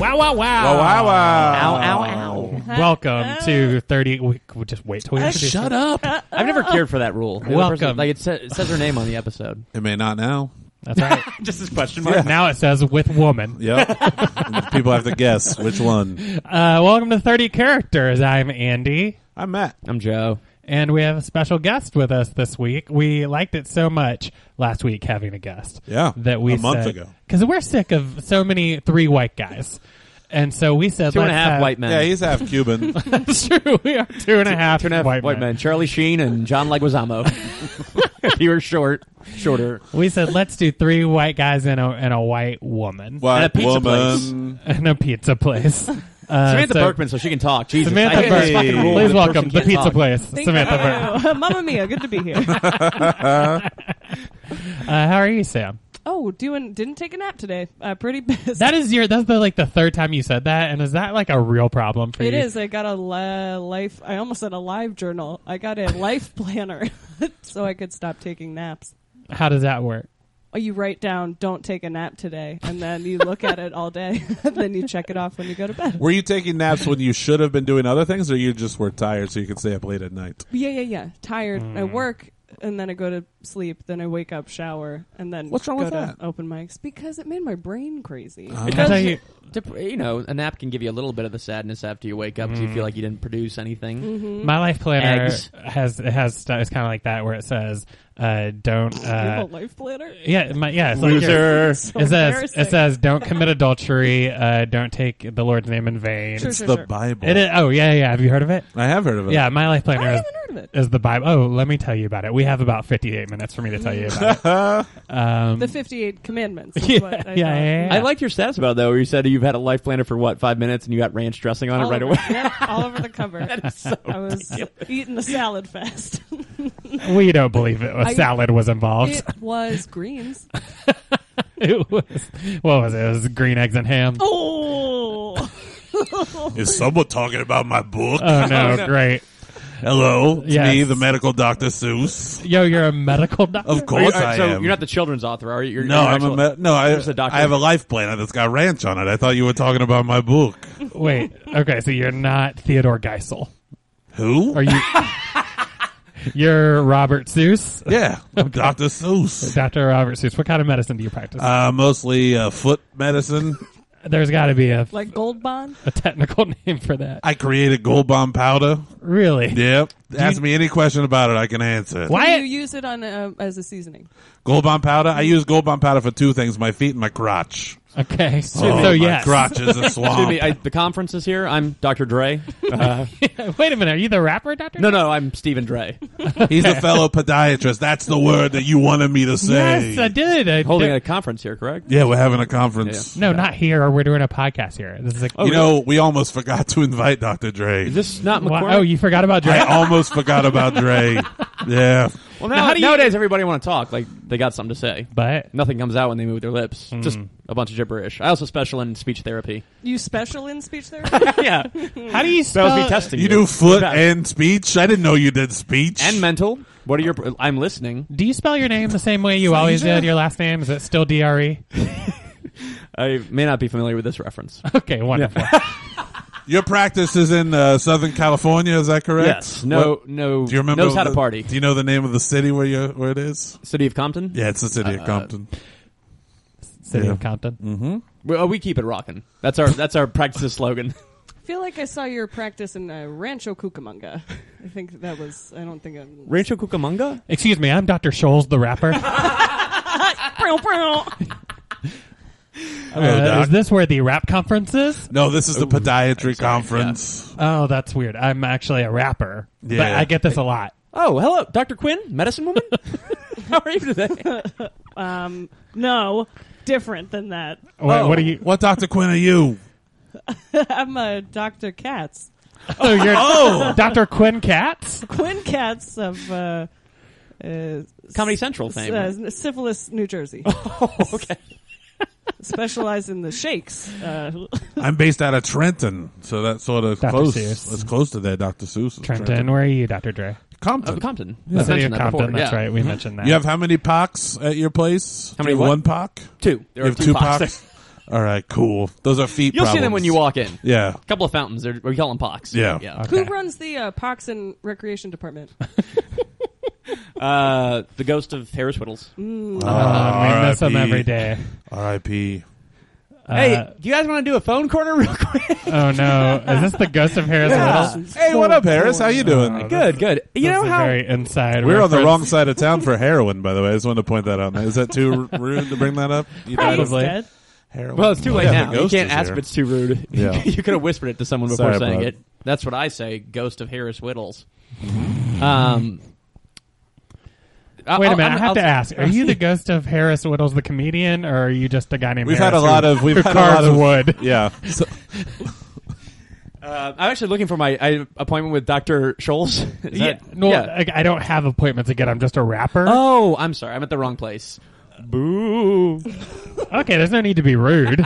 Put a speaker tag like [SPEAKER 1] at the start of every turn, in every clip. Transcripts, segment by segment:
[SPEAKER 1] wow.
[SPEAKER 2] Oh, wow, wow.
[SPEAKER 3] Ow, ow, ow.
[SPEAKER 1] Welcome to 30. We, we just wait till we introduce
[SPEAKER 2] Shut
[SPEAKER 1] her.
[SPEAKER 2] up.
[SPEAKER 3] I've never cared for that rule. The
[SPEAKER 1] Welcome.
[SPEAKER 3] person- like it, sa- it says her name on the episode.
[SPEAKER 2] It may not now.
[SPEAKER 1] That's right.
[SPEAKER 3] Just as question mark.
[SPEAKER 1] Now it says with woman.
[SPEAKER 2] Yep. People have to guess which one.
[SPEAKER 1] Uh, welcome to 30 Characters. I'm Andy.
[SPEAKER 2] I'm Matt.
[SPEAKER 3] I'm Joe.
[SPEAKER 1] And we have a special guest with us this week. We liked it so much last week having a guest.
[SPEAKER 2] Yeah,
[SPEAKER 1] That we
[SPEAKER 2] a month ago.
[SPEAKER 1] Because we're sick of so many three white guys. And so we said
[SPEAKER 3] Two and a
[SPEAKER 1] let's
[SPEAKER 3] half
[SPEAKER 1] have-
[SPEAKER 3] white men.
[SPEAKER 2] Yeah, he's half Cuban.
[SPEAKER 1] That's true. We are two and a half
[SPEAKER 3] Two and a half white, men. Charlie Sheen and John Leguizamo. if you were short, shorter.
[SPEAKER 1] We said let's do three white guys and a and a white woman
[SPEAKER 2] White
[SPEAKER 3] And a pizza
[SPEAKER 2] woman.
[SPEAKER 3] place.
[SPEAKER 1] and a pizza place. Uh,
[SPEAKER 3] Samantha
[SPEAKER 1] so-
[SPEAKER 3] Berkman, so she can talk. Jesus,
[SPEAKER 1] Samantha
[SPEAKER 3] I hate this fucking
[SPEAKER 1] Berkman.
[SPEAKER 3] rule
[SPEAKER 1] Please
[SPEAKER 3] that a
[SPEAKER 1] welcome
[SPEAKER 3] person
[SPEAKER 1] the
[SPEAKER 3] can't
[SPEAKER 1] pizza
[SPEAKER 3] talk.
[SPEAKER 1] place, Samantha Berkman.
[SPEAKER 4] Berg. Mamma Mia, good to be here.
[SPEAKER 1] Uh, how are you, Sam?
[SPEAKER 4] oh, doing didn't take a nap today. Uh, pretty pissed.
[SPEAKER 1] That is your. That's the like the third time you said that, and is that like a real problem for
[SPEAKER 4] it
[SPEAKER 1] you?
[SPEAKER 4] is. I got a li- life. I almost said a live journal. I got a life planner, so I could stop taking naps.
[SPEAKER 1] How does that work?
[SPEAKER 4] Oh, you write down "Don't take a nap today," and then you look at it all day, and then you check it off when you go to bed.
[SPEAKER 2] Were you taking naps when you should have been doing other things, or you just were tired so you could stay up late at night?
[SPEAKER 4] Yeah, yeah, yeah. Tired. I
[SPEAKER 1] Mm.
[SPEAKER 4] work, and then I go to sleep. Then I wake up, shower, and then
[SPEAKER 2] What's wrong
[SPEAKER 4] go
[SPEAKER 2] with
[SPEAKER 4] to
[SPEAKER 2] that?
[SPEAKER 4] Open mics because it made my brain crazy.
[SPEAKER 1] That's how you-
[SPEAKER 3] Dep- You know, a nap can give you a little bit of the sadness after you wake up because you
[SPEAKER 1] Mm-hmm.
[SPEAKER 3] feel like you didn't produce anything.
[SPEAKER 1] my life planner
[SPEAKER 3] Eggs.
[SPEAKER 1] has it has stuff. It's kind of like that where it says, uh, "Don't."
[SPEAKER 4] You have
[SPEAKER 1] Uh,
[SPEAKER 4] a life planner.
[SPEAKER 1] yeah, my, yeah. It's Like
[SPEAKER 2] Loser.
[SPEAKER 1] your- it says
[SPEAKER 4] embarrassing.
[SPEAKER 1] it says don't commit adultery. Uh, don't take the Lord's name in vain.
[SPEAKER 4] Sure,
[SPEAKER 2] It's
[SPEAKER 4] sure,
[SPEAKER 2] the
[SPEAKER 4] sure.
[SPEAKER 2] Bible.
[SPEAKER 1] It is, oh yeah, yeah. Have you heard of it?
[SPEAKER 2] I have heard of it.
[SPEAKER 1] Yeah, my life planner
[SPEAKER 4] I
[SPEAKER 1] is,
[SPEAKER 4] haven't heard of it.
[SPEAKER 1] is the Bible. Oh, let me tell you about it. We have about fifty-eight minutes for me to tell you about it. Um,
[SPEAKER 4] The 58 Commandments. Is
[SPEAKER 1] Yeah,
[SPEAKER 4] what I thought.
[SPEAKER 1] yeah, yeah, yeah.
[SPEAKER 3] I liked your status about it, though, where you said you've had a life planner for what five minutes, and you got ranch dressing on it
[SPEAKER 4] All
[SPEAKER 3] right
[SPEAKER 4] over,
[SPEAKER 3] away.
[SPEAKER 4] yep, all over the cover. I was eating the salad fest.
[SPEAKER 1] we don't believe it. A
[SPEAKER 4] I-
[SPEAKER 1] salad was involved.
[SPEAKER 4] it was greens.
[SPEAKER 1] It was what was it? It was green eggs and ham. Oh,
[SPEAKER 4] Oh,
[SPEAKER 2] Is someone talking about my book?
[SPEAKER 3] Uh,
[SPEAKER 1] Oh, no, great.
[SPEAKER 2] Hello, it's
[SPEAKER 1] Yes.
[SPEAKER 2] me, the medical Dr. Seuss.
[SPEAKER 1] Yo, you're a medical doctor.
[SPEAKER 2] Of
[SPEAKER 3] Are you-
[SPEAKER 2] course
[SPEAKER 3] all right,
[SPEAKER 2] I
[SPEAKER 3] so
[SPEAKER 2] am.
[SPEAKER 3] you're not the children's author, are you? You're,
[SPEAKER 2] no,
[SPEAKER 3] you're
[SPEAKER 2] I'm a
[SPEAKER 3] actual-
[SPEAKER 2] med- no. I,
[SPEAKER 3] There's a doctor.
[SPEAKER 2] I have a life planner that's got ranch on it. I thought you were talking about my book.
[SPEAKER 1] Wait, okay, so you're not Theodore Geisel.
[SPEAKER 2] Who?
[SPEAKER 1] Are you? you're Robert Seuss,
[SPEAKER 2] yeah, I'm Dr. Seuss.
[SPEAKER 1] Doctor Robert Seuss. What kind of medicine do you practice?
[SPEAKER 2] Uh, mostly uh, foot medicine.
[SPEAKER 1] There's got to be a,
[SPEAKER 4] like Gold Bond.
[SPEAKER 1] a technical name for that.
[SPEAKER 2] I created gold bomb powder.
[SPEAKER 1] Really?
[SPEAKER 2] Yep. Ask me any question about it, I can answer. it.
[SPEAKER 1] Why-
[SPEAKER 4] Do you use it on uh, as a seasoning?
[SPEAKER 2] Gold bomb powder. I use gold bomb powder for two things: my feet and my crotch.
[SPEAKER 1] Okay. So,
[SPEAKER 2] oh,
[SPEAKER 1] so
[SPEAKER 2] my
[SPEAKER 1] yes.
[SPEAKER 2] crotch is a
[SPEAKER 3] Excuse me,
[SPEAKER 2] swamp.
[SPEAKER 3] I, the conference is here. I'm Dr. Dre. Uh,
[SPEAKER 1] Wait a minute. Are you the rapper, Doctor?
[SPEAKER 3] no, no, I'm Stephen Dre.
[SPEAKER 2] He's a fellow podiatrist. That's the word that you wanted me to say.
[SPEAKER 1] Yes, I did. I
[SPEAKER 3] Holding
[SPEAKER 1] did.
[SPEAKER 3] a conference here, correct?
[SPEAKER 2] yeah, we're having a Oh, conference.
[SPEAKER 1] no, not here. We're doing a podcast here. This is like.
[SPEAKER 2] you know, we almost forgot to invite Dr. Dre.
[SPEAKER 3] Is Oh, this not
[SPEAKER 1] Why-
[SPEAKER 3] McCormick?
[SPEAKER 1] oh, you forgot about Dre.
[SPEAKER 2] I almost forgot about Dre. Yeah.
[SPEAKER 3] well, now,
[SPEAKER 1] Now, how do you-
[SPEAKER 3] nowadays everybody want to talk. Like they got something to say. Hmm.
[SPEAKER 1] But
[SPEAKER 3] Nothing comes out when they move their lips. Just a bunch of gibberish. I also special in speech therapy.
[SPEAKER 4] You special in speech therapy?
[SPEAKER 3] yeah,
[SPEAKER 1] how do you
[SPEAKER 3] that
[SPEAKER 1] spell?
[SPEAKER 3] was me testing.
[SPEAKER 2] You do foot and speech? I didn't know you did speech.
[SPEAKER 3] and mental. What are your? I'm listening.
[SPEAKER 1] Do you spell your name the same way you always
[SPEAKER 2] Fraser?
[SPEAKER 1] did your last name? Is it still E? DRE?
[SPEAKER 3] I may not be familiar with this reference.
[SPEAKER 1] Okay, wonderful.
[SPEAKER 2] Your practice is in uh, Southern California, is that correct?
[SPEAKER 3] yes. No.
[SPEAKER 2] What-
[SPEAKER 3] no.
[SPEAKER 2] do you remember
[SPEAKER 3] knows how to
[SPEAKER 2] the-
[SPEAKER 3] party?
[SPEAKER 2] Do you know the name of the city where you where it is?
[SPEAKER 3] City of Compton.
[SPEAKER 2] Yeah, it's the city
[SPEAKER 3] Uh,
[SPEAKER 2] of Compton.
[SPEAKER 1] City of
[SPEAKER 2] Yeah.
[SPEAKER 1] Compton.
[SPEAKER 3] We, oh, we keep it rocking. That's our that's our practice slogan.
[SPEAKER 4] I feel like I saw your practice in uh, Rancho Cucamonga. I think that was. I don't think I'm.
[SPEAKER 3] Rancho Cucamonga.
[SPEAKER 1] Excuse me, I'm Dr. Scholes, the rapper.
[SPEAKER 2] Hello,
[SPEAKER 1] Uh,
[SPEAKER 2] Doc.
[SPEAKER 1] is this where the rap conference is?
[SPEAKER 2] No, this is the podiatry conference.
[SPEAKER 1] Oh, that's weird. I'm actually a rapper. But
[SPEAKER 2] Yeah.
[SPEAKER 1] I get this a lot.
[SPEAKER 3] Oh, hello, Doctor Quinn, medicine woman. How are you today?
[SPEAKER 4] Um, no, different than that.
[SPEAKER 1] What,
[SPEAKER 3] Oh.
[SPEAKER 1] what are you?
[SPEAKER 2] What Dr. Quinn are you?
[SPEAKER 4] I'm a Dr. Katz.
[SPEAKER 1] Oh, you're Dr. Quinn Katz?
[SPEAKER 4] Quinn Katz of. Uh, uh,
[SPEAKER 3] Comedy Central fame.
[SPEAKER 4] Uh, syphilis, New Jersey.
[SPEAKER 3] okay.
[SPEAKER 4] Specialize in the shakes. Uh,
[SPEAKER 2] I'm based out of Trenton, so that's sort of
[SPEAKER 1] Dr.
[SPEAKER 2] close.
[SPEAKER 1] Seuss.
[SPEAKER 2] That's close to there, Dr. Seuss. is
[SPEAKER 1] Trenton, where are you, Dr. Dre?
[SPEAKER 2] Compton.
[SPEAKER 3] Of Uh, Compton.
[SPEAKER 1] The
[SPEAKER 3] I've
[SPEAKER 1] city of
[SPEAKER 3] mentioned that
[SPEAKER 1] Compton,
[SPEAKER 3] before,
[SPEAKER 1] that's
[SPEAKER 3] yeah. Mm-hmm.
[SPEAKER 1] right. We mentioned that.
[SPEAKER 2] You have how many pocs at your place?
[SPEAKER 3] How
[SPEAKER 2] Do you
[SPEAKER 3] many
[SPEAKER 2] have One
[SPEAKER 3] what?
[SPEAKER 2] poc.
[SPEAKER 3] Two. There
[SPEAKER 2] you
[SPEAKER 3] are
[SPEAKER 2] have two
[SPEAKER 3] pocs.
[SPEAKER 2] pocs. All right, cool. Those are feet.
[SPEAKER 3] You'll see them
[SPEAKER 2] problems.
[SPEAKER 3] when you walk in.
[SPEAKER 2] Yeah.
[SPEAKER 3] A couple of fountains. They're, we call them pox.
[SPEAKER 2] Yeah.
[SPEAKER 3] yeah.
[SPEAKER 1] Okay.
[SPEAKER 4] Who runs the uh, Parks and Recreation Department?
[SPEAKER 3] Uh, the ghost of Harris Whittles.
[SPEAKER 1] Uh, we miss them
[SPEAKER 2] RIP.
[SPEAKER 1] every day.
[SPEAKER 2] R.I.P.
[SPEAKER 1] Uh,
[SPEAKER 3] hey, do you guys want to do a phone corner real quick?
[SPEAKER 1] Oh no! Is this the ghost of Harris Whittle?
[SPEAKER 2] Hey, what up, Harris? How you doing?
[SPEAKER 3] good, good. You
[SPEAKER 1] That's
[SPEAKER 3] know
[SPEAKER 1] a
[SPEAKER 3] how
[SPEAKER 1] very inside.
[SPEAKER 2] We're on the
[SPEAKER 1] reference.
[SPEAKER 2] wrong side of town for heroin, by the way. I just wanted to point that out. Is that too r- rude to bring that up? You
[SPEAKER 4] Right, he's
[SPEAKER 1] Probably.
[SPEAKER 4] dead.
[SPEAKER 2] heroin.
[SPEAKER 3] Well, it's too late
[SPEAKER 2] Yeah, the
[SPEAKER 3] now. You
[SPEAKER 2] ghost
[SPEAKER 3] can't
[SPEAKER 2] is
[SPEAKER 3] ask
[SPEAKER 2] here.
[SPEAKER 3] if it's too rude.
[SPEAKER 2] Yeah.
[SPEAKER 3] you could have whispered it to someone before
[SPEAKER 2] Sorry,
[SPEAKER 3] saying
[SPEAKER 2] bud.
[SPEAKER 3] it. That's what I say. Ghost of Harris Whittles. Um,
[SPEAKER 1] Wait a minute! i have to ask: Are you the ghost of Harris Whittles, the comedian, or are you just a guy named?
[SPEAKER 2] We've
[SPEAKER 1] Harris
[SPEAKER 2] had a lot of- we've
[SPEAKER 1] who
[SPEAKER 2] had a
[SPEAKER 1] carves
[SPEAKER 2] lot of-
[SPEAKER 1] wood.
[SPEAKER 2] Yeah. So,
[SPEAKER 3] Uh, I'm actually looking for my I, appointment with Doctor Scholes. Is
[SPEAKER 1] Yeah,
[SPEAKER 3] that-
[SPEAKER 1] no, like, I don't have appointments again. I'm just a rapper.
[SPEAKER 3] Oh, I'm sorry. I'm at the wrong place.
[SPEAKER 1] Oh.
[SPEAKER 3] Boo.
[SPEAKER 1] Okay, there's no need to be rude.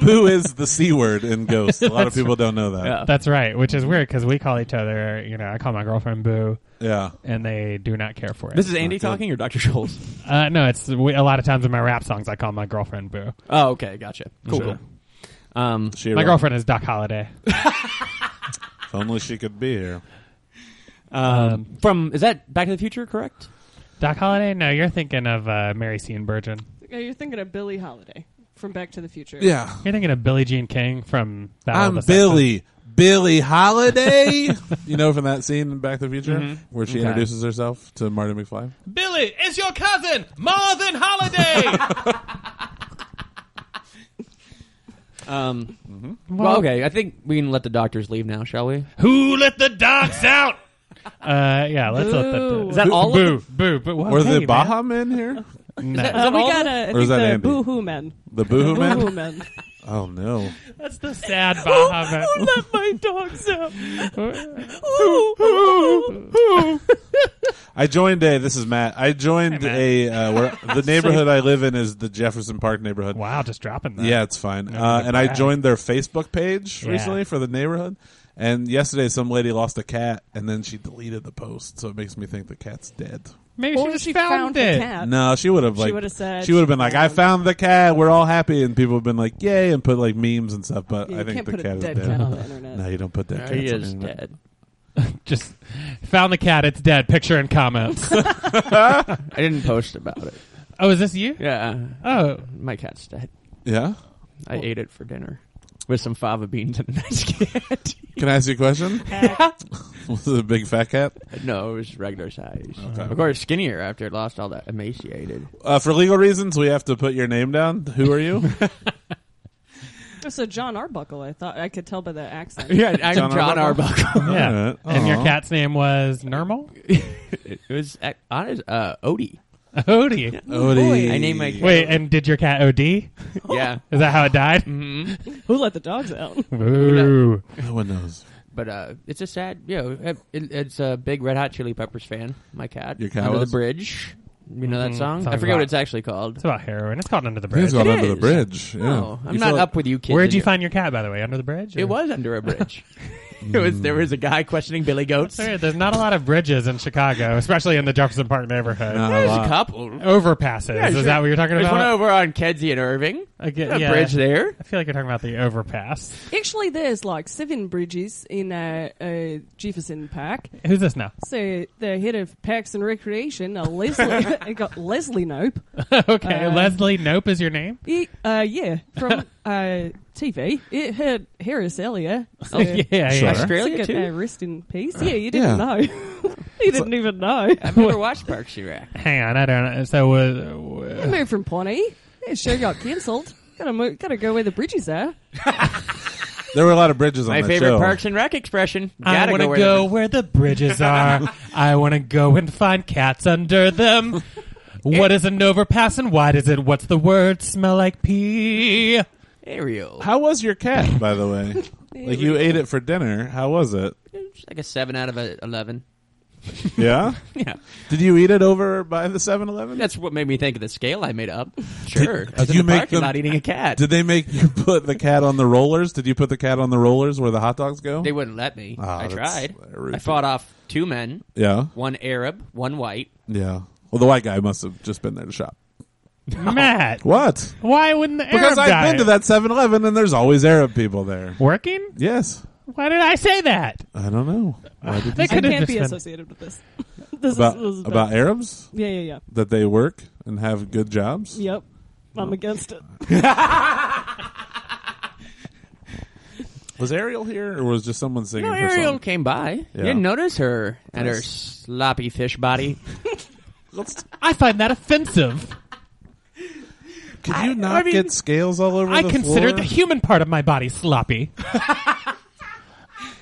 [SPEAKER 2] boo is the c word in Ghost. A lot of people don't know that.
[SPEAKER 3] Yeah.
[SPEAKER 1] That's right, which is weird because we call each other. You know, I call my girlfriend Boo,
[SPEAKER 2] Yeah.
[SPEAKER 1] and they do not care for it.
[SPEAKER 3] This is Andy talking or Doctor Scholes?
[SPEAKER 1] uh, no, it's we, a lot of times in my rap songs I call my girlfriend Boo.
[SPEAKER 3] Oh, okay. Gotcha. Cool.
[SPEAKER 1] Sure.
[SPEAKER 3] cool. Um,
[SPEAKER 2] She
[SPEAKER 1] My
[SPEAKER 2] wrote,
[SPEAKER 1] girlfriend is Doc Holliday.
[SPEAKER 2] If only she could be here.
[SPEAKER 3] um, from is that Back to the Future? Correct.
[SPEAKER 1] Doc Holliday? No, you're thinking of uh, Mary C. and Burgeon.
[SPEAKER 4] Yeah, You're thinking of Billie Holiday from Back to the Future. Uh,
[SPEAKER 2] Yeah.
[SPEAKER 1] You're thinking of Billie Jean King from Battle of
[SPEAKER 2] I'm
[SPEAKER 1] the Sexes.
[SPEAKER 2] Billy. Billy Holiday. you know from that scene in Back to the Future where she
[SPEAKER 3] Okay.
[SPEAKER 2] introduces herself to Marty McFly?
[SPEAKER 3] Billy, it's your cousin, Marvin Holiday. um. Well, okay. I think we can let the doctors leave now, shall we?
[SPEAKER 1] Who let the dogs out? Uh, yeah, let's let the
[SPEAKER 4] Boo. Is
[SPEAKER 3] that all of
[SPEAKER 1] Boo, boo, boo. Well,
[SPEAKER 2] Or
[SPEAKER 1] hey,
[SPEAKER 2] the
[SPEAKER 1] man.
[SPEAKER 2] Baja Men here?
[SPEAKER 1] No.
[SPEAKER 4] Uh, we
[SPEAKER 3] all
[SPEAKER 4] got
[SPEAKER 3] of-
[SPEAKER 4] a, I
[SPEAKER 2] Or is
[SPEAKER 4] think
[SPEAKER 2] that
[SPEAKER 4] the
[SPEAKER 2] Andy?
[SPEAKER 4] Boo Hoo Men.
[SPEAKER 2] The Boohoo
[SPEAKER 4] Boo Hoo
[SPEAKER 2] Man?
[SPEAKER 4] Men.
[SPEAKER 2] Oh, no.
[SPEAKER 1] That's the sad Baja Man.
[SPEAKER 4] Oh, Let my dogs out.
[SPEAKER 2] I joined a. This is Matt. I joined
[SPEAKER 1] Hey,
[SPEAKER 2] a. Uh, where, the neighborhood I live in is the Jefferson Park neighborhood.
[SPEAKER 1] Wow, just dropping that.
[SPEAKER 2] Yeah, it's fine.
[SPEAKER 1] Yeah,
[SPEAKER 2] Uh,
[SPEAKER 1] good
[SPEAKER 2] and I
[SPEAKER 1] brag.
[SPEAKER 2] joined their Facebook page
[SPEAKER 1] Yeah.
[SPEAKER 2] recently for the neighborhood. And yesterday, some lady lost a cat, and then she deleted the post. So it makes me think the cat's dead.
[SPEAKER 1] Maybe
[SPEAKER 4] Or
[SPEAKER 1] she just
[SPEAKER 4] she
[SPEAKER 1] found,
[SPEAKER 4] found the
[SPEAKER 1] it.
[SPEAKER 4] cat.
[SPEAKER 2] No, she would have
[SPEAKER 4] She
[SPEAKER 2] like
[SPEAKER 4] would've said
[SPEAKER 2] she would have
[SPEAKER 4] she
[SPEAKER 2] been like, "I
[SPEAKER 4] found-
[SPEAKER 2] found the cat. We're all happy," and people have been like, "Yay!" and put like memes and stuff. But
[SPEAKER 4] Yeah,
[SPEAKER 2] I
[SPEAKER 4] you
[SPEAKER 2] think
[SPEAKER 4] can't
[SPEAKER 2] the
[SPEAKER 4] put a
[SPEAKER 2] cat is
[SPEAKER 4] dead
[SPEAKER 2] dead.
[SPEAKER 4] cat on the internet.
[SPEAKER 2] no, you don't put dead.
[SPEAKER 3] He
[SPEAKER 2] cats on
[SPEAKER 3] is
[SPEAKER 2] the internet.
[SPEAKER 3] dead.
[SPEAKER 1] Just found the cat. It's dead. Picture and comments.
[SPEAKER 3] I didn't post about it.
[SPEAKER 1] oh, is this you?
[SPEAKER 3] Yeah,
[SPEAKER 1] Oh,
[SPEAKER 3] my cat's dead.
[SPEAKER 2] Yeah.
[SPEAKER 3] I ate it for dinner with some fava beans and a nice cat.
[SPEAKER 2] Can I ask you a question? was it a big fat cat?
[SPEAKER 3] no, it was regular size.
[SPEAKER 2] Okay.
[SPEAKER 3] Of course, skinnier after it lost all that emaciated.
[SPEAKER 2] Uh, for legal reasons, we have to put your name down. Who are you?
[SPEAKER 4] So John Arbuckle, I thought I could tell by the accent.
[SPEAKER 3] Yeah, I'm
[SPEAKER 2] John
[SPEAKER 3] John, Arbuckle.
[SPEAKER 1] yeah.
[SPEAKER 2] All right.
[SPEAKER 1] And your
[SPEAKER 2] Aw.
[SPEAKER 1] cat's name was Normal
[SPEAKER 3] it was uh, honest, uh, Odie.
[SPEAKER 1] Odie.
[SPEAKER 2] Odie.
[SPEAKER 4] boy.
[SPEAKER 3] Oh, I named my cat.
[SPEAKER 1] Wait, and did your cat OD? Is
[SPEAKER 3] Yeah.
[SPEAKER 1] that how it died?
[SPEAKER 3] Mm.
[SPEAKER 4] Who let the dogs out?
[SPEAKER 1] Ooh.
[SPEAKER 2] No one knows.
[SPEAKER 3] But uh, it's a sad, you know, it, it- it's a big Red Hot Chili Peppers fan. My cat,
[SPEAKER 2] Your cat
[SPEAKER 3] under
[SPEAKER 2] was?
[SPEAKER 3] the bridge. You know
[SPEAKER 1] Mhm.
[SPEAKER 3] that song? I
[SPEAKER 1] Song's
[SPEAKER 3] forget
[SPEAKER 1] hot.
[SPEAKER 3] what it's actually called.
[SPEAKER 1] It's about heroin. It's called Under the
[SPEAKER 2] I think
[SPEAKER 1] Bridge.
[SPEAKER 2] it's gone
[SPEAKER 3] It
[SPEAKER 2] under the
[SPEAKER 3] is.
[SPEAKER 2] bridge. Yeah.
[SPEAKER 3] No, I'm
[SPEAKER 2] You
[SPEAKER 3] not
[SPEAKER 2] feel-
[SPEAKER 3] up with you kids.
[SPEAKER 1] Where'd you
[SPEAKER 3] and-
[SPEAKER 1] find your cat, by the way? Under the bridge? or-
[SPEAKER 3] It was under a bridge. it was there was a guy questioning Billy Goats.
[SPEAKER 1] It's weird. There's not a lot of bridges in Chicago, especially in the Jefferson Park neighborhood.
[SPEAKER 2] Not a
[SPEAKER 3] There's
[SPEAKER 2] lot.
[SPEAKER 3] a couple.
[SPEAKER 1] Overpasses.
[SPEAKER 3] Yeah,
[SPEAKER 1] is
[SPEAKER 3] sure.
[SPEAKER 1] that what you're talking
[SPEAKER 3] There's
[SPEAKER 1] about?
[SPEAKER 3] one over on Kedzie and Irving.
[SPEAKER 1] I get-
[SPEAKER 3] a
[SPEAKER 1] yeah.
[SPEAKER 3] bridge there.
[SPEAKER 1] I feel like you're talking about the overpass.
[SPEAKER 4] Actually, there's like seven bridges in uh, uh, Jefferson Park.
[SPEAKER 1] Who's this now?
[SPEAKER 4] So the head of Parks and Recreation, uh, Leslie, I got Leslie Nope.
[SPEAKER 1] okay.
[SPEAKER 4] Uh,
[SPEAKER 1] Leslie Nope is your name?
[SPEAKER 4] He, uh, yeah, from uh, TV. It had Harris Elliott. So
[SPEAKER 1] Oh, yeah, yeah. yeah.
[SPEAKER 2] Sure.
[SPEAKER 3] Australia
[SPEAKER 4] Get,
[SPEAKER 3] too.
[SPEAKER 4] uh, rest in peace. Yeah, you didn't
[SPEAKER 2] Yeah.
[SPEAKER 4] know. he didn't even know.
[SPEAKER 3] I've never watched Parks and Rec.
[SPEAKER 1] Hang on. I don't know. So, uh,
[SPEAKER 4] I moved from Pawnee. Yeah, show got cancelled. Gotta move, gotta go where the bridges are.
[SPEAKER 2] There were a lot of bridges on
[SPEAKER 3] My
[SPEAKER 2] that
[SPEAKER 3] favorite
[SPEAKER 2] show.
[SPEAKER 3] Parks and Rec expression.
[SPEAKER 1] I
[SPEAKER 3] Gotta
[SPEAKER 1] want to
[SPEAKER 3] where
[SPEAKER 1] go where the bridges are. I want to go and find cats under them. What is an overpass and why does it? What's the word? Smell like pee.
[SPEAKER 3] the- Ariel.
[SPEAKER 2] How was your cat, by the way? like you ate it for dinner. How was it?
[SPEAKER 3] It's like a seven out of a eleven.
[SPEAKER 2] Yeah.
[SPEAKER 3] Yeah,
[SPEAKER 2] Did you eat it over by the 7-Eleven?
[SPEAKER 3] that's what made me think of the scale I made up. Sure,
[SPEAKER 2] Did-
[SPEAKER 3] I was
[SPEAKER 2] did
[SPEAKER 3] in
[SPEAKER 2] you
[SPEAKER 3] the
[SPEAKER 2] make
[SPEAKER 3] parking
[SPEAKER 2] them-
[SPEAKER 3] lot eating a cat?
[SPEAKER 2] Did they make you put the cat on the rollers? Did you put the cat on the rollers where the hot dogs go?
[SPEAKER 3] They wouldn't let me.
[SPEAKER 2] Ah,
[SPEAKER 3] I
[SPEAKER 2] that's
[SPEAKER 3] tried.
[SPEAKER 2] rude.
[SPEAKER 3] I fought off two men,
[SPEAKER 2] yeah.
[SPEAKER 3] one Arab, one white.
[SPEAKER 2] Yeah. Well, the white guy must have just been there to shop.
[SPEAKER 1] Matt,
[SPEAKER 2] What?
[SPEAKER 1] why wouldn't the Arab
[SPEAKER 2] Because I've
[SPEAKER 1] diet?
[SPEAKER 2] been to that 7-Eleven and there's always Arab people there.
[SPEAKER 1] working?
[SPEAKER 2] Yes.
[SPEAKER 1] Why did I say that?
[SPEAKER 2] I don't know. Why did
[SPEAKER 1] They
[SPEAKER 2] you
[SPEAKER 4] I
[SPEAKER 1] could have
[SPEAKER 4] can't
[SPEAKER 1] just
[SPEAKER 4] be
[SPEAKER 1] been-
[SPEAKER 4] associated with this. this,
[SPEAKER 2] about,
[SPEAKER 4] is, this is bad.
[SPEAKER 2] about Arabs
[SPEAKER 4] Yeah, yeah, yeah.
[SPEAKER 2] that they work and have good jobs.
[SPEAKER 4] Yep. I'm against it.
[SPEAKER 2] Was Ariel here, or was just someone singing?
[SPEAKER 3] No,
[SPEAKER 2] her song?
[SPEAKER 3] Ariel came by.
[SPEAKER 2] Yeah.
[SPEAKER 3] You didn't notice her and her
[SPEAKER 2] Nice.
[SPEAKER 3] sloppy fish body.
[SPEAKER 2] Let's-
[SPEAKER 1] I find that offensive.
[SPEAKER 2] Could you
[SPEAKER 1] I-
[SPEAKER 2] not
[SPEAKER 1] I mean,
[SPEAKER 2] get scales all over
[SPEAKER 1] I
[SPEAKER 2] the
[SPEAKER 1] consider
[SPEAKER 2] floor?
[SPEAKER 1] the human part of my body sloppy.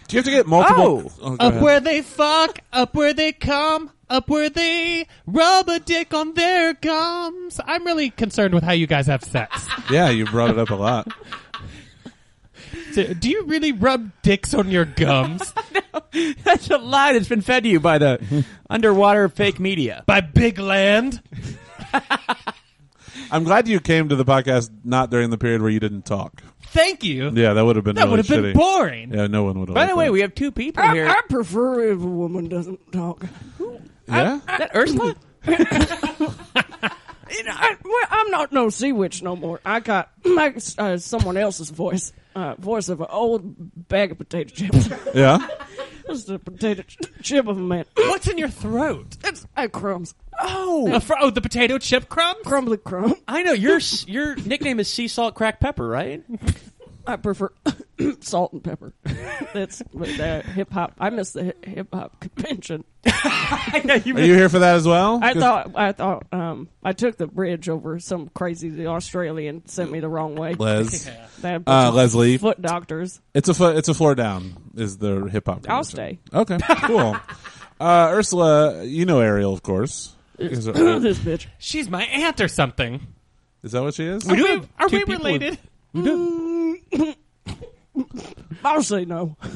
[SPEAKER 2] Do you have to get multiple?
[SPEAKER 3] Oh.
[SPEAKER 2] Oh, go
[SPEAKER 1] Up
[SPEAKER 2] ahead.
[SPEAKER 1] where they fuck, up where they come, up where they rub a dick on their gums. I'm really concerned with how you guys have sex.
[SPEAKER 2] Yeah, you brought it up a lot.
[SPEAKER 1] So, do you really rub dicks on your gums
[SPEAKER 3] That's a lie that's been fed to you by the underwater fake media.
[SPEAKER 1] by Big Land?
[SPEAKER 2] I'm glad you came to the podcast not during the period where you didn't talk.
[SPEAKER 1] Thank you.
[SPEAKER 2] Yeah, that would have been
[SPEAKER 1] that
[SPEAKER 2] really
[SPEAKER 1] would have
[SPEAKER 2] shitty.
[SPEAKER 1] been boring.
[SPEAKER 2] Yeah, no one would have.
[SPEAKER 3] By
[SPEAKER 2] liked
[SPEAKER 3] the way,
[SPEAKER 2] that.
[SPEAKER 3] we have two people
[SPEAKER 4] I,
[SPEAKER 3] here.
[SPEAKER 4] I prefer if a woman doesn't talk.
[SPEAKER 2] yeah.
[SPEAKER 3] Is that Ursula?
[SPEAKER 4] You know, I, well, I'm not no sea witch no more. I got my, uh, someone else's voice, uh, voice of an old bag of potato chips.
[SPEAKER 2] yeah,
[SPEAKER 4] Just a potato ch- chip of a man.
[SPEAKER 1] What's in your throat?
[SPEAKER 4] It's uh, crumbs,
[SPEAKER 1] A
[SPEAKER 3] Oh,
[SPEAKER 1] fr- oh, the potato chip crumbs?
[SPEAKER 4] crumbly crumb.
[SPEAKER 3] I know. Your s- your nickname is sea salt crack pepper, right?
[SPEAKER 4] I prefer salt and pepper. That's what the hip hop. I miss the hi- hip hop convention.
[SPEAKER 3] I know you.
[SPEAKER 2] Are you here for that as well?
[SPEAKER 4] I thought I thought um I took the bridge over some crazy Australian sent me the wrong way.
[SPEAKER 2] Les,
[SPEAKER 4] They had a bunch
[SPEAKER 2] uh,
[SPEAKER 4] of
[SPEAKER 2] Leslie,
[SPEAKER 4] foot doctors.
[SPEAKER 2] it's a fo- it's a floor down. Is the hip hop? convention.
[SPEAKER 4] I'll stay.
[SPEAKER 2] Okay, cool. Uh, Ursula, you know Ariel, of course. Is, it-
[SPEAKER 4] this bitch.
[SPEAKER 1] She's my aunt or something.
[SPEAKER 2] is that what she is?
[SPEAKER 1] Are we,
[SPEAKER 3] have
[SPEAKER 1] are
[SPEAKER 3] two
[SPEAKER 1] we
[SPEAKER 3] people
[SPEAKER 1] related?
[SPEAKER 4] I'll say no.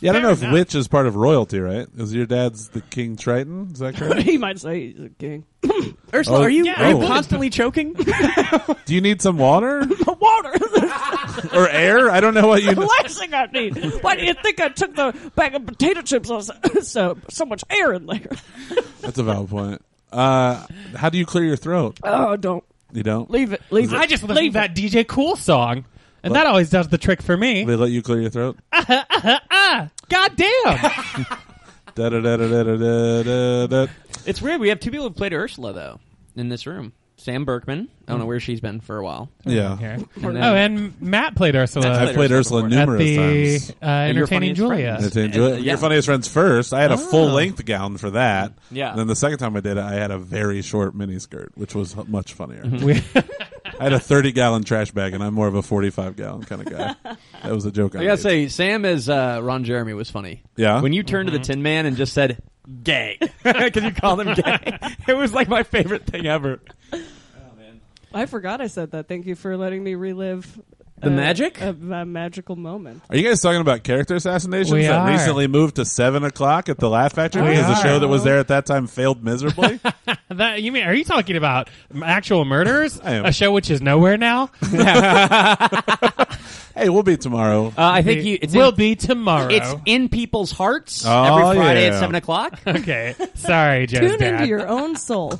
[SPEAKER 2] Yeah, I don't know if
[SPEAKER 1] Fair enough.
[SPEAKER 2] witch is part of royalty, right? Is your dad's the King Triton? Is that correct?
[SPEAKER 4] he might say he's a king.
[SPEAKER 3] Ursula,
[SPEAKER 2] Oh,
[SPEAKER 3] are you,
[SPEAKER 2] yeah,
[SPEAKER 3] are you
[SPEAKER 2] I would.
[SPEAKER 3] constantly choking?
[SPEAKER 2] Do you need some water
[SPEAKER 4] But water.
[SPEAKER 2] or air? I don't know what you.
[SPEAKER 4] the last thing I need. Why do you think I took the bag of potato chips? I was- so so much air in there.
[SPEAKER 2] That's a valid point. Uh, how do you clear your throat?
[SPEAKER 4] Oh, don't
[SPEAKER 2] You don't.
[SPEAKER 4] leave it. Leave it.
[SPEAKER 1] I just listen to
[SPEAKER 4] leave
[SPEAKER 1] that DJ Cool song, and that always does the trick for me.
[SPEAKER 2] They let you clear your throat.
[SPEAKER 1] God damn!
[SPEAKER 2] Da da da da da da da da.
[SPEAKER 3] it's weird. We have two people who played Ursula though in this room. Sam Berkman. I don't know where she's been for a while.
[SPEAKER 2] Yeah,
[SPEAKER 1] Here.
[SPEAKER 3] And then-
[SPEAKER 1] Oh, and Matt played Ursula
[SPEAKER 2] I've played Ursula
[SPEAKER 1] at
[SPEAKER 2] numerous
[SPEAKER 1] the
[SPEAKER 2] times.
[SPEAKER 1] uh, entertaining
[SPEAKER 3] funniest
[SPEAKER 1] Julia.
[SPEAKER 3] friend.
[SPEAKER 2] It's enjoy-
[SPEAKER 3] Uh, yeah.
[SPEAKER 2] Your funniest friends first. I had a full length gown for that.
[SPEAKER 3] Yeah.
[SPEAKER 2] Then the second time I did it, I had a very short miniskirt, which was h- much funnier.
[SPEAKER 1] We-
[SPEAKER 2] I had a thirty gallon trash bag, and I'm more of a forty five gallon kind of guy. that was a joke.
[SPEAKER 3] I gotta say, Sam as uh, Ron Jeremy was funny.
[SPEAKER 2] Yeah?
[SPEAKER 3] When you turned to the Tin Man and just said "gay" because you called him gay, it was like my favorite thing ever.
[SPEAKER 4] I forgot I said that. Thank you for letting me relive
[SPEAKER 3] The
[SPEAKER 4] uh,
[SPEAKER 3] magic?
[SPEAKER 4] of my magical moment.
[SPEAKER 2] Are you guys talking about character assassinations
[SPEAKER 1] We
[SPEAKER 2] that
[SPEAKER 1] are.
[SPEAKER 2] recently moved to seven o'clock at the Laugh Factory
[SPEAKER 1] We
[SPEAKER 2] because the
[SPEAKER 1] are.
[SPEAKER 2] show that was there at that time failed miserably?
[SPEAKER 1] that you mean? Are you talking about actual murders?
[SPEAKER 2] I am.
[SPEAKER 1] A show which is nowhere now.
[SPEAKER 2] hey, we'll be tomorrow.
[SPEAKER 3] Uh, I think you, it's
[SPEAKER 1] will
[SPEAKER 3] in,
[SPEAKER 1] be tomorrow.
[SPEAKER 3] It's in people's hearts
[SPEAKER 2] Oh,
[SPEAKER 3] every Friday
[SPEAKER 2] yeah.
[SPEAKER 3] at seven o'clock.
[SPEAKER 1] okay. Sorry, Joe's
[SPEAKER 4] Tune
[SPEAKER 1] dad.
[SPEAKER 4] into your own soul.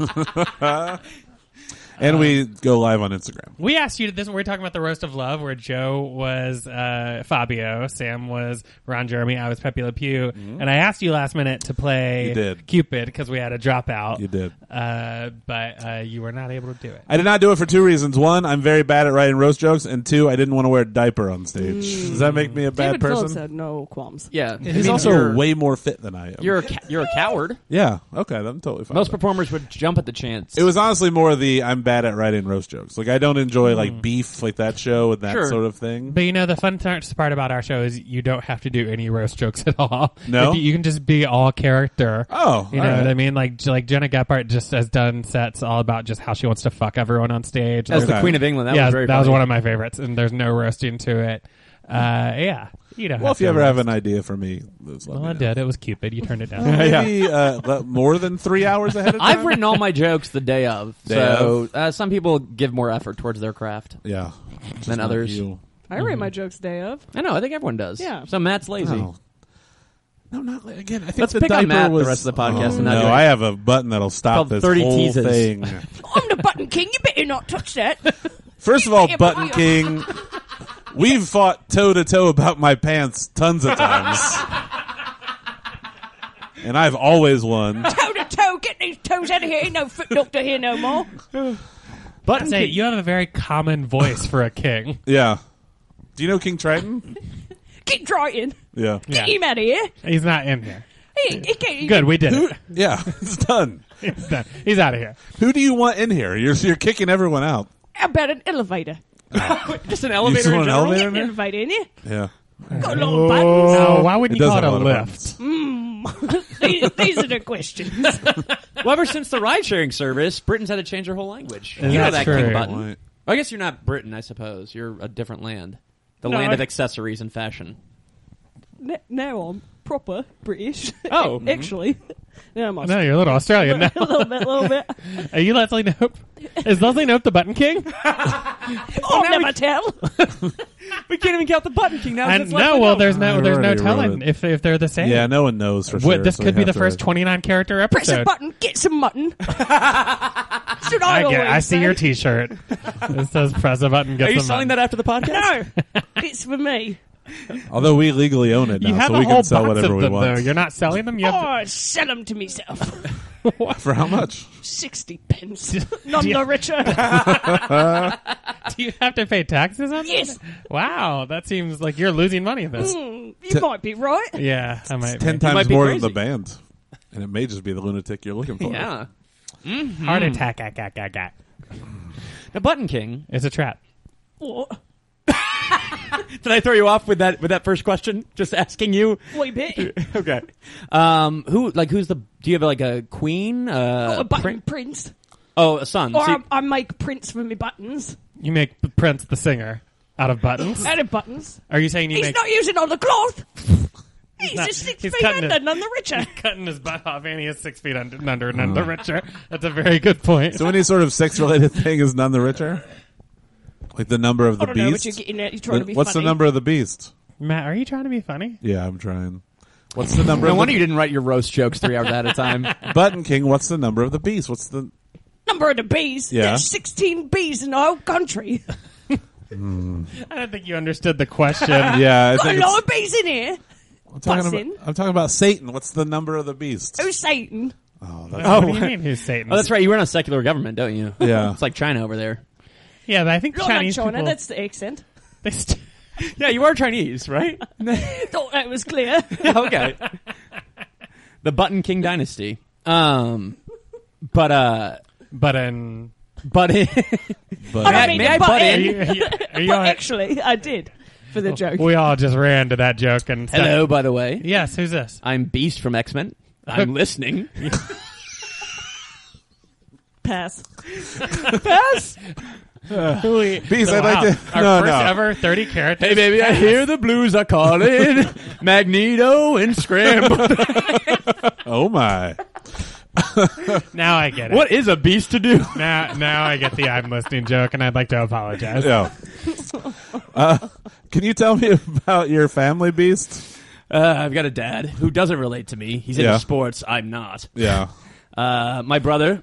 [SPEAKER 2] and we go live on Instagram.
[SPEAKER 1] we asked you to this. We're talking about the roast of love, where Joe was uh, Fabio, Sam was Ron Jeremy, I was Pepe Le Pew, and I asked you last minute to play
[SPEAKER 2] Mm-hmm. You did.
[SPEAKER 1] Cupid because we had a dropout.
[SPEAKER 2] You did.
[SPEAKER 1] uh, but uh, you were not able to do it.
[SPEAKER 2] I did not do it for two reasons. One, I'm very bad at writing roast jokes, and two, I didn't want to wear a diaper on stage.
[SPEAKER 1] Mm.
[SPEAKER 2] Does that make me a bad
[SPEAKER 4] David Phillips
[SPEAKER 2] person?
[SPEAKER 4] had no qualms.
[SPEAKER 3] Yeah, I
[SPEAKER 2] He's
[SPEAKER 3] mean,
[SPEAKER 2] also
[SPEAKER 3] you're,
[SPEAKER 2] way more fit than I am.
[SPEAKER 3] you're a ca- you're a coward.
[SPEAKER 2] yeah, okay, I'm totally fine.
[SPEAKER 3] Most
[SPEAKER 2] with
[SPEAKER 3] performers would jump at the chance.
[SPEAKER 2] it It was honestly more the I'm bad at writing roast jokes. Like I don't enjoy like beef, like that show and that
[SPEAKER 3] Hmm. Sure.
[SPEAKER 2] sort of thing.
[SPEAKER 1] But you know, the fun th- part about our show is you don't have to do any roast jokes at all.
[SPEAKER 2] No?
[SPEAKER 1] If you, you can just be all character.
[SPEAKER 2] Oh,
[SPEAKER 1] you know
[SPEAKER 2] all right.
[SPEAKER 1] what I mean? Like, like Jenna Gephardt just has done sets all about just how she wants to fuck everyone on stage.
[SPEAKER 3] as
[SPEAKER 1] There's-
[SPEAKER 3] the Queen of England. That
[SPEAKER 1] yeah,
[SPEAKER 3] was very
[SPEAKER 1] that was
[SPEAKER 3] funny.
[SPEAKER 1] one of my favorites, and there's no roasting to it. Uh, yeah, you don't.
[SPEAKER 2] Well,
[SPEAKER 1] have
[SPEAKER 2] if you
[SPEAKER 1] to
[SPEAKER 2] ever
[SPEAKER 1] roast.
[SPEAKER 2] have an idea for me, let's let
[SPEAKER 1] well,
[SPEAKER 2] me
[SPEAKER 1] I
[SPEAKER 2] know.
[SPEAKER 1] did. It was Cupid. You turned it down.
[SPEAKER 2] maybe uh, le- more than three hours ahead of time.
[SPEAKER 3] I've written all my jokes the day of,
[SPEAKER 2] Day
[SPEAKER 3] so Uh, some people give more effort towards their craft.
[SPEAKER 2] yeah, Just
[SPEAKER 3] Than
[SPEAKER 2] not
[SPEAKER 3] others.
[SPEAKER 2] you.
[SPEAKER 4] I read my jokes day of.
[SPEAKER 3] I know. I think everyone does.
[SPEAKER 4] Yeah.
[SPEAKER 3] So Matt's lazy.
[SPEAKER 2] No. No, not again. I think
[SPEAKER 3] Let's
[SPEAKER 2] the
[SPEAKER 3] pick on
[SPEAKER 2] diaper
[SPEAKER 3] Matt the
[SPEAKER 2] was
[SPEAKER 3] rest of the
[SPEAKER 2] Oh,
[SPEAKER 3] podcast and not
[SPEAKER 2] no,
[SPEAKER 3] do it.
[SPEAKER 2] I have a button that'll stop
[SPEAKER 3] Called
[SPEAKER 2] this
[SPEAKER 3] 30
[SPEAKER 2] whole
[SPEAKER 3] teases.
[SPEAKER 2] thing.
[SPEAKER 4] I'm the button King, you better not touch that.
[SPEAKER 2] First of all,
[SPEAKER 4] Yeah, but
[SPEAKER 2] Button
[SPEAKER 4] why-
[SPEAKER 2] King, we've fought toe to toe about my pants tons of times. And I've always won.
[SPEAKER 4] toe to toe, get these toes out of here. Ain't no foot doctor here no more.
[SPEAKER 1] But say, you have a very common voice for a king.
[SPEAKER 2] Yeah. Do you know King Triton?
[SPEAKER 4] Get Triton.
[SPEAKER 2] Yeah.
[SPEAKER 1] Yeah.
[SPEAKER 4] Get him out of here.
[SPEAKER 1] He's not in here.
[SPEAKER 4] He, he can't even-
[SPEAKER 1] Good, we did it.
[SPEAKER 2] Yeah, it's done.
[SPEAKER 1] He's done. He's out of here.
[SPEAKER 2] Who do you want in here? You're, you're kicking everyone out.
[SPEAKER 4] How about an elevator?
[SPEAKER 3] Just an
[SPEAKER 2] You just
[SPEAKER 3] elevator.
[SPEAKER 2] want an
[SPEAKER 4] Get
[SPEAKER 2] elevator in
[SPEAKER 4] an
[SPEAKER 2] there?
[SPEAKER 4] elevator in here.
[SPEAKER 2] Yeah.
[SPEAKER 4] Got a lot of buttons.
[SPEAKER 1] Oh, why wouldn't you call it a
[SPEAKER 2] have lot of
[SPEAKER 1] lift?
[SPEAKER 2] buttons.
[SPEAKER 4] these, these are the questions.
[SPEAKER 3] well, ever since the ride-sharing service, Britain's had to change their whole language.
[SPEAKER 1] Yeah,
[SPEAKER 3] you know
[SPEAKER 1] that's
[SPEAKER 3] that
[SPEAKER 1] true.
[SPEAKER 3] King Button.
[SPEAKER 2] Right.
[SPEAKER 3] I guess you're not Britain, I suppose. You're a different land. The
[SPEAKER 4] No,
[SPEAKER 3] land
[SPEAKER 4] I-
[SPEAKER 3] of accessories and fashion.
[SPEAKER 4] N- now I'm proper British.
[SPEAKER 3] Oh.
[SPEAKER 4] A- actually, now I'm
[SPEAKER 1] No, you're a little Australian now.
[SPEAKER 4] a little bit, a little bit.
[SPEAKER 1] Are you Leslie Nope? Is Leslie Nope the Button King?
[SPEAKER 4] I'll never tell.
[SPEAKER 3] We can't even count the Button King now.
[SPEAKER 1] And no, well, there's no,
[SPEAKER 2] I
[SPEAKER 1] there's no
[SPEAKER 2] already
[SPEAKER 1] telling
[SPEAKER 2] wrote it.
[SPEAKER 1] if if they're the same.
[SPEAKER 2] Yeah, no one knows for
[SPEAKER 1] What-
[SPEAKER 2] sure.
[SPEAKER 1] Hmm? this
[SPEAKER 2] so
[SPEAKER 1] could
[SPEAKER 2] you
[SPEAKER 1] be
[SPEAKER 2] have
[SPEAKER 1] the
[SPEAKER 2] to
[SPEAKER 1] first
[SPEAKER 2] write-
[SPEAKER 1] 29 character
[SPEAKER 4] Press a
[SPEAKER 1] episode.
[SPEAKER 4] button. Get some mutton. That's what I,
[SPEAKER 1] I, get,
[SPEAKER 4] always
[SPEAKER 1] I see
[SPEAKER 4] say.
[SPEAKER 1] your T-shirt. It says "Press a button." Get
[SPEAKER 3] Are you
[SPEAKER 1] some
[SPEAKER 3] selling
[SPEAKER 1] money.
[SPEAKER 3] that after the podcast?
[SPEAKER 4] No, it's for me.
[SPEAKER 2] Although we legally own it now,
[SPEAKER 1] You have
[SPEAKER 2] so
[SPEAKER 1] a
[SPEAKER 2] we
[SPEAKER 1] whole
[SPEAKER 2] can sell
[SPEAKER 1] box
[SPEAKER 2] whatever
[SPEAKER 1] of
[SPEAKER 2] we
[SPEAKER 1] them,
[SPEAKER 2] want.
[SPEAKER 1] though. You're not selling them. You have to-
[SPEAKER 4] Oh, sell them to myself.
[SPEAKER 2] For how much?
[SPEAKER 4] Sixty pence. None
[SPEAKER 1] Yeah.
[SPEAKER 4] the richer.
[SPEAKER 1] do you have to pay taxes on
[SPEAKER 4] Yes.
[SPEAKER 1] them? Wow, that seems like you're losing money. in This.
[SPEAKER 4] Mm, you might be right.
[SPEAKER 1] Yeah, I might.
[SPEAKER 2] Ten
[SPEAKER 1] be.
[SPEAKER 2] times
[SPEAKER 3] be
[SPEAKER 2] more
[SPEAKER 3] crazy.
[SPEAKER 2] than the band. And it may just be the lunatic you're looking for.
[SPEAKER 3] Yeah.
[SPEAKER 1] Heart attack. ah, ah, ah, ah.
[SPEAKER 3] The Button King.
[SPEAKER 1] It's a trap.
[SPEAKER 4] What?
[SPEAKER 3] Did I throw you off with that with that first question? Just asking you.
[SPEAKER 4] Wee bit.
[SPEAKER 3] okay. Um, who like who's the? Do you have like a queen? Uh,
[SPEAKER 4] A button
[SPEAKER 3] prin-
[SPEAKER 4] prince.
[SPEAKER 3] oh, a son.
[SPEAKER 4] Or
[SPEAKER 3] See-
[SPEAKER 4] I, I make prints for me buttons.
[SPEAKER 1] You make Prince the singer out of buttons.
[SPEAKER 4] Out of buttons.
[SPEAKER 1] Are you saying you
[SPEAKER 4] He's
[SPEAKER 1] make
[SPEAKER 4] not using all the cloth. He's,
[SPEAKER 1] not-
[SPEAKER 4] just six
[SPEAKER 1] he's
[SPEAKER 4] feet
[SPEAKER 1] cutting
[SPEAKER 4] under,
[SPEAKER 1] it.
[SPEAKER 4] none the richer.
[SPEAKER 1] cutting his butt off and he is six feet under, under and under richer? That's a very good point.
[SPEAKER 2] Uh. So any sort of sex related thing is none the richer? Like the number of the
[SPEAKER 4] I don't know what
[SPEAKER 2] beast?
[SPEAKER 4] you're getting at. You're trying to be
[SPEAKER 2] What's
[SPEAKER 4] funny.
[SPEAKER 2] the number of the beast?
[SPEAKER 1] Matt, are you trying to be funny?
[SPEAKER 2] Yeah, I'm trying. What's the number
[SPEAKER 3] no
[SPEAKER 2] of
[SPEAKER 3] wonder
[SPEAKER 2] the
[SPEAKER 3] you didn't write your roast jokes three hours at a time.
[SPEAKER 2] Button King, what's the number of the beast? What's the
[SPEAKER 4] Number of the bees.
[SPEAKER 2] Yeah.
[SPEAKER 4] There's 16 bees in the whole country.
[SPEAKER 1] I don't think you understood the question.
[SPEAKER 2] Yeah, I
[SPEAKER 4] Got
[SPEAKER 2] think
[SPEAKER 4] a
[SPEAKER 2] it's-
[SPEAKER 4] lot of bees in here.
[SPEAKER 2] I'm, talking
[SPEAKER 4] Bussin'.
[SPEAKER 2] about, I'm talking about Satan. What's the number of the beast?
[SPEAKER 4] Who's Satan?
[SPEAKER 2] Oh, that's
[SPEAKER 1] oh, what do you mean who's Satan?
[SPEAKER 3] Oh, that's right. You run a secular government, don't you?
[SPEAKER 2] Yeah.
[SPEAKER 3] It's like China over there.
[SPEAKER 1] Yeah, but I think
[SPEAKER 4] Not
[SPEAKER 1] Chinese
[SPEAKER 4] China.
[SPEAKER 1] people.
[SPEAKER 4] That's the accent.
[SPEAKER 1] they st-
[SPEAKER 3] Yeah, you are Chinese, right?
[SPEAKER 4] Thought that was clear.
[SPEAKER 3] Yeah, okay. the Button King dynasty. Um, but uh,
[SPEAKER 1] but in
[SPEAKER 3] but
[SPEAKER 2] but,
[SPEAKER 4] I don't
[SPEAKER 3] May-
[SPEAKER 4] mean
[SPEAKER 3] may
[SPEAKER 4] to
[SPEAKER 3] I
[SPEAKER 4] butt
[SPEAKER 3] butt
[SPEAKER 1] are
[SPEAKER 3] in?
[SPEAKER 1] you, are you, are you
[SPEAKER 4] But
[SPEAKER 1] all right?
[SPEAKER 4] actually, I did for the joke.
[SPEAKER 1] we all just ran to that joke and stuck-
[SPEAKER 3] hello, by the way,
[SPEAKER 1] Yes, who's this?
[SPEAKER 3] I'm Beast from X Men. I'm listening.
[SPEAKER 4] Pass.
[SPEAKER 2] beast, I'd
[SPEAKER 1] Wow.
[SPEAKER 2] like to.
[SPEAKER 1] Our
[SPEAKER 2] no,
[SPEAKER 1] first
[SPEAKER 2] no.
[SPEAKER 1] ever thirty characters.
[SPEAKER 3] Hey, baby, I hear the blues are calling. Magneto and Scramble.
[SPEAKER 2] Oh my!
[SPEAKER 1] Now I get it.
[SPEAKER 3] what is a beast to do?
[SPEAKER 1] Now, now I get the I'm listening joke, and I'd like to apologize.
[SPEAKER 2] Yeah. Uh, can you tell me about your family beast?
[SPEAKER 3] Uh, I've got a dad who doesn't relate to me. He's
[SPEAKER 2] Yeah.
[SPEAKER 3] into sports. I'm not.
[SPEAKER 2] Yeah.
[SPEAKER 3] Uh, my brother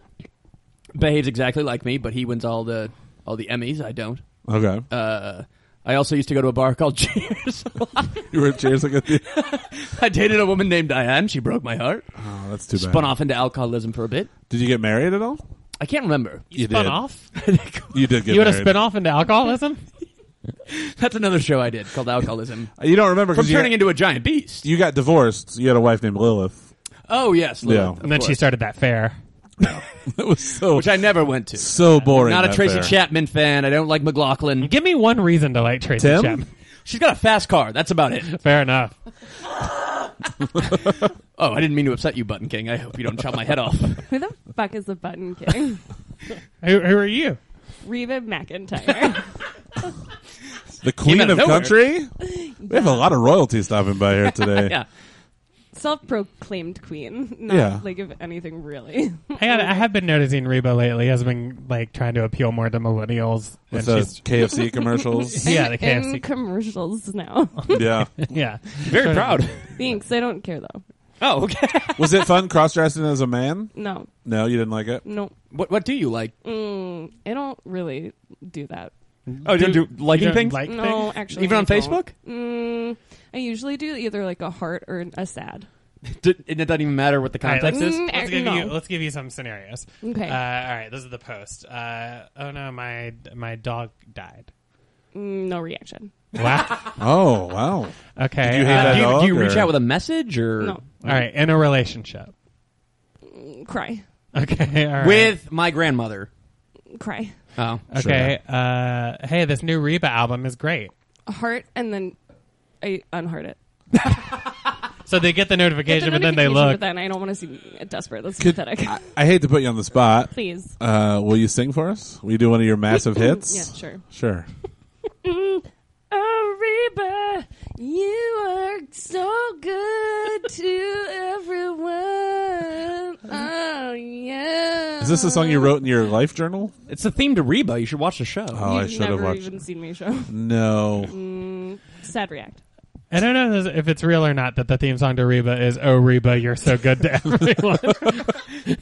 [SPEAKER 3] behaves exactly like me, but he wins all the all the Emmys. I don't.
[SPEAKER 2] Okay.
[SPEAKER 3] Uh, I also used to go to a bar called Cheers.
[SPEAKER 2] you were cheers like a
[SPEAKER 3] I dated a woman named Diane. She broke my heart.
[SPEAKER 2] Oh, that's too bad.
[SPEAKER 3] Spun off into alcoholism for a bit.
[SPEAKER 2] Did you get married at all?
[SPEAKER 3] I can't remember.
[SPEAKER 1] You,
[SPEAKER 2] You
[SPEAKER 1] spun
[SPEAKER 2] did.
[SPEAKER 1] off.
[SPEAKER 2] You did get
[SPEAKER 1] you would have
[SPEAKER 2] married.
[SPEAKER 1] spun off into alcoholism.
[SPEAKER 3] That's another show I did called Alcoholism.
[SPEAKER 2] You don't remember
[SPEAKER 3] From
[SPEAKER 2] because you,
[SPEAKER 3] turning
[SPEAKER 2] got-
[SPEAKER 3] into a giant beast.
[SPEAKER 2] you got divorced. so you had a wife named Lilith.
[SPEAKER 3] oh yes, Lilith,
[SPEAKER 2] Yeah.
[SPEAKER 3] of
[SPEAKER 1] And then she
[SPEAKER 3] course.
[SPEAKER 1] started that fair.
[SPEAKER 2] That was so
[SPEAKER 3] which I never went to.
[SPEAKER 2] so boring.
[SPEAKER 3] Not a
[SPEAKER 2] that
[SPEAKER 3] Tracy
[SPEAKER 2] fair.
[SPEAKER 3] Chapman fan. I don't like McLaughlin.
[SPEAKER 1] Give me one reason to like Tracy
[SPEAKER 2] Tim?
[SPEAKER 1] Chapman.
[SPEAKER 3] She's got a fast car. That's about it.
[SPEAKER 1] Fair enough.
[SPEAKER 3] Oh, I didn't mean to upset you, Button King. I hope you don't chop my head off.
[SPEAKER 5] Who the fuck is the button king?
[SPEAKER 1] Who, who are you?
[SPEAKER 5] Reba McIntyre.
[SPEAKER 2] The Queen
[SPEAKER 3] out
[SPEAKER 2] of
[SPEAKER 3] of nowhere.
[SPEAKER 2] Country. We have a lot of royalty stopping by here today.
[SPEAKER 3] Yeah.
[SPEAKER 5] Self proclaimed queen. Not
[SPEAKER 2] Yeah.
[SPEAKER 5] like of anything really.
[SPEAKER 1] I, got, I have been noticing Reba lately has been like trying to appeal more to millennials.
[SPEAKER 2] With
[SPEAKER 1] and
[SPEAKER 2] the
[SPEAKER 1] she's,
[SPEAKER 2] KFC commercials.
[SPEAKER 1] yeah, the
[SPEAKER 5] In
[SPEAKER 1] KFC.
[SPEAKER 5] commercials now.
[SPEAKER 2] yeah.
[SPEAKER 1] yeah,
[SPEAKER 3] Very proud.
[SPEAKER 5] Thanks. I don't care though.
[SPEAKER 3] Oh, okay.
[SPEAKER 2] Was it fun cross dressing as a man?
[SPEAKER 5] No,
[SPEAKER 2] No, you didn't like it.
[SPEAKER 5] no,
[SPEAKER 3] What What do you like?
[SPEAKER 5] mm, I don't really do that.
[SPEAKER 3] Oh, do, do
[SPEAKER 1] You
[SPEAKER 3] liking
[SPEAKER 1] don't
[SPEAKER 3] things?
[SPEAKER 1] like
[SPEAKER 5] no,
[SPEAKER 1] things?
[SPEAKER 5] actually,
[SPEAKER 3] Even
[SPEAKER 5] I
[SPEAKER 3] on
[SPEAKER 5] don't.
[SPEAKER 3] Facebook?
[SPEAKER 5] Mm, I usually do either like a heart or a sad.
[SPEAKER 3] D- it doesn't even matter what the
[SPEAKER 1] All right,
[SPEAKER 3] context
[SPEAKER 5] like-
[SPEAKER 1] let's,
[SPEAKER 3] is.
[SPEAKER 5] Mm,
[SPEAKER 1] let's
[SPEAKER 5] uh,
[SPEAKER 1] give
[SPEAKER 5] no.
[SPEAKER 1] you let's give you some scenarios.
[SPEAKER 5] Okay.
[SPEAKER 1] Uh, all right, this is the post. Uh, oh no, my my dog died.
[SPEAKER 5] Mm, no reaction.
[SPEAKER 1] Wow.
[SPEAKER 2] Oh wow!
[SPEAKER 1] okay.
[SPEAKER 2] Did you hate
[SPEAKER 1] uh,
[SPEAKER 2] that
[SPEAKER 3] do, you, do you
[SPEAKER 2] dog,
[SPEAKER 3] reach
[SPEAKER 2] or-
[SPEAKER 3] out with a message or
[SPEAKER 5] No,
[SPEAKER 1] All right, in a relationship.
[SPEAKER 5] cry,
[SPEAKER 1] Okay. All right.
[SPEAKER 3] with my grandmother?
[SPEAKER 5] cry,
[SPEAKER 3] Oh,
[SPEAKER 1] okay. Uh, hey, this new Reba album is great.
[SPEAKER 5] a heart, and then I unheart it.
[SPEAKER 1] So they get the
[SPEAKER 5] Get the
[SPEAKER 1] notification, but then they
[SPEAKER 5] notification, But
[SPEAKER 1] look.
[SPEAKER 5] then I don't want to seem desperate. That's
[SPEAKER 2] Could-
[SPEAKER 5] pathetic.
[SPEAKER 2] I, I hate to put you on the spot.
[SPEAKER 5] Please.
[SPEAKER 2] Uh, will you sing for us? Will you do one of your massive hits?
[SPEAKER 5] Yeah, sure.
[SPEAKER 2] Sure.
[SPEAKER 5] Ariba, you are so good to everyone. Oh yeah.
[SPEAKER 2] Is this a song you wrote in your life journal?
[SPEAKER 3] it's a theme to Reba. You should watch the show.
[SPEAKER 2] Oh, I
[SPEAKER 5] You've
[SPEAKER 2] should have
[SPEAKER 5] never
[SPEAKER 2] watched.
[SPEAKER 5] even seen me show.
[SPEAKER 3] Mm.
[SPEAKER 2] No.
[SPEAKER 5] Sad react.
[SPEAKER 1] I don't know if it's real or not that the theme song to Reba is "Oh Reba, you're so good to everyone."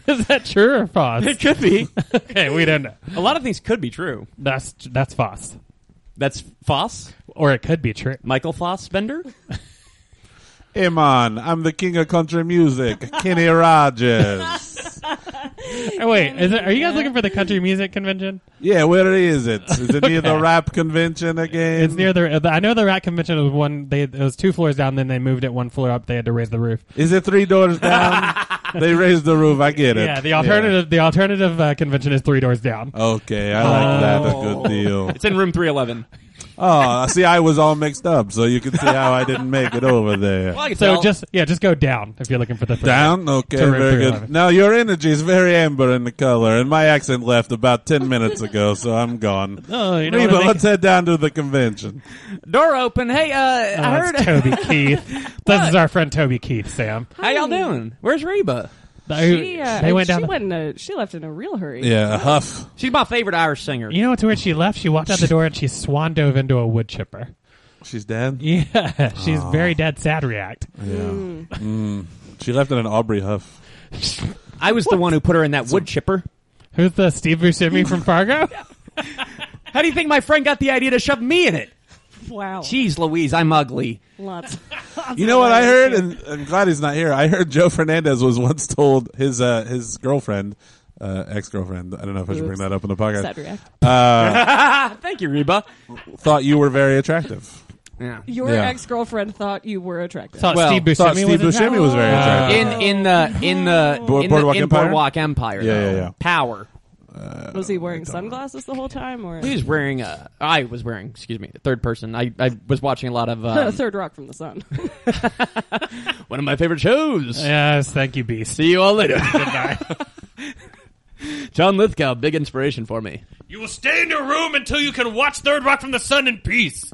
[SPEAKER 1] is that true or false?
[SPEAKER 3] It could be.
[SPEAKER 1] Okay, we don't know.
[SPEAKER 3] a lot of things could be true.
[SPEAKER 1] That's that's false,
[SPEAKER 3] That's Foss,
[SPEAKER 1] or it could be true.
[SPEAKER 3] Michael Foss Bender.
[SPEAKER 2] Hey man, I'm the king of country music, Kenny Rogers.
[SPEAKER 1] Oh, wait, is it, are you guys looking for the country music convention?
[SPEAKER 2] yeah, where is it? Is it near the rap convention again?
[SPEAKER 1] It's near the. I know the rat convention was one. They it was two floors down. Then they moved it one floor up. They had to raise the roof.
[SPEAKER 2] Is it three doors down? they raised the roof. I get it.
[SPEAKER 1] Yeah, the alternative. The alternative uh, convention is three doors down.
[SPEAKER 2] Yeah. Okay, I like that a
[SPEAKER 3] Oh.
[SPEAKER 2] good deal.
[SPEAKER 3] It's in room three eleven.
[SPEAKER 2] Oh, see, I was all mixed up, so you can see how I didn't make it over there.
[SPEAKER 3] Well, I can
[SPEAKER 1] So
[SPEAKER 3] tell.
[SPEAKER 1] just yeah, just go down if you're looking for the three.
[SPEAKER 2] Down? Okay,
[SPEAKER 1] To room
[SPEAKER 2] very good.
[SPEAKER 1] 311.
[SPEAKER 2] Now, your energy is very amber in the color, and my accent left about 10 minutes ago, so I'm gone.
[SPEAKER 1] Oh, you don't
[SPEAKER 2] Reba,
[SPEAKER 1] wanna make-
[SPEAKER 2] let's head down to the convention.
[SPEAKER 3] door open. Hey, uh,
[SPEAKER 1] Oh,
[SPEAKER 3] I heard.
[SPEAKER 1] it's Toby Keith. This is our friend Toby Keith. Sam.
[SPEAKER 3] How y'all doing? Where's Reba?
[SPEAKER 1] They-
[SPEAKER 5] She, uh,
[SPEAKER 1] they went down.
[SPEAKER 5] She,
[SPEAKER 1] the-
[SPEAKER 5] went in a, she left in a real hurry.
[SPEAKER 2] Yeah, a huff.
[SPEAKER 3] She's my favorite Irish singer.
[SPEAKER 1] you know what's weird? She left. She walked out the door and she swan dove into a wood chipper.
[SPEAKER 2] She's dead?
[SPEAKER 1] Yeah, she's very dead. Sad react.
[SPEAKER 2] Yeah. Mm. She left in an Aubrey huff.
[SPEAKER 3] I was the one who put her in that wood chipper.
[SPEAKER 1] Who's the Steve Buscemi from Fargo?
[SPEAKER 3] How do you think my friend got the idea to shove me in it?
[SPEAKER 5] Wow.
[SPEAKER 3] Jeez Louise, I'm ugly.
[SPEAKER 5] Lots.
[SPEAKER 2] You know what I heard, and I'm glad he's not here. I heard Joe Fernandez was once told his uh, his girlfriend, uh, ex girlfriend. I don't know if I should bring
[SPEAKER 5] Oops.
[SPEAKER 2] that up in the podcast. uh,
[SPEAKER 5] Sad react.
[SPEAKER 3] Thank you, Reba.
[SPEAKER 2] Thought you were very attractive.
[SPEAKER 3] Yeah.
[SPEAKER 5] Your
[SPEAKER 2] Yeah.
[SPEAKER 5] ex girlfriend thought you were attractive.
[SPEAKER 1] Thought
[SPEAKER 3] Well,
[SPEAKER 1] Steve Buscemi
[SPEAKER 2] Thought Steve
[SPEAKER 1] was in
[SPEAKER 2] Buscemi was very
[SPEAKER 1] Oh.
[SPEAKER 2] attractive.
[SPEAKER 3] In in the in the
[SPEAKER 2] Board-
[SPEAKER 3] in
[SPEAKER 2] Boardwalk
[SPEAKER 3] the, in
[SPEAKER 2] Empire?
[SPEAKER 3] Boardwalk Empire.
[SPEAKER 2] Yeah,
[SPEAKER 3] though.
[SPEAKER 2] yeah, yeah.
[SPEAKER 3] Power.
[SPEAKER 5] was he wearing sunglasses the whole time? or
[SPEAKER 3] He was wearing. Uh, I was wearing. Excuse me. Third person. I, I was watching a lot of um,
[SPEAKER 5] Third rock from the sun.
[SPEAKER 3] one of my favorite shows.
[SPEAKER 1] Yes, thank you, Beast.
[SPEAKER 3] See you all later.
[SPEAKER 1] Goodbye.
[SPEAKER 3] John Lithgow, big inspiration for me.
[SPEAKER 1] You will stay in your room until you can watch Third Rock from the Sun in peace.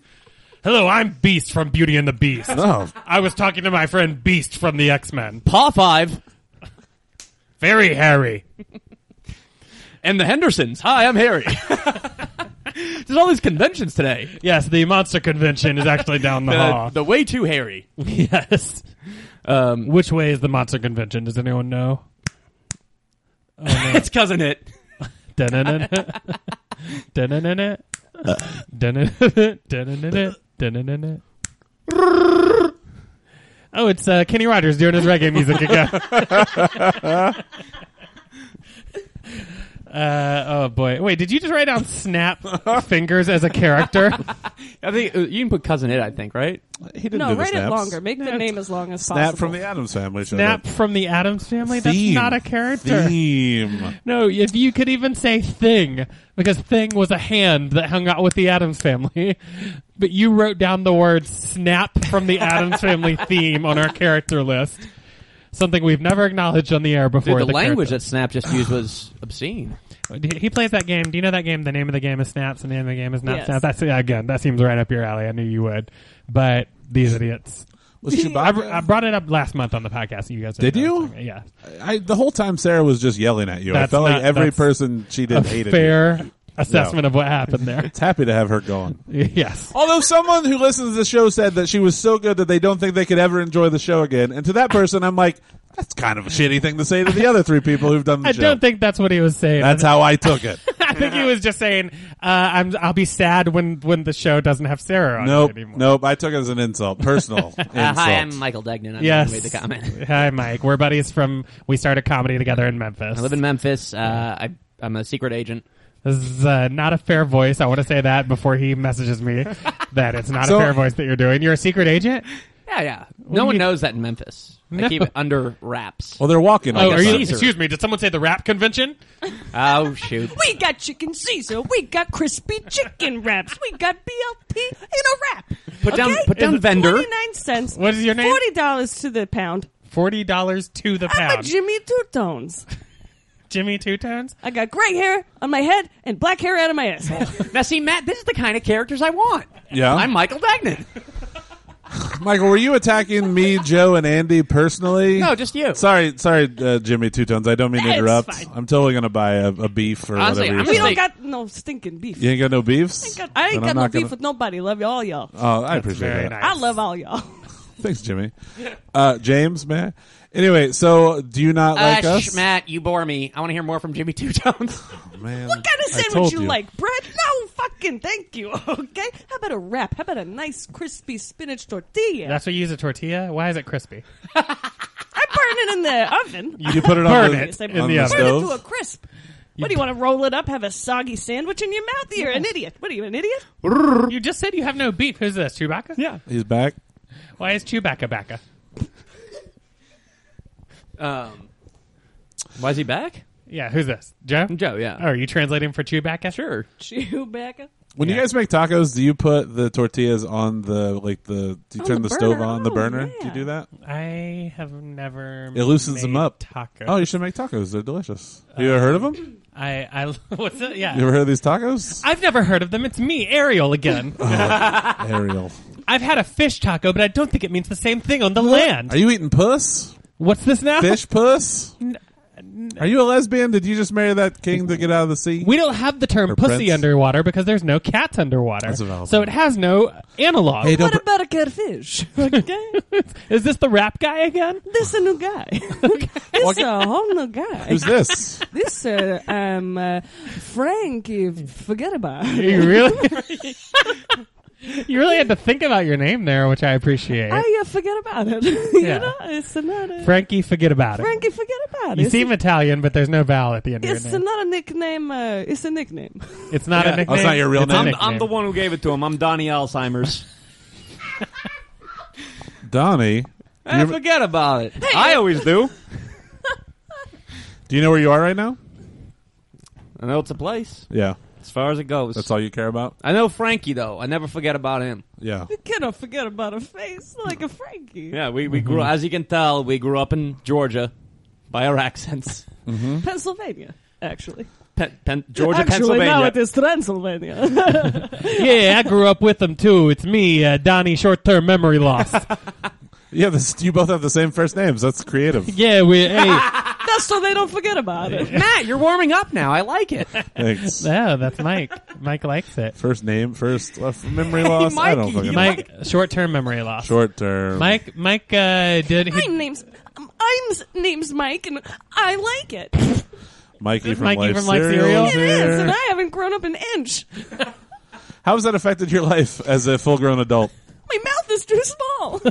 [SPEAKER 1] Hello, I'm Beast from Beauty and the Beast.
[SPEAKER 2] Oh,
[SPEAKER 1] I was talking to my friend Beast from the X Men.
[SPEAKER 3] Paw Five
[SPEAKER 1] Very hairy.
[SPEAKER 3] and the Hendersons. Hi, I'm Harry. There's all these conventions today.
[SPEAKER 1] Yes, the monster convention is actually down the
[SPEAKER 3] The,
[SPEAKER 1] hall.
[SPEAKER 3] the way too hairy.
[SPEAKER 1] yes.
[SPEAKER 3] Um,
[SPEAKER 1] Which way is the monster convention? Does anyone know?
[SPEAKER 3] it's cousin it.
[SPEAKER 1] Dun-dun-dun. Dun-dun-dun-dun. Dun-dun-dun-dun. Dun-dun-dun-dun. Dun-dun-dun-dun. Oh, it's uh, Kenny Rogers doing his reggae music again. uh, oh boy! Wait, did you just write down snap fingers as a character?
[SPEAKER 3] I think uh, you can put cousin it. I think right.
[SPEAKER 2] he didn't
[SPEAKER 5] no,
[SPEAKER 2] do the
[SPEAKER 5] write it
[SPEAKER 2] snaps.
[SPEAKER 5] longer. Make the name as long as
[SPEAKER 2] Snap
[SPEAKER 5] possible.
[SPEAKER 2] from the Adams Family. showed
[SPEAKER 1] Snap
[SPEAKER 2] up.
[SPEAKER 1] from the Adams Family.
[SPEAKER 2] Theme.
[SPEAKER 1] That's not a character.
[SPEAKER 2] Theme.
[SPEAKER 1] No, if you could even say thing, because thing was a hand that hung out with the Adams family. But you wrote down the word snap from the Adams family theme on our character list. Something we've never acknowledged on the air
[SPEAKER 3] Dude,
[SPEAKER 1] before.
[SPEAKER 3] the, language
[SPEAKER 1] character-
[SPEAKER 3] that Snap just used was obscene.
[SPEAKER 1] He plays that game. Do you know that game? The name of the game is Snaps, and the name of the game is Not
[SPEAKER 5] Yes.
[SPEAKER 1] Snaps. That's yeah, again. That seems right up your alley. I knew you would. But these idiots.
[SPEAKER 2] Was
[SPEAKER 1] I, br-
[SPEAKER 2] Chewbacca?
[SPEAKER 1] I brought it up last month on the podcast. You guys
[SPEAKER 2] Did you?
[SPEAKER 1] noticing it. Yeah.
[SPEAKER 2] I, the whole time Sarah was just yelling at you. I
[SPEAKER 1] That's
[SPEAKER 2] felt like
[SPEAKER 1] not-
[SPEAKER 2] every
[SPEAKER 1] that's
[SPEAKER 2] person she did hated you.
[SPEAKER 1] fair assessment of what happened there.
[SPEAKER 2] It's happy to have her gone.
[SPEAKER 1] yes.
[SPEAKER 2] Although someone who listens to the show said that she was so good that they don't think they could ever enjoy the show again, and to that person, I'm like, that's kind of a shitty thing to say to the other three people who've done the
[SPEAKER 1] I
[SPEAKER 2] show.
[SPEAKER 1] don't think that's what he was saying.
[SPEAKER 2] that's how I took it.
[SPEAKER 1] I think he was just saying, uh, I'm, I'll be sad when, when the show doesn't have Sarah on
[SPEAKER 2] nope,
[SPEAKER 1] it anymore.
[SPEAKER 2] nope. I took it as an insult, personal insult.
[SPEAKER 3] Uh, hi, I'm Michael Degnan. I'm
[SPEAKER 1] Yes.
[SPEAKER 3] made the comment.
[SPEAKER 1] Hi, Mike. We're buddies from, we started comedy together in Memphis.
[SPEAKER 3] I live in Memphis. Uh, I, I'm a secret agent.
[SPEAKER 1] This is uh, not a fair voice. I want to say that before he messages me that it's not
[SPEAKER 2] So-
[SPEAKER 1] a fair voice that you're doing. You're a secret agent?
[SPEAKER 3] Yeah, yeah. No
[SPEAKER 1] do
[SPEAKER 3] one
[SPEAKER 1] you-
[SPEAKER 3] knows that in Memphis. They
[SPEAKER 1] No.
[SPEAKER 3] keep it under wraps.
[SPEAKER 2] well, they're walking.
[SPEAKER 1] Oh,
[SPEAKER 2] on
[SPEAKER 1] are
[SPEAKER 2] the
[SPEAKER 1] you,
[SPEAKER 2] side.
[SPEAKER 3] Caesar.
[SPEAKER 1] excuse me. Did someone say the rap convention?
[SPEAKER 3] oh shoot.
[SPEAKER 4] We got chicken Caesar. We got crispy chicken wraps. We got BLT in a wrap.
[SPEAKER 3] Put down,
[SPEAKER 4] Okay?
[SPEAKER 3] put down vendor.
[SPEAKER 4] Forty nine cents.
[SPEAKER 1] What is your name?
[SPEAKER 4] Forty dollars to the pound.
[SPEAKER 1] Forty dollars to the
[SPEAKER 4] I'm a
[SPEAKER 1] pound.
[SPEAKER 4] Jimmy Two Tones.
[SPEAKER 1] Jimmy Two Tones.
[SPEAKER 4] I got gray hair on my head and black hair out of my ass.
[SPEAKER 3] Now see, Matt, this is the kind of characters I want.
[SPEAKER 2] Yeah.
[SPEAKER 3] I'm Michael Degnan.
[SPEAKER 2] Michael, were you attacking me, Joe, and Andy personally?
[SPEAKER 3] No, just you.
[SPEAKER 2] Sorry, sorry, uh, Jimmy Two Tones. I don't mean to
[SPEAKER 4] It's
[SPEAKER 2] interrupt.
[SPEAKER 4] fine.
[SPEAKER 2] I'm totally gonna buy a, a beef or
[SPEAKER 3] Honestly,
[SPEAKER 2] whatever.
[SPEAKER 3] I'm
[SPEAKER 2] you're
[SPEAKER 4] we
[SPEAKER 3] gonna
[SPEAKER 2] saying.
[SPEAKER 4] don't
[SPEAKER 3] say-
[SPEAKER 4] got no stinking beef.
[SPEAKER 2] you ain't got no beefs.
[SPEAKER 4] I
[SPEAKER 2] Then
[SPEAKER 4] ain't
[SPEAKER 2] I'm
[SPEAKER 4] got no
[SPEAKER 2] not
[SPEAKER 4] beef
[SPEAKER 2] gonna-
[SPEAKER 4] with nobody. Love y'all, y'all.
[SPEAKER 2] Oh, I appreciate
[SPEAKER 1] Very
[SPEAKER 2] that.
[SPEAKER 1] nice.
[SPEAKER 4] I love all y'all.
[SPEAKER 2] Thanks, Jimmy. Uh, James, man. Anyway, so do you not like
[SPEAKER 3] uh,
[SPEAKER 2] us,
[SPEAKER 3] sh- Matt, you bore me. I want to hear more from Jimmy Two Tones.
[SPEAKER 2] Man,
[SPEAKER 4] What kind of
[SPEAKER 2] I told
[SPEAKER 4] sandwich you, like? Bread? No fucking thank you. Okay. How about a wrap? How about a nice crispy spinach tortilla?
[SPEAKER 1] That's what you use a tortilla. Why is it crispy?
[SPEAKER 4] I burn it in the oven.
[SPEAKER 2] You put it
[SPEAKER 1] Burn
[SPEAKER 2] on the,
[SPEAKER 1] it
[SPEAKER 2] on
[SPEAKER 1] in the oven.
[SPEAKER 4] burn it
[SPEAKER 2] stove.
[SPEAKER 4] to a crisp. What do you want to roll it up? Have a soggy sandwich in your mouth? You're an idiot. What are you, an idiot?
[SPEAKER 1] You just said you have no beef. Who's this? Chewbacca? Yeah.
[SPEAKER 2] He's back.
[SPEAKER 1] Why is Chewbacca backa?
[SPEAKER 3] Um, why is he back?
[SPEAKER 1] Yeah. Who's this? Joe.
[SPEAKER 3] Joe, yeah.
[SPEAKER 1] Oh, are you translating for Chewbacca?
[SPEAKER 3] Sure.
[SPEAKER 4] Chewbacca.
[SPEAKER 2] When you
[SPEAKER 1] Yeah.
[SPEAKER 2] guys make tacos, do you put the tortillas on the like the? Do you
[SPEAKER 4] On
[SPEAKER 2] turn the,
[SPEAKER 4] the
[SPEAKER 2] stove
[SPEAKER 4] burner.
[SPEAKER 2] on the
[SPEAKER 4] Oh,
[SPEAKER 2] burner?
[SPEAKER 4] yeah.
[SPEAKER 2] Do you do that?
[SPEAKER 1] I have never.
[SPEAKER 2] It loosens them
[SPEAKER 1] made
[SPEAKER 2] up.
[SPEAKER 1] Tacos.
[SPEAKER 2] Oh, you should make tacos. They're delicious.
[SPEAKER 1] Uh,
[SPEAKER 2] you ever heard of them? You
[SPEAKER 1] I. I. What's it? Yeah.
[SPEAKER 2] ever heard of these tacos?
[SPEAKER 1] I've never heard of them. It's me, Ariel, again.
[SPEAKER 2] Uh-huh. Ariel,
[SPEAKER 1] I've had a fish taco, but I don't think it means the same thing on the land.
[SPEAKER 2] are you eating puss?
[SPEAKER 1] What's this now?
[SPEAKER 2] Fish puss? Are you a lesbian? Did you just marry that king to get out of the sea?
[SPEAKER 1] We don't have the term
[SPEAKER 2] Or
[SPEAKER 1] pussy
[SPEAKER 2] prince.
[SPEAKER 1] underwater because there's no cats underwater.
[SPEAKER 2] That's a valid
[SPEAKER 1] so it
[SPEAKER 2] point.
[SPEAKER 1] has no analog.
[SPEAKER 2] Hey, don't
[SPEAKER 4] What
[SPEAKER 2] put-
[SPEAKER 4] about a catfish? Okay.
[SPEAKER 1] Is this the rap guy again?
[SPEAKER 4] this a new guy. It's a whole new guy.
[SPEAKER 2] Who's this?
[SPEAKER 4] This, uh, um, uh, Frank, you forget about.
[SPEAKER 1] You really You really had to think about your name there, which I appreciate.
[SPEAKER 4] I uh, forget about it. you
[SPEAKER 1] Yeah.
[SPEAKER 4] know, it's another.
[SPEAKER 1] Frankie, forget about it.
[SPEAKER 4] Frankie, forget about it.
[SPEAKER 1] you seem Italian, but there's no vowel at the end
[SPEAKER 4] it's,
[SPEAKER 1] of
[SPEAKER 4] it's
[SPEAKER 1] your name.
[SPEAKER 4] not a nickname. Uh, it's a nickname.
[SPEAKER 1] it's not
[SPEAKER 3] Yeah.
[SPEAKER 1] a
[SPEAKER 3] Oh, it's
[SPEAKER 1] nickname.
[SPEAKER 2] not your real
[SPEAKER 1] It's a
[SPEAKER 2] name.
[SPEAKER 3] I'm,
[SPEAKER 1] nickname.
[SPEAKER 3] I'm the one who gave it to him. I'm Donnie Alzheimer's.
[SPEAKER 2] Donnie.
[SPEAKER 3] Eh, forget about it. I always do.
[SPEAKER 2] Do you know where you are right now?
[SPEAKER 3] I know it's a place
[SPEAKER 2] Yeah.
[SPEAKER 3] as far as it goes.
[SPEAKER 2] That's all you care about?
[SPEAKER 3] I know Frankie though. I never forget about him.
[SPEAKER 2] Yeah.
[SPEAKER 4] You cannot forget about a face like a Frankie.
[SPEAKER 3] Yeah, we, we grew as you can tell, we grew up in Georgia by our accents.
[SPEAKER 4] Pennsylvania, actually.
[SPEAKER 3] Pen, pen, Georgia,
[SPEAKER 4] actually,
[SPEAKER 3] Pennsylvania.
[SPEAKER 4] now it is Transylvania.
[SPEAKER 1] Yeah, I grew up with them too. It's me, uh, Donnie, short term memory loss.
[SPEAKER 2] Yeah, this, you both have the same first names. That's creative.
[SPEAKER 1] yeah, we. Hey,
[SPEAKER 4] That's so they don't forget about it.
[SPEAKER 3] Matt, you're warming up now. I like it.
[SPEAKER 2] Thanks.
[SPEAKER 1] oh, that's Mike. Mike likes it.
[SPEAKER 2] First name, first uh, memory loss. I don't
[SPEAKER 3] Mikey,
[SPEAKER 2] fucking know.
[SPEAKER 1] Mike, short term memory loss.
[SPEAKER 2] Short term.
[SPEAKER 1] Mike, Mike uh, did. He,
[SPEAKER 4] My name's um, I'm s- name's Mike, and I like it. It
[SPEAKER 2] Mikey
[SPEAKER 1] Is
[SPEAKER 2] from
[SPEAKER 1] Mikey
[SPEAKER 2] Life
[SPEAKER 1] from Life
[SPEAKER 2] Cereal.
[SPEAKER 1] Cereal?
[SPEAKER 4] is,
[SPEAKER 1] It
[SPEAKER 2] there.
[SPEAKER 4] and I haven't grown up an inch.
[SPEAKER 2] How has that affected your life as a full grown adult?
[SPEAKER 4] My mouth is too small.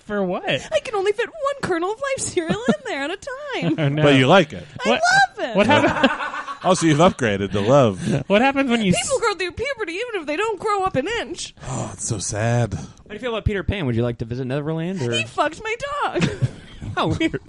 [SPEAKER 1] for what?
[SPEAKER 4] I can only fit one kernel of life cereal in there at a time.
[SPEAKER 1] Oh, no.
[SPEAKER 2] But you like it.
[SPEAKER 1] what,
[SPEAKER 4] I love it.
[SPEAKER 1] what happened?
[SPEAKER 2] Also, you've upgraded to love.
[SPEAKER 1] What happens when you? s-
[SPEAKER 4] People grow through puberty even if they don't grow up an inch.
[SPEAKER 2] Oh, it's so sad.
[SPEAKER 3] How do you feel about Peter Pan? Would you like to visit Neverland? Or
[SPEAKER 4] He fucked my dog.
[SPEAKER 3] oh, weird.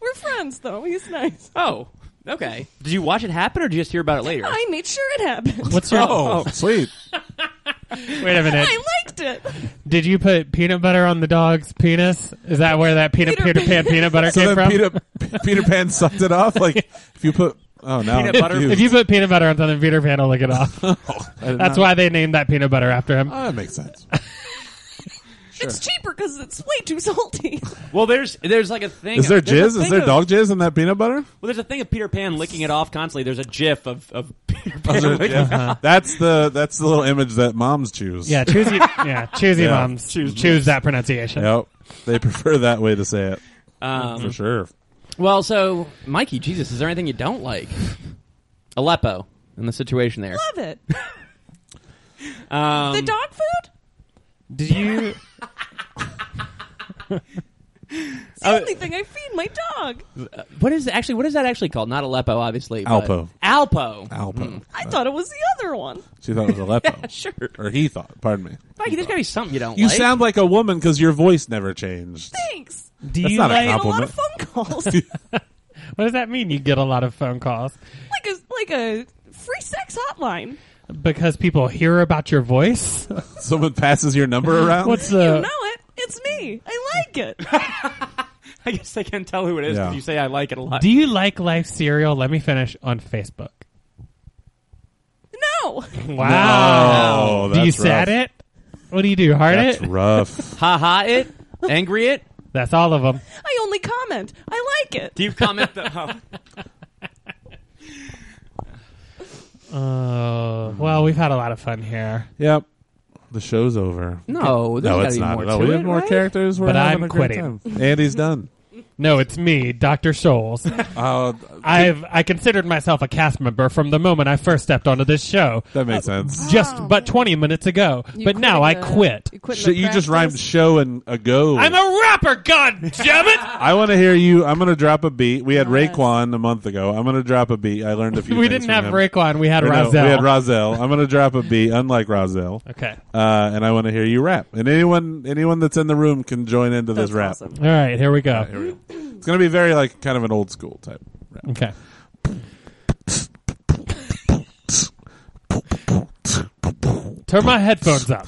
[SPEAKER 4] We're friends though. He's nice.
[SPEAKER 3] Oh, okay. Did you watch it happen or did you just hear about it later?
[SPEAKER 4] I made sure it happened.
[SPEAKER 1] What's your?
[SPEAKER 2] Oh, sweet.
[SPEAKER 1] Wait a minute.
[SPEAKER 4] I liked it.
[SPEAKER 1] Did you put peanut butter on the dog's penis? Is that where that peanut
[SPEAKER 4] Peter
[SPEAKER 1] Peter, Pan
[SPEAKER 4] Pan.
[SPEAKER 1] peanut butter
[SPEAKER 2] So
[SPEAKER 1] came
[SPEAKER 2] then
[SPEAKER 1] from?
[SPEAKER 2] Peter, Peter Pan sucked it off. Like, if you put. Oh, no.
[SPEAKER 3] Peanut butter.
[SPEAKER 1] if you put peanut butter on something, Peter Pan will lick
[SPEAKER 2] Oh,
[SPEAKER 1] it
[SPEAKER 2] Ah,
[SPEAKER 1] off. That's why they named that peanut butter after him.
[SPEAKER 2] Oh, that makes sense.
[SPEAKER 5] it's cheaper because it's way too salty.
[SPEAKER 3] Well, there's there's like a thing.
[SPEAKER 2] Is there
[SPEAKER 3] there's
[SPEAKER 2] jizz? Is
[SPEAKER 3] a thing
[SPEAKER 2] there
[SPEAKER 3] of-
[SPEAKER 2] dog jizz in that peanut butter?
[SPEAKER 3] Well, there's a thing of Peter Pan licking it off constantly. There's a GIF of of Peter Pan.
[SPEAKER 2] Is there-
[SPEAKER 3] licking-
[SPEAKER 2] yeah. That's the that's the little image that moms choose.
[SPEAKER 1] uh-huh. Yeah, choose your, yeah, choose your
[SPEAKER 2] Yeah.
[SPEAKER 1] moms. Choose, that pronunciation.
[SPEAKER 2] Yep. They prefer that way to say it for
[SPEAKER 3] Um,
[SPEAKER 2] sure.
[SPEAKER 3] well, so Mikey, Jesus, is there anything you don't like? Aleppo and the situation there.
[SPEAKER 5] Love it.
[SPEAKER 3] Um,
[SPEAKER 5] The dog food?
[SPEAKER 1] Did you?
[SPEAKER 5] It's the only thing I feed my dog.
[SPEAKER 3] what is actually what is that actually called? Not Aleppo, obviously. but-
[SPEAKER 2] Alpo.
[SPEAKER 3] Alpo.
[SPEAKER 2] Alpo.
[SPEAKER 5] I thought it was the other one.
[SPEAKER 2] She thought it was Aleppo.
[SPEAKER 3] Sure.
[SPEAKER 2] Or he thought. Pardon me.
[SPEAKER 3] Mikey, there's got to be something you don't
[SPEAKER 2] You
[SPEAKER 3] like.
[SPEAKER 2] sound like a woman because your voice never changed.
[SPEAKER 5] Thanks.
[SPEAKER 1] Do
[SPEAKER 2] That's
[SPEAKER 1] you
[SPEAKER 2] not a
[SPEAKER 1] like?
[SPEAKER 5] A lot
[SPEAKER 2] Compliment.
[SPEAKER 5] of phone calls. like
[SPEAKER 1] what does that mean? You get a lot of phone calls
[SPEAKER 5] a like a free sex hotline.
[SPEAKER 1] because people hear about your voice.
[SPEAKER 2] Someone passes your number around.
[SPEAKER 1] What's
[SPEAKER 5] You
[SPEAKER 1] the?
[SPEAKER 5] know it. It's me. I like it.
[SPEAKER 3] I guess they can tell who it is
[SPEAKER 2] Yeah.
[SPEAKER 3] because you say I like it a lot.
[SPEAKER 1] Do you like Life Cereal? Let me finish on Facebook.
[SPEAKER 5] No.
[SPEAKER 1] Wow.
[SPEAKER 2] No,
[SPEAKER 1] do you
[SPEAKER 2] Oh, that's
[SPEAKER 1] sad
[SPEAKER 2] rough.
[SPEAKER 1] it? What do you do? Heart
[SPEAKER 2] That's
[SPEAKER 1] it?
[SPEAKER 2] rough.
[SPEAKER 3] ha ha it, angry it.
[SPEAKER 1] That's all of them.
[SPEAKER 5] I only comment. I like it.
[SPEAKER 3] Do you comment? The, oh.
[SPEAKER 1] Oh, well, we've had a lot of fun here,
[SPEAKER 2] yep. The show's over.
[SPEAKER 3] No, there's
[SPEAKER 2] no,
[SPEAKER 3] gotta
[SPEAKER 2] it's
[SPEAKER 3] be
[SPEAKER 2] not.
[SPEAKER 3] more
[SPEAKER 2] no,
[SPEAKER 3] to
[SPEAKER 2] we
[SPEAKER 3] it,
[SPEAKER 2] have more
[SPEAKER 3] right?
[SPEAKER 2] characters. We're
[SPEAKER 1] But
[SPEAKER 2] having
[SPEAKER 1] I'm
[SPEAKER 2] a great
[SPEAKER 1] quitting.
[SPEAKER 2] time. Andy's done.
[SPEAKER 1] No, it's me, Dr. Scholes.
[SPEAKER 2] Uh,
[SPEAKER 1] I've I considered myself a cast member from the moment I first stepped onto this show.
[SPEAKER 2] that makes sense.
[SPEAKER 1] Just but 20 minutes ago.
[SPEAKER 5] Oh. You
[SPEAKER 1] but now
[SPEAKER 5] quit
[SPEAKER 1] I
[SPEAKER 5] the-
[SPEAKER 1] quit.
[SPEAKER 5] You, quit
[SPEAKER 2] Shit, you just rhymed show and ago.
[SPEAKER 1] I'm a rapper, god damn it!
[SPEAKER 2] I want to hear you. I'm going to drop a beat. We had Raekwon a month ago. I'm going to drop a beat. I learned a few.
[SPEAKER 1] we
[SPEAKER 2] things
[SPEAKER 1] didn't have
[SPEAKER 2] from him.
[SPEAKER 1] Raekwon, we had
[SPEAKER 2] Or no,
[SPEAKER 1] Razel.
[SPEAKER 2] We had Razel. I'm going to drop a beat, unlike Razel.
[SPEAKER 1] okay.
[SPEAKER 2] Uh, and I want to hear you rap. And anyone anyone that's in the room can join into this
[SPEAKER 5] That's
[SPEAKER 2] rap.
[SPEAKER 5] awesome.
[SPEAKER 1] All right, here we go.
[SPEAKER 2] It's going to be very like kind of an old school type. rap.
[SPEAKER 1] Okay. Turn my headphones up.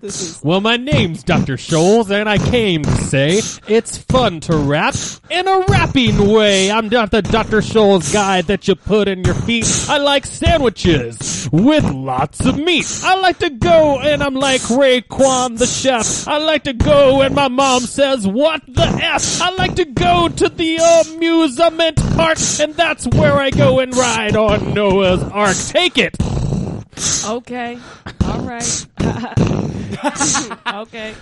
[SPEAKER 5] This is
[SPEAKER 1] Well, my name's Dr. Scholes, and I came to say it's fun to rap in a rapping way. I'm not the Dr. Scholes guy that you put in your feet. I like sandwiches with lots of meat. I like to go and I'm like Raekwon the chef. I like to go and my mom says, what the F? I like to go to the amusement park, and that's where I go and ride on Noah's Ark. Take it!
[SPEAKER 5] okay.
[SPEAKER 4] All right. okay.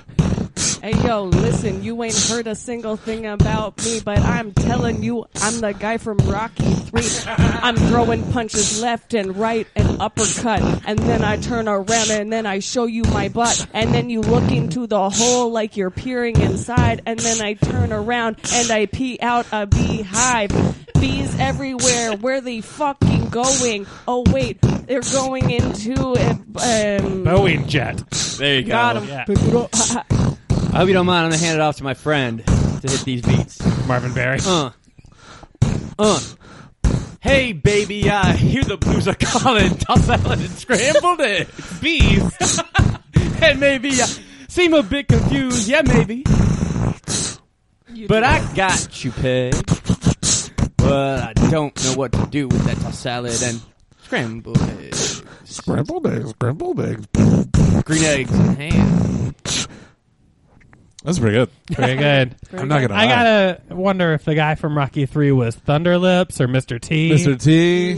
[SPEAKER 4] Hey, yo, listen, you ain't heard a single thing about me, but I'm telling you, I'm the guy from Rocky 3. I'm throwing punches left and right and uppercut, and then I turn around and then I show you my butt, and then you look into the hole like you're peering inside, and then I turn around and I pee out a beehive. Bees everywhere. Where they fucking going? Oh wait, they're going into a, um,
[SPEAKER 1] Boeing jet.
[SPEAKER 3] There you go.
[SPEAKER 4] Got him.
[SPEAKER 1] Yeah.
[SPEAKER 3] I hope you don't mind. I'm gonna hand it off to my friend to hit these beats.
[SPEAKER 1] Marvin Berry.
[SPEAKER 3] Uh. Uh. Hey, baby, I hear the blues are calling. Top salad and scrambled eggs. Bees. and maybe I seem a bit confused. Yeah, maybe. But I got you, Peg. But I don't know what to do with that top salad and scrambled eggs.
[SPEAKER 2] Scrambled eggs, scrambled eggs.
[SPEAKER 3] Green eggs and ham.
[SPEAKER 2] That's pretty good.
[SPEAKER 1] Very good.
[SPEAKER 2] I'm not going to
[SPEAKER 1] I gotta wonder if the guy from Rocky Three was Thunderlips or Mr. T.
[SPEAKER 2] Mr. T.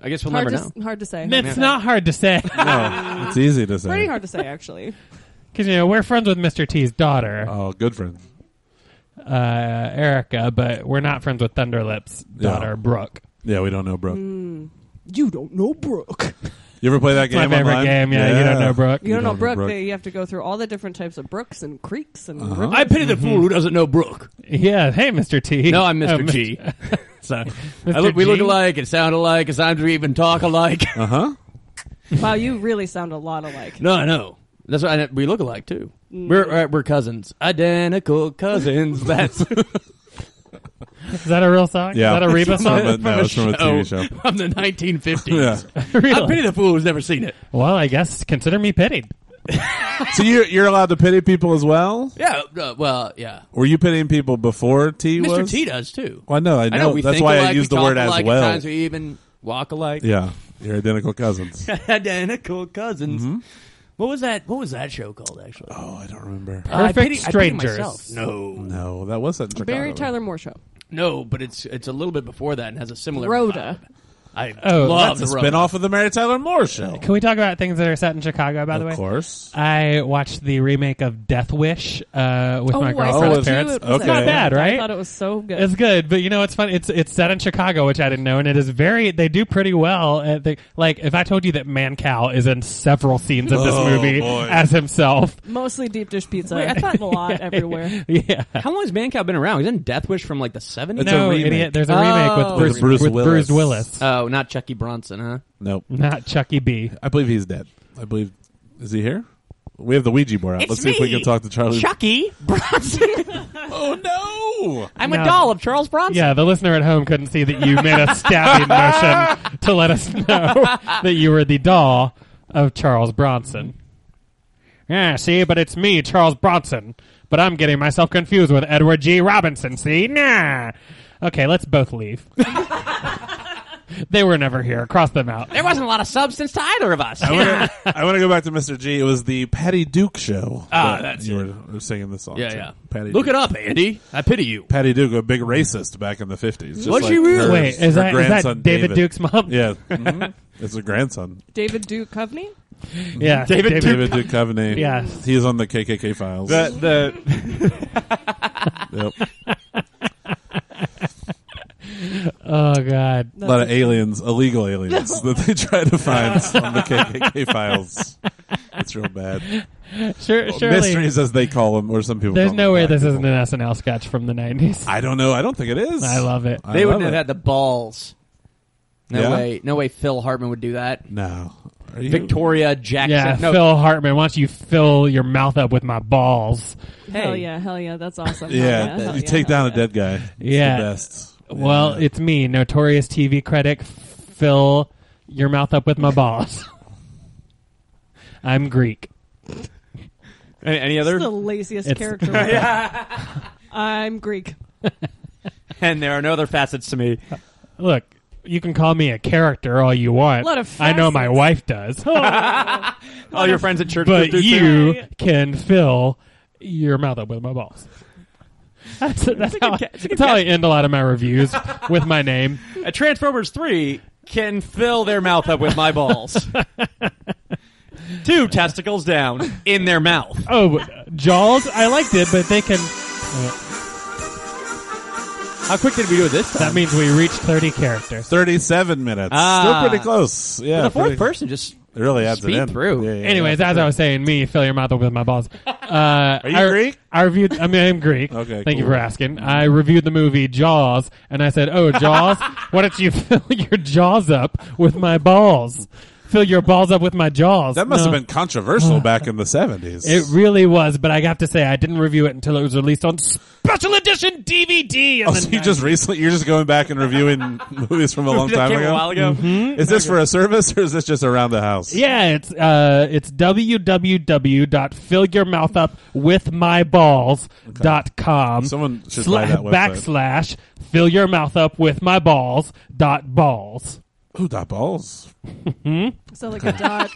[SPEAKER 3] I guess we'll
[SPEAKER 5] Hard
[SPEAKER 3] never
[SPEAKER 5] to,
[SPEAKER 3] know.
[SPEAKER 5] s- hard to say.
[SPEAKER 1] It's not hard to say
[SPEAKER 2] No, it's easy to say.
[SPEAKER 5] Pretty hard to say, actually.
[SPEAKER 1] because you know we're friends with Mr. T's
[SPEAKER 3] Uh-huh.
[SPEAKER 1] daughter,
[SPEAKER 2] Oh, good friend.
[SPEAKER 1] uh, Erica, but we're not friends with Thunderlips'
[SPEAKER 2] Yeah.
[SPEAKER 1] daughter, Brooke.
[SPEAKER 2] Yeah, we don't know Brooke.
[SPEAKER 4] You don't know Brooke.
[SPEAKER 2] You ever play that
[SPEAKER 1] Hmm. My
[SPEAKER 2] game
[SPEAKER 1] favorite
[SPEAKER 2] online?
[SPEAKER 1] game. Yeah, you don't know Brooke.
[SPEAKER 4] You, don't, know Brooke.
[SPEAKER 2] Brooke.
[SPEAKER 4] They, you have to go through all the different types of brooks and creeks and rivers.
[SPEAKER 3] I pity the fool who doesn't know Brooke.
[SPEAKER 1] Yeah. Hey, Mr. T.
[SPEAKER 3] No, I'm Mr.
[SPEAKER 1] Oh,
[SPEAKER 3] G.
[SPEAKER 1] Sorry.
[SPEAKER 3] I look, we
[SPEAKER 1] Mr.
[SPEAKER 3] look
[SPEAKER 1] G?
[SPEAKER 3] alike and sound alike and sometimes we even talk alike.
[SPEAKER 2] Uh huh.
[SPEAKER 4] Wow, you really sound a lot alike.
[SPEAKER 3] no, I know. That's why I- we look alike too. We're uh, we're cousins, identical cousins. That's
[SPEAKER 1] Is that a real song?
[SPEAKER 2] Yeah.
[SPEAKER 1] Is that a Reba
[SPEAKER 2] It's from
[SPEAKER 1] song? Oh.
[SPEAKER 2] a- no, it's from a TV show.
[SPEAKER 3] from the 1950s.
[SPEAKER 2] Yeah.
[SPEAKER 3] I pity the fool who's never seen it.
[SPEAKER 1] Well, I guess consider me pitied.
[SPEAKER 2] So you're you're allowed to pity people as well.
[SPEAKER 3] Yeah, uh, well, yeah.
[SPEAKER 2] Were you pitying people before T
[SPEAKER 3] Mr.
[SPEAKER 2] was?
[SPEAKER 3] T does too.
[SPEAKER 2] Well, no, I
[SPEAKER 3] I
[SPEAKER 2] know.
[SPEAKER 3] know. We
[SPEAKER 2] That's
[SPEAKER 3] think
[SPEAKER 2] why
[SPEAKER 3] alike,
[SPEAKER 2] I used
[SPEAKER 3] we
[SPEAKER 2] the word
[SPEAKER 3] talk
[SPEAKER 2] as
[SPEAKER 3] alike,
[SPEAKER 2] well.
[SPEAKER 3] At times we even walk alike.
[SPEAKER 2] Yeah, you're identical cousins.
[SPEAKER 3] Mm-hmm. identical cousins. What was that? What was that show called? Actually,
[SPEAKER 2] Oh, I don't remember.
[SPEAKER 3] Uh, I
[SPEAKER 1] Perfect
[SPEAKER 3] pity- I pity
[SPEAKER 1] Strangers.
[SPEAKER 3] myself. No,
[SPEAKER 2] Oh. No, that wasn't Chicago.
[SPEAKER 4] Barry Tyler Moore show.
[SPEAKER 3] no, but it's it's a little bit before that and has a similar
[SPEAKER 4] Rhoda.
[SPEAKER 3] vibe. I
[SPEAKER 1] Oh,
[SPEAKER 3] love
[SPEAKER 2] That's a
[SPEAKER 3] the Rhoda.
[SPEAKER 2] spinoff of the Mary Tyler Moore show.
[SPEAKER 1] Can we talk about things that are set in Chicago? By the way,
[SPEAKER 2] Of course.
[SPEAKER 1] I watched the remake of Death Wish uh, with
[SPEAKER 4] Oh,
[SPEAKER 1] my
[SPEAKER 4] I
[SPEAKER 1] girlfriend.
[SPEAKER 4] saw
[SPEAKER 2] Oh,
[SPEAKER 4] it
[SPEAKER 2] it's-
[SPEAKER 4] too. It was
[SPEAKER 2] okay.
[SPEAKER 4] excellent.
[SPEAKER 2] Not bad,
[SPEAKER 1] right?
[SPEAKER 4] I thought it was so good.
[SPEAKER 1] It's good, but you know it's funny. It's it's set in Chicago, which I didn't know, and it is very. They do pretty well. At the, like if I told you that Man Cow is in several scenes of this
[SPEAKER 2] Oh,
[SPEAKER 1] movie
[SPEAKER 2] boy.
[SPEAKER 1] as himself.
[SPEAKER 4] Mostly deep dish pizza.
[SPEAKER 3] Wait, I
[SPEAKER 4] I
[SPEAKER 3] thought-
[SPEAKER 4] thought a lot everywhere.
[SPEAKER 1] Yeah.
[SPEAKER 3] How long has Mancow been around? Isn't Death Wish from like the seventies?
[SPEAKER 2] It's a
[SPEAKER 1] no,
[SPEAKER 2] remake.
[SPEAKER 1] idiot. There's a
[SPEAKER 3] Oh.
[SPEAKER 1] remake with
[SPEAKER 3] With
[SPEAKER 1] Bruce,
[SPEAKER 2] Bruce
[SPEAKER 1] with
[SPEAKER 2] Willis.
[SPEAKER 1] Bruce Willis.
[SPEAKER 3] Oh, not Chucky Bronson, huh?
[SPEAKER 2] Nope.
[SPEAKER 1] not Chucky B.
[SPEAKER 2] I believe he's dead. I believe. Is he here? We have the Ouija board out. Let's see if we can talk to Charlie.
[SPEAKER 3] Chucky Bronson.
[SPEAKER 2] Oh
[SPEAKER 3] I'm
[SPEAKER 1] No.
[SPEAKER 3] a doll of Charles Bronson.
[SPEAKER 1] Yeah, the listener at home couldn't see that you made a stabbing motion to let us know that you were the doll of Charles Bronson. Yeah, see, but it's me, Charles Bronson. But I'm getting myself confused with Edward G. Robinson, see? Nah. Okay, let's both leave. they were never here. Cross them out.
[SPEAKER 3] There wasn't a lot of substance to either of us.
[SPEAKER 2] no! I want to go back to Mr. G. It was the Patty Duke show.
[SPEAKER 3] Ah,
[SPEAKER 2] that
[SPEAKER 3] that's
[SPEAKER 2] you were singing the song.
[SPEAKER 3] Yeah,
[SPEAKER 2] to.
[SPEAKER 3] yeah.
[SPEAKER 2] Patty
[SPEAKER 3] Look
[SPEAKER 2] Duke.
[SPEAKER 3] it up, Andy. I pity you.
[SPEAKER 2] Patty Duke, a big racist back in the fifties.
[SPEAKER 3] Was she really?
[SPEAKER 2] Her,
[SPEAKER 1] Wait, is
[SPEAKER 2] her
[SPEAKER 1] that- is that
[SPEAKER 2] grandson
[SPEAKER 1] David Duke's mom?
[SPEAKER 2] Yeah, Mhm.
[SPEAKER 3] Mm-hmm.
[SPEAKER 2] it's her grandson,
[SPEAKER 4] David Duke Coveney?
[SPEAKER 1] Yeah.
[SPEAKER 3] David
[SPEAKER 2] David Duke Coveney.
[SPEAKER 1] Yeah.
[SPEAKER 2] he's on the KKK files.
[SPEAKER 3] the
[SPEAKER 2] yep.
[SPEAKER 1] Oh, God.
[SPEAKER 2] A lot of aliens, illegal aliens that they try to find on the KKK files. It's real bad.
[SPEAKER 1] Sure, surely.
[SPEAKER 2] Mysteries, as they call them, or some people.
[SPEAKER 1] There's
[SPEAKER 2] call
[SPEAKER 1] no
[SPEAKER 2] them
[SPEAKER 1] way
[SPEAKER 2] black
[SPEAKER 1] this isn't
[SPEAKER 2] people.
[SPEAKER 1] an SNL sketch from the 90s.
[SPEAKER 2] I don't know. I don't think it is.
[SPEAKER 1] I love it.
[SPEAKER 2] I
[SPEAKER 3] they
[SPEAKER 2] love
[SPEAKER 3] wouldn't have
[SPEAKER 2] it.
[SPEAKER 3] had the balls. No
[SPEAKER 2] Yeah?
[SPEAKER 3] way. No way. Phil Hartman would do that.
[SPEAKER 2] No. Are you-
[SPEAKER 3] Victoria Jackson.
[SPEAKER 1] Yeah,
[SPEAKER 3] no.
[SPEAKER 1] Phil Hartman, why don't you fill your mouth up with my balls?
[SPEAKER 4] Hell yeah, hell yeah, that's awesome. Hell
[SPEAKER 2] Yeah,
[SPEAKER 4] hell
[SPEAKER 2] you
[SPEAKER 4] yeah,
[SPEAKER 2] take
[SPEAKER 4] hell
[SPEAKER 2] down a dead guy. It's
[SPEAKER 1] Yeah.
[SPEAKER 2] the best.
[SPEAKER 1] Well,
[SPEAKER 2] Yeah.
[SPEAKER 1] it's me, notorious TV critic. Fill your mouth up with my balls. I'm Greek.
[SPEAKER 3] Any, any
[SPEAKER 4] yeah.
[SPEAKER 3] other?
[SPEAKER 4] It's the laziest
[SPEAKER 1] It's-
[SPEAKER 4] character. I'm Greek.
[SPEAKER 3] And there are no other facets to me.
[SPEAKER 1] Look, you can call me a character all you want.
[SPEAKER 4] Lot of
[SPEAKER 1] I know my
[SPEAKER 4] facets.
[SPEAKER 1] wife does,
[SPEAKER 3] All your friends at church.
[SPEAKER 1] but
[SPEAKER 3] would do too.
[SPEAKER 1] you can fill your mouth up with my balls. That's, that's, how, I- that's how I end a lot of my reviews with my name.
[SPEAKER 3] At Transformers Three can fill their mouth up with my balls. Two testicles down in their mouth.
[SPEAKER 1] Oh, Jaws, I liked it, but they can.
[SPEAKER 3] How quick did we do it this time?
[SPEAKER 1] That means we reached 30 characters.
[SPEAKER 2] 37 minutes.
[SPEAKER 3] Ah.
[SPEAKER 2] Still pretty close. Yeah.
[SPEAKER 3] the fourth
[SPEAKER 2] pretty-
[SPEAKER 3] person just
[SPEAKER 2] It really adds
[SPEAKER 3] Speed
[SPEAKER 2] it in.
[SPEAKER 3] through.
[SPEAKER 2] Yeah, yeah,
[SPEAKER 1] Anyways,
[SPEAKER 2] yeah.
[SPEAKER 1] as I was saying, me fill your mouth up with my balls. Uh, Are
[SPEAKER 2] you Greek?
[SPEAKER 1] I reviewed. I mean, I'm Greek.
[SPEAKER 2] Okay,
[SPEAKER 1] thank you
[SPEAKER 2] cool.
[SPEAKER 1] for asking. I reviewed the movie Jaws, and I said, "Oh, Jaws, why don't you fill your jaws up with my balls? Fill your balls up with my jaws."
[SPEAKER 2] that must
[SPEAKER 1] No.
[SPEAKER 2] have been controversial back in the 70s.
[SPEAKER 1] uh, It really was, but I have to say, I didn't review it until it was released on special edition DVD. in
[SPEAKER 2] Oh,
[SPEAKER 1] the
[SPEAKER 2] so you just recently, you're just going back and reviewing movies from a long
[SPEAKER 3] that
[SPEAKER 2] time
[SPEAKER 3] came
[SPEAKER 2] ago?
[SPEAKER 3] a while ago.
[SPEAKER 2] Is this for a service or is this just around the house?
[SPEAKER 1] Mm-hmm. Yeah, it's uh, it's www.fillyourmouthupwithmyballs.com.
[SPEAKER 2] Someone should buy that website.
[SPEAKER 1] Backslash fill your mouth up with my balls dot balls.
[SPEAKER 2] Ooh, dot balls.
[SPEAKER 4] So like a dot,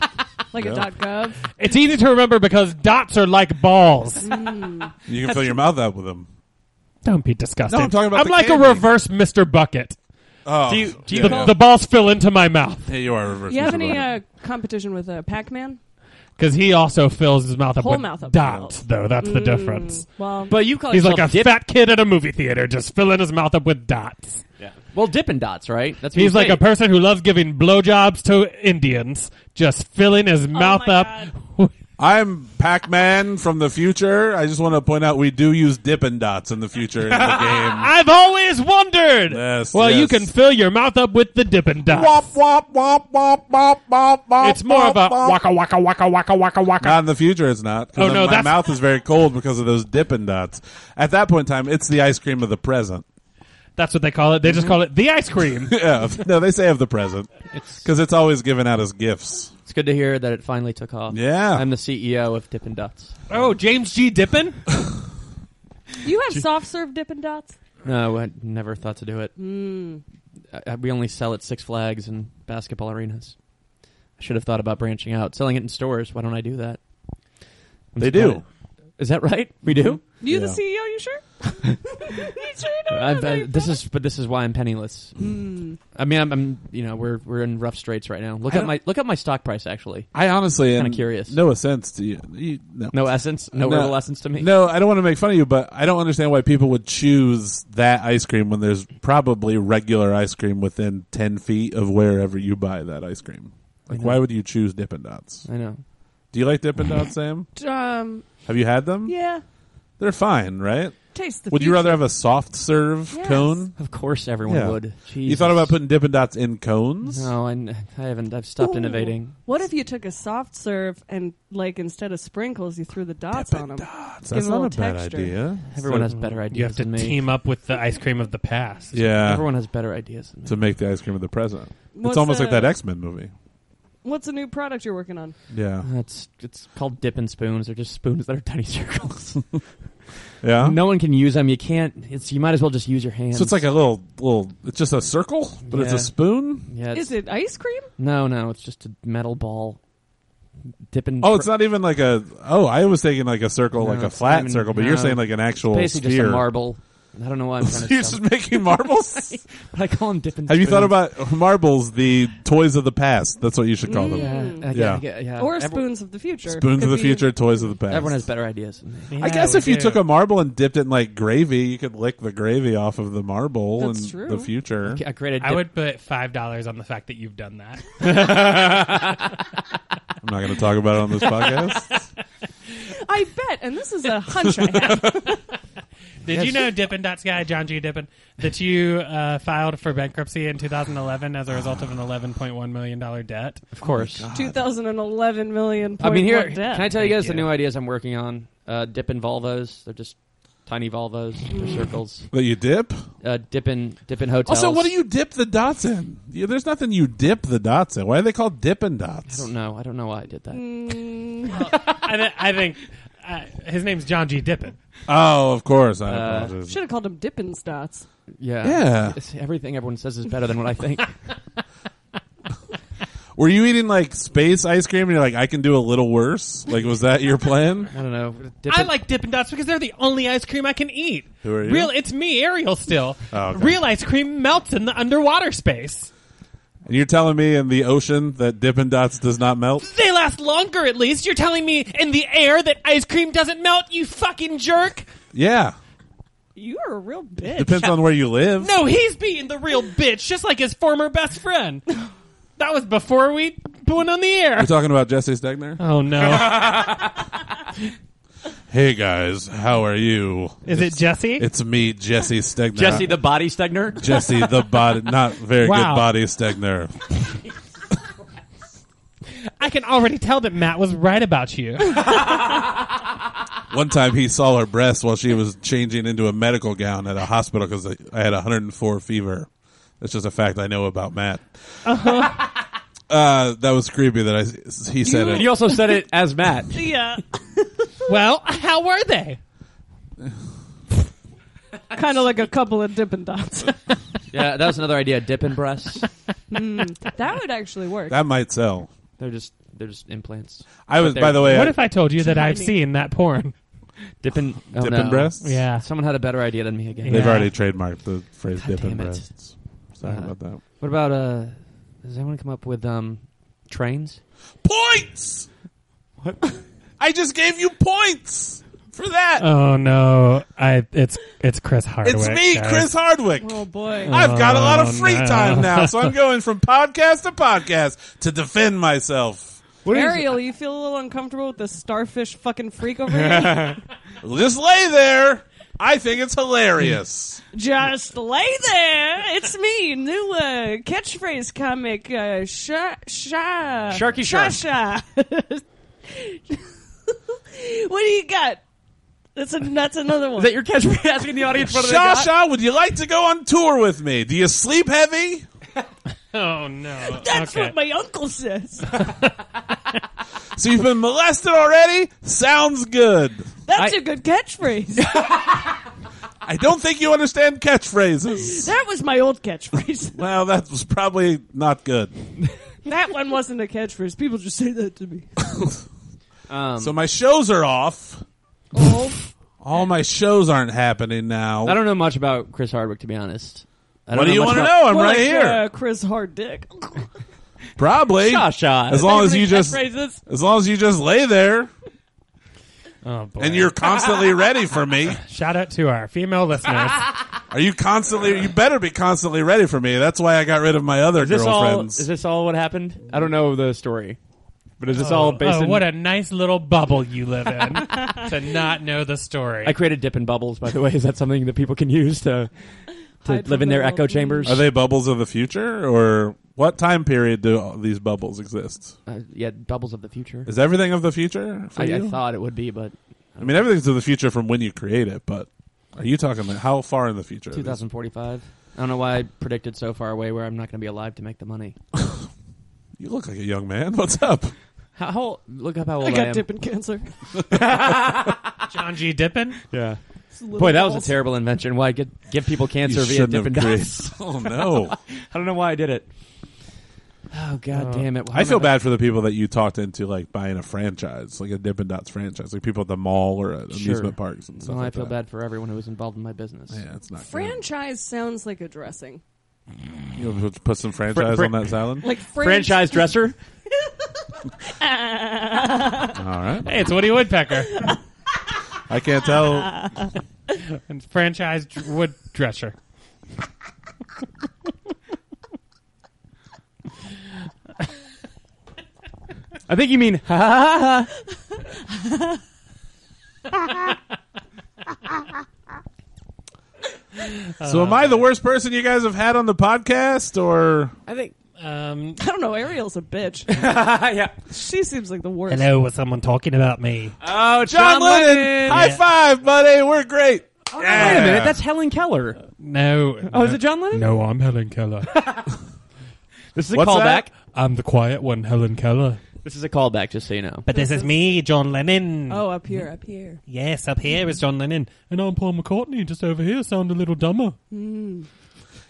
[SPEAKER 4] like a dot gov.
[SPEAKER 1] It's easy to remember because dots are like balls.
[SPEAKER 2] You can fill your mouth up with them.
[SPEAKER 1] Don't be disgusted.
[SPEAKER 2] No, I'm talking about the
[SPEAKER 1] like
[SPEAKER 2] candy.
[SPEAKER 1] a reverse Mr. Bucket.
[SPEAKER 2] Oh,
[SPEAKER 3] Do you- do you
[SPEAKER 2] yeah,
[SPEAKER 3] call-
[SPEAKER 2] yeah.
[SPEAKER 1] The balls fill into my mouth
[SPEAKER 2] Yeah, you are reverse.
[SPEAKER 4] Do you have
[SPEAKER 2] Mr.
[SPEAKER 4] any
[SPEAKER 2] Robot.
[SPEAKER 4] uh, competition with uh, Pac-Man?
[SPEAKER 1] because he also fills his mouth up
[SPEAKER 4] Whole
[SPEAKER 1] with
[SPEAKER 4] mouth up with
[SPEAKER 1] dots.
[SPEAKER 4] balls. Mm.
[SPEAKER 1] Though that's the difference.
[SPEAKER 4] Well,
[SPEAKER 3] But you call
[SPEAKER 1] He's
[SPEAKER 3] yourself
[SPEAKER 1] like a
[SPEAKER 3] dip.
[SPEAKER 1] fat kid at a movie theater, just filling his mouth up with dots.
[SPEAKER 3] well, dipping dots, right? That's what
[SPEAKER 1] He's
[SPEAKER 3] you
[SPEAKER 1] like
[SPEAKER 3] say.
[SPEAKER 1] a person who loves giving blowjobs to Indians, just filling his mouth
[SPEAKER 4] Oh my
[SPEAKER 1] up. with-
[SPEAKER 2] I'm Pac Man from the future. I just want to point out we do use Dippin' Dots in the future in the game.
[SPEAKER 1] I've always wondered.
[SPEAKER 2] Yes,
[SPEAKER 1] well, you
[SPEAKER 2] yes.
[SPEAKER 1] can fill your mouth up with the dippin' dots.
[SPEAKER 2] Womp, womp, womp, womp, womp, womp, womp,
[SPEAKER 1] It's more of a
[SPEAKER 2] womp, womp.
[SPEAKER 1] waka waka waka waka waka waka.
[SPEAKER 2] Not in the future, it's not. 'cause
[SPEAKER 1] Oh, no,
[SPEAKER 2] my
[SPEAKER 1] that's-
[SPEAKER 2] mouth is very cold because of those Dippin' Dots. At that point in time, it's the ice cream of the present.
[SPEAKER 1] That's what they call it. They
[SPEAKER 2] Mm-hmm.
[SPEAKER 1] just call it the ice cream.
[SPEAKER 2] Yeah, no, they say of the present because it's always given out as gifts.
[SPEAKER 3] It's good to hear that it finally took off.
[SPEAKER 2] Yeah.
[SPEAKER 3] I'm the CEO of Dippin' Dots.
[SPEAKER 1] oh, James G. Dippin.
[SPEAKER 4] you have soft serve Dippin' Dots.
[SPEAKER 3] No, I never thought to do it. I- I- we only sell at Six Flags and basketball arenas. I Should have thought about branching out, selling it in stores. Why don't I do that? I'm
[SPEAKER 2] They
[SPEAKER 3] surprised.
[SPEAKER 2] do.
[SPEAKER 3] Is that right? We do.
[SPEAKER 4] You the
[SPEAKER 2] Yeah.
[SPEAKER 4] CEO? You sure? you sure you don't
[SPEAKER 3] I've,
[SPEAKER 4] know
[SPEAKER 3] I,
[SPEAKER 4] that?
[SPEAKER 3] uh, this is, but this is why I'm penniless.
[SPEAKER 4] Hmm.
[SPEAKER 3] I mean, I'm, I'm, you know, we're we're in rough straits right now. Look
[SPEAKER 2] I
[SPEAKER 3] at
[SPEAKER 2] don't-
[SPEAKER 3] my look at my stock price actually.
[SPEAKER 2] I honestly am
[SPEAKER 3] Kinda curious.
[SPEAKER 2] No sense to you. you no.
[SPEAKER 3] No essence, no,
[SPEAKER 2] No.
[SPEAKER 3] real essence to me.
[SPEAKER 2] No, I don't want to make fun of you, but I don't understand why people would choose that ice cream when there's probably regular ice cream within ten feet of wherever you buy that ice cream. Like,
[SPEAKER 3] know.
[SPEAKER 2] why would you choose Dippin' Dots?
[SPEAKER 3] I know.
[SPEAKER 2] Do you like Dippin' Dots, Sam?
[SPEAKER 4] um,
[SPEAKER 2] Have you had them?
[SPEAKER 4] yeah.
[SPEAKER 2] They're fine, right?
[SPEAKER 4] Taste the.
[SPEAKER 2] Would you
[SPEAKER 4] future.
[SPEAKER 2] rather have a soft serve
[SPEAKER 4] Yes.
[SPEAKER 2] cone?
[SPEAKER 3] Of course, everyone
[SPEAKER 2] Yeah.
[SPEAKER 3] would.
[SPEAKER 2] You
[SPEAKER 3] Jesus.
[SPEAKER 2] thought about putting Dippin' Dots in cones?
[SPEAKER 3] No, I, n- I haven't. I've stopped
[SPEAKER 4] Ooh.
[SPEAKER 3] innovating.
[SPEAKER 4] What if you took a soft serve and, like, instead of sprinkles, you threw the dots on them?
[SPEAKER 2] That's,
[SPEAKER 4] Give 'em a
[SPEAKER 2] not a
[SPEAKER 4] little
[SPEAKER 2] bad
[SPEAKER 4] texture.
[SPEAKER 2] idea.
[SPEAKER 3] Everyone
[SPEAKER 2] So-
[SPEAKER 3] has better ideas
[SPEAKER 1] You have to
[SPEAKER 3] than me.
[SPEAKER 1] team up with the ice cream of the past.
[SPEAKER 2] yeah.
[SPEAKER 3] Everyone has better ideas than me.
[SPEAKER 2] to make the ice cream of the present. it's
[SPEAKER 4] What's
[SPEAKER 2] almost like
[SPEAKER 4] the-
[SPEAKER 2] that X Men movie.
[SPEAKER 4] What's a new product you're working on?
[SPEAKER 2] Yeah,
[SPEAKER 3] It's it's called dipping spoons. They're just spoons that are tiny circles.
[SPEAKER 2] yeah.
[SPEAKER 3] no one can use them. You can't. It's you might as well just use your hands.
[SPEAKER 2] So it's like a little little. It's just a circle, but it's
[SPEAKER 3] Yeah.
[SPEAKER 2] a spoon.
[SPEAKER 3] yeah. It's,
[SPEAKER 4] Is it ice cream?
[SPEAKER 3] No, no. It's just a metal ball. Dipping.
[SPEAKER 2] Oh, it's not even like a. Oh, I was thinking like a circle,
[SPEAKER 3] No,
[SPEAKER 2] like a
[SPEAKER 3] it's
[SPEAKER 2] flat
[SPEAKER 3] not even-
[SPEAKER 2] circle, but
[SPEAKER 3] no.
[SPEAKER 2] you're saying like an actual
[SPEAKER 3] basically
[SPEAKER 2] sphere.
[SPEAKER 3] just a marble. I don't know why I'm trying
[SPEAKER 2] you're
[SPEAKER 3] to.
[SPEAKER 2] just
[SPEAKER 3] Sell.
[SPEAKER 2] making marbles.
[SPEAKER 3] I call them dipping.
[SPEAKER 2] Have you thought about marbles, the toys of the past? That's what you should call them.
[SPEAKER 1] Mm.
[SPEAKER 3] Yeah, I-
[SPEAKER 2] Yeah.
[SPEAKER 3] I- yeah.
[SPEAKER 4] or
[SPEAKER 3] Every-
[SPEAKER 4] spoons of the future?
[SPEAKER 2] Spoons of
[SPEAKER 4] Could
[SPEAKER 2] the
[SPEAKER 4] be-
[SPEAKER 2] future, toys of the past.
[SPEAKER 3] Everyone has better ideas. Than me.
[SPEAKER 2] I guess if you took a marble and dipped it in like gravy, you could lick the gravy off of the marble
[SPEAKER 4] That's
[SPEAKER 2] in
[SPEAKER 4] true.
[SPEAKER 2] the future.
[SPEAKER 3] I created.
[SPEAKER 1] I would put five dollars on the fact that you've done that.
[SPEAKER 2] I'm not going to talk about it on this podcast.
[SPEAKER 4] I bet, and this is a hunch I have.
[SPEAKER 1] Did
[SPEAKER 3] Yes.
[SPEAKER 1] you know Dippin' Dots guy John G. Dippin that you uh, filed for bankruptcy in 2011 as a result of an 11.1 million dollar debt?
[SPEAKER 3] of course.
[SPEAKER 4] 2011 million
[SPEAKER 3] I
[SPEAKER 4] point
[SPEAKER 3] mean, here.
[SPEAKER 4] one
[SPEAKER 3] Can
[SPEAKER 4] debt.
[SPEAKER 3] I tell you guys
[SPEAKER 1] Thank
[SPEAKER 3] the
[SPEAKER 1] you.
[SPEAKER 3] new ideas I'm working on? Uh, dipping Volvos. They're just tiny Volvos. They're
[SPEAKER 1] Mm.
[SPEAKER 3] circles.
[SPEAKER 2] That you dip?
[SPEAKER 3] Uh, dipping dipping hotels.
[SPEAKER 2] Also, what do you dip the dots in? Yeah, there's nothing you dip the dots in. Why are they called dipping
[SPEAKER 3] I
[SPEAKER 2] dots?
[SPEAKER 3] don't know. I don't know why I did that.
[SPEAKER 1] Mm. I, th- I think uh, his name's John G. Dippin.
[SPEAKER 2] Oh, of course. I
[SPEAKER 3] Uh,
[SPEAKER 2] apologize.
[SPEAKER 4] Should have called them dippin' dots.
[SPEAKER 3] Yeah.
[SPEAKER 2] Yeah.
[SPEAKER 3] It's- everything everyone says is better than what I think.
[SPEAKER 2] Were you eating like space ice cream and you're like, I can do a little worse? Like, was that your plan?
[SPEAKER 3] I don't know.
[SPEAKER 1] I
[SPEAKER 3] Dippin',
[SPEAKER 1] like Dippin' Dots because they're the only ice cream I can eat.
[SPEAKER 2] Who are you?
[SPEAKER 1] Real, it's me, Ariel. Still,
[SPEAKER 2] Oh, okay.
[SPEAKER 1] real ice cream melts in the underwater space.
[SPEAKER 2] And you're telling me in the ocean that dipping dots does not melt?
[SPEAKER 1] They last longer, at least. You're telling me in the air that ice cream doesn't melt. You fucking jerk.
[SPEAKER 2] Yeah.
[SPEAKER 4] You are a real bitch.
[SPEAKER 2] Depends on where you live.
[SPEAKER 1] No, he's being the real bitch, just like his former best friend. That was before we went on the air.
[SPEAKER 2] We're talking about Jesse Stegner?
[SPEAKER 1] Oh no!
[SPEAKER 2] Hey, guys. How are you?
[SPEAKER 1] Is it Jesse?
[SPEAKER 2] It's me, Jesse Stegner.
[SPEAKER 3] Jesse the body stegner.
[SPEAKER 2] Jesse the body, not very
[SPEAKER 1] Wow.
[SPEAKER 2] good body Stegner.
[SPEAKER 1] I can already tell that Matt was right about you.
[SPEAKER 2] One time he saw her breast while she was changing into a medical gown at a hospital because I had 104 fever. That's just a fact I know about Matt. uh that was creepy that I he said
[SPEAKER 3] And you
[SPEAKER 2] it.
[SPEAKER 3] also said it as Matt.
[SPEAKER 4] yeah.
[SPEAKER 1] well, how were they?
[SPEAKER 4] kind of like a couple of dippin' dots.
[SPEAKER 3] Yeah, that was another idea. Dipping breasts.
[SPEAKER 4] that would actually work.
[SPEAKER 2] That might sell.
[SPEAKER 3] They're just they're just implants.
[SPEAKER 2] I was,
[SPEAKER 3] But
[SPEAKER 2] by the way, uh,
[SPEAKER 1] What
[SPEAKER 2] I-
[SPEAKER 1] if I told you that I've
[SPEAKER 4] Tiny.
[SPEAKER 1] seen that porn?
[SPEAKER 3] Dipping oh,
[SPEAKER 2] dipping
[SPEAKER 3] no.
[SPEAKER 2] breasts.
[SPEAKER 1] Yeah.
[SPEAKER 3] Someone had a better idea than me again.
[SPEAKER 2] they've
[SPEAKER 1] Yeah.
[SPEAKER 2] already trademarked the phrase
[SPEAKER 3] God
[SPEAKER 2] dipping
[SPEAKER 3] damn it.
[SPEAKER 2] breasts. Sorry
[SPEAKER 3] Uh,
[SPEAKER 2] about that.
[SPEAKER 3] What about uh? Does anyone come up with um trains?
[SPEAKER 2] Points. I just gave you points for that.
[SPEAKER 1] Oh no! I it's it's Chris Hardwick.
[SPEAKER 2] it's me,
[SPEAKER 1] guys.
[SPEAKER 2] Chris Hardwick.
[SPEAKER 4] oh boy.
[SPEAKER 2] I've got a lot
[SPEAKER 3] Oh,
[SPEAKER 2] of free
[SPEAKER 1] no.
[SPEAKER 2] time now, so I'm going from podcast to podcast to defend myself.
[SPEAKER 4] Ariel, you feel a little uncomfortable with this starfish fucking freak over here?
[SPEAKER 2] Just lay there. I think it's hilarious.
[SPEAKER 4] Just lay there. It's me, new uh, catchphrase comic, uh, Sha Sha
[SPEAKER 3] Sharky
[SPEAKER 4] Sha
[SPEAKER 3] Shark.
[SPEAKER 4] Sha. what do you got? That's a, that's another one.
[SPEAKER 3] Is that your catchphrase? Asking the audience what
[SPEAKER 2] Sha Sha, uh, would you like to go on tour with me? Do you sleep heavy?
[SPEAKER 1] Oh no!
[SPEAKER 4] that's
[SPEAKER 1] okay.
[SPEAKER 4] what my uncle says.
[SPEAKER 2] So you've been molested already? Sounds good.
[SPEAKER 4] That's
[SPEAKER 3] I-
[SPEAKER 4] a good catchphrase.
[SPEAKER 2] I don't think you understand catchphrases.
[SPEAKER 4] that was my old catchphrase.
[SPEAKER 2] Well, that was probably not good.
[SPEAKER 4] That one wasn't a catchphrase. People just say that to me.
[SPEAKER 3] Um,
[SPEAKER 2] So my shows are off.
[SPEAKER 4] Oh,
[SPEAKER 2] All my shows aren't happening now.
[SPEAKER 3] I don't know much about Chris Hardwick, to be honest. I
[SPEAKER 2] what
[SPEAKER 3] don't
[SPEAKER 2] do you
[SPEAKER 3] much
[SPEAKER 2] want to
[SPEAKER 3] about-
[SPEAKER 2] know? I'm
[SPEAKER 4] well,
[SPEAKER 2] right
[SPEAKER 4] like,
[SPEAKER 2] here.
[SPEAKER 4] Uh, Chris Hard Dick.
[SPEAKER 2] Probably.
[SPEAKER 3] Shaw Shaw.
[SPEAKER 2] As long as you just
[SPEAKER 4] Catchphrases.
[SPEAKER 2] as long as you just lay there
[SPEAKER 1] Oh boy.
[SPEAKER 2] and you're constantly ready for me.
[SPEAKER 1] Shout out to our female listeners.
[SPEAKER 2] Are you constantly? You better be constantly ready for me. That's why I got rid of my other
[SPEAKER 3] Is this all?
[SPEAKER 2] girlfriends.
[SPEAKER 3] Is this all what happened? I don't know the story, but is this all based
[SPEAKER 1] oh,
[SPEAKER 3] on?
[SPEAKER 1] what a nice little bubble you live in to not know the story.
[SPEAKER 3] I created dip in bubbles. By the way, is that something that people can use to to
[SPEAKER 4] Hide
[SPEAKER 3] live in
[SPEAKER 4] from
[SPEAKER 3] their
[SPEAKER 4] the
[SPEAKER 3] echo
[SPEAKER 4] world.
[SPEAKER 3] chambers?
[SPEAKER 2] Are they bubbles of the future, or what time period do all these bubbles exist?
[SPEAKER 3] Uh, yeah, bubbles of the future.
[SPEAKER 2] Is everything of the future for
[SPEAKER 3] I, I
[SPEAKER 2] you?
[SPEAKER 3] thought it would be, but
[SPEAKER 2] I mean, everything's of the future from when you create it, but are you talking about how far in the future? are these?
[SPEAKER 3] 2045. I don't know why I predicted so far away where I'm not going to be alive to make the money.
[SPEAKER 2] You look like a young man. What's up?
[SPEAKER 3] How, how old- look up how old
[SPEAKER 4] I
[SPEAKER 3] I,
[SPEAKER 4] got
[SPEAKER 3] am.
[SPEAKER 4] dipping cancer.
[SPEAKER 1] John G. Dippin.
[SPEAKER 3] Yeah.
[SPEAKER 4] It's little
[SPEAKER 3] Boy, that was a
[SPEAKER 4] balls.
[SPEAKER 3] terrible invention. Why get, give people cancer
[SPEAKER 2] you
[SPEAKER 3] via
[SPEAKER 2] shouldn't
[SPEAKER 3] dip
[SPEAKER 2] have
[SPEAKER 3] and
[SPEAKER 2] created.
[SPEAKER 3] dots?
[SPEAKER 2] Oh no!
[SPEAKER 3] I don't know why I did it. Oh god damn it! Why
[SPEAKER 2] I
[SPEAKER 3] am
[SPEAKER 2] feel
[SPEAKER 3] not-
[SPEAKER 2] bad for the people that you talked into like buying a franchise, like a Dippin' Dots franchise, like people at the mall or at
[SPEAKER 3] Sure.
[SPEAKER 2] amusement parks and stuff.
[SPEAKER 3] Well, I
[SPEAKER 2] like
[SPEAKER 3] feel
[SPEAKER 2] that.
[SPEAKER 3] bad for everyone who was involved in my business.
[SPEAKER 2] Yeah, it's not good.
[SPEAKER 4] Franchise sounds like a dressing.
[SPEAKER 2] You want to put some franchise
[SPEAKER 3] fr-
[SPEAKER 2] on that salad.
[SPEAKER 4] Like fran-
[SPEAKER 3] Franchise dresser.
[SPEAKER 2] All right,
[SPEAKER 1] Hey, it's Woody Woodpecker
[SPEAKER 2] I can't tell.
[SPEAKER 1] and franchise dr- wood dresser.
[SPEAKER 3] I think you mean ha ha ha. ha.
[SPEAKER 2] So am I the worst person you guys have had on the podcast or
[SPEAKER 4] I think
[SPEAKER 1] Um,
[SPEAKER 4] I don't know. Ariel's a bitch.
[SPEAKER 3] yeah.
[SPEAKER 4] she seems like the worst.
[SPEAKER 1] hello, was someone talking about me?
[SPEAKER 3] Oh,
[SPEAKER 2] John
[SPEAKER 3] John,
[SPEAKER 2] Lennon? High
[SPEAKER 1] Yeah.
[SPEAKER 2] five, buddy. We're great.
[SPEAKER 3] Wait a minute, that's Helen Keller.
[SPEAKER 1] No.
[SPEAKER 3] Oh, is it John Lennon?
[SPEAKER 1] No, I'm Helen Keller.
[SPEAKER 3] This is a
[SPEAKER 2] What's
[SPEAKER 3] callback.
[SPEAKER 2] that?
[SPEAKER 1] I'm the quiet one, Helen Keller.
[SPEAKER 3] This is a callback, just so you know.
[SPEAKER 1] But this is me, John Lennon.
[SPEAKER 4] Oh, up here, up here.
[SPEAKER 1] Yes, up here is John Lennon. And I'm Paul McCartney, just over here, sound a little dumber.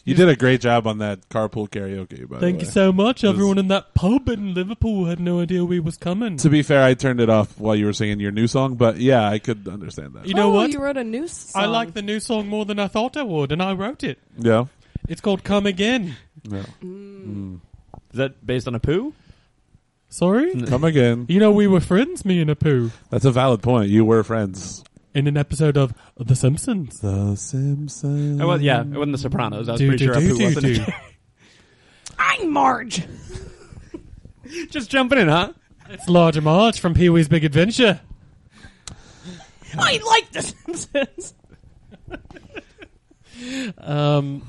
[SPEAKER 2] You did a great job on that carpool karaoke. By
[SPEAKER 1] Thank
[SPEAKER 2] the
[SPEAKER 1] you
[SPEAKER 2] way.
[SPEAKER 1] so much. Everyone in that pub in Liverpool had no idea we was coming.
[SPEAKER 2] To be fair, I turned it off while you were singing your new song, but yeah, I could understand that.
[SPEAKER 1] You know
[SPEAKER 4] oh,
[SPEAKER 1] what?
[SPEAKER 4] You wrote a new song.
[SPEAKER 1] I like the new song more than I thought I would, and I wrote it.
[SPEAKER 2] Yeah.
[SPEAKER 1] It's called Come Again.
[SPEAKER 2] Yeah.
[SPEAKER 3] Is that based on a poo?
[SPEAKER 1] Sorry?
[SPEAKER 2] Come again.
[SPEAKER 1] You know, we were friends, me and Apu,
[SPEAKER 2] That's a valid point. You were friends.
[SPEAKER 1] in an episode of The Simpsons.
[SPEAKER 2] The Simpsons.
[SPEAKER 3] It was, yeah, it wasn't The Sopranos. I was
[SPEAKER 1] Do,
[SPEAKER 3] pretty
[SPEAKER 1] do,
[SPEAKER 3] sure a
[SPEAKER 1] do,
[SPEAKER 3] poo
[SPEAKER 1] do,
[SPEAKER 3] wasn't.
[SPEAKER 1] do.
[SPEAKER 4] I'm Marge.
[SPEAKER 3] it. Just jumping in, huh?
[SPEAKER 1] It's Large Marge from Pee Wee's Big Adventure.
[SPEAKER 4] I like The Simpsons.
[SPEAKER 1] Um,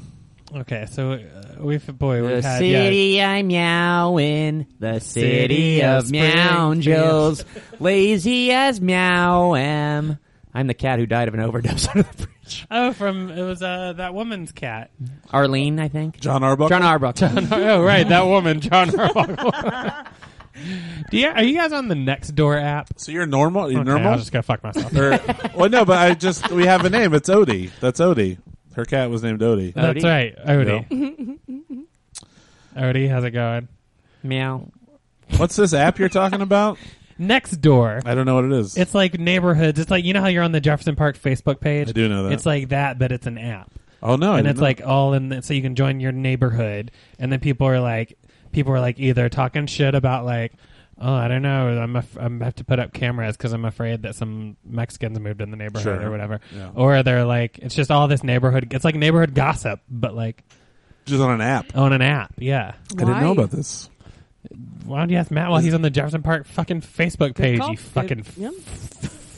[SPEAKER 1] okay, so uh, we've, boy, we've had. yeah.
[SPEAKER 3] I'm meowing, the
[SPEAKER 1] city of meownjels,
[SPEAKER 3] lazy as meow am. I'm the cat who died of an overdose under the bridge.
[SPEAKER 1] Oh, from, it was uh, that woman's cat.
[SPEAKER 3] Arlene, I think.
[SPEAKER 2] John Arbuckle.
[SPEAKER 3] John Arbuckle.
[SPEAKER 1] oh, right, that woman, John Arbuckle. Do you, are you guys on the Nextdoor app?
[SPEAKER 2] so you're normal. You're
[SPEAKER 1] Okay,
[SPEAKER 2] normal.
[SPEAKER 1] I'll just go fuck myself.
[SPEAKER 2] Or, well, no, but I just we have a name. It's Odie. That's Odie. Her cat was named Odie.
[SPEAKER 1] That's
[SPEAKER 3] Odie?
[SPEAKER 1] right, Odie. Odie, how's it going?
[SPEAKER 3] meow.
[SPEAKER 2] What's this app you're talking about?
[SPEAKER 1] Next door.
[SPEAKER 2] I don't know what it is.
[SPEAKER 1] It's like neighborhoods. It's like you know how you're on the Jefferson Park Facebook page.
[SPEAKER 2] I do know that.
[SPEAKER 1] It's like that, but it's an app,
[SPEAKER 2] oh no, I
[SPEAKER 1] and
[SPEAKER 2] didn't
[SPEAKER 1] it's
[SPEAKER 2] know.
[SPEAKER 1] like all in. The, so you can join your neighborhood, and then people are like, people are like either talking shit about like. Oh, I don't know. I'm af- I'm have to put up cameras because I'm afraid that some Mexicans moved in the neighborhood
[SPEAKER 2] Sure.
[SPEAKER 1] or whatever.
[SPEAKER 2] Yeah.
[SPEAKER 1] Or they're like, it's just all this neighborhood. It's like neighborhood gossip, but like
[SPEAKER 2] just on an app.
[SPEAKER 1] on an app. Yeah.
[SPEAKER 2] I didn't know
[SPEAKER 4] Why?
[SPEAKER 2] about this.
[SPEAKER 1] Why don't you ask Matt while he's on the Jefferson Park fucking Facebook page?
[SPEAKER 4] call.
[SPEAKER 1] You fucking.
[SPEAKER 4] Good- yeah.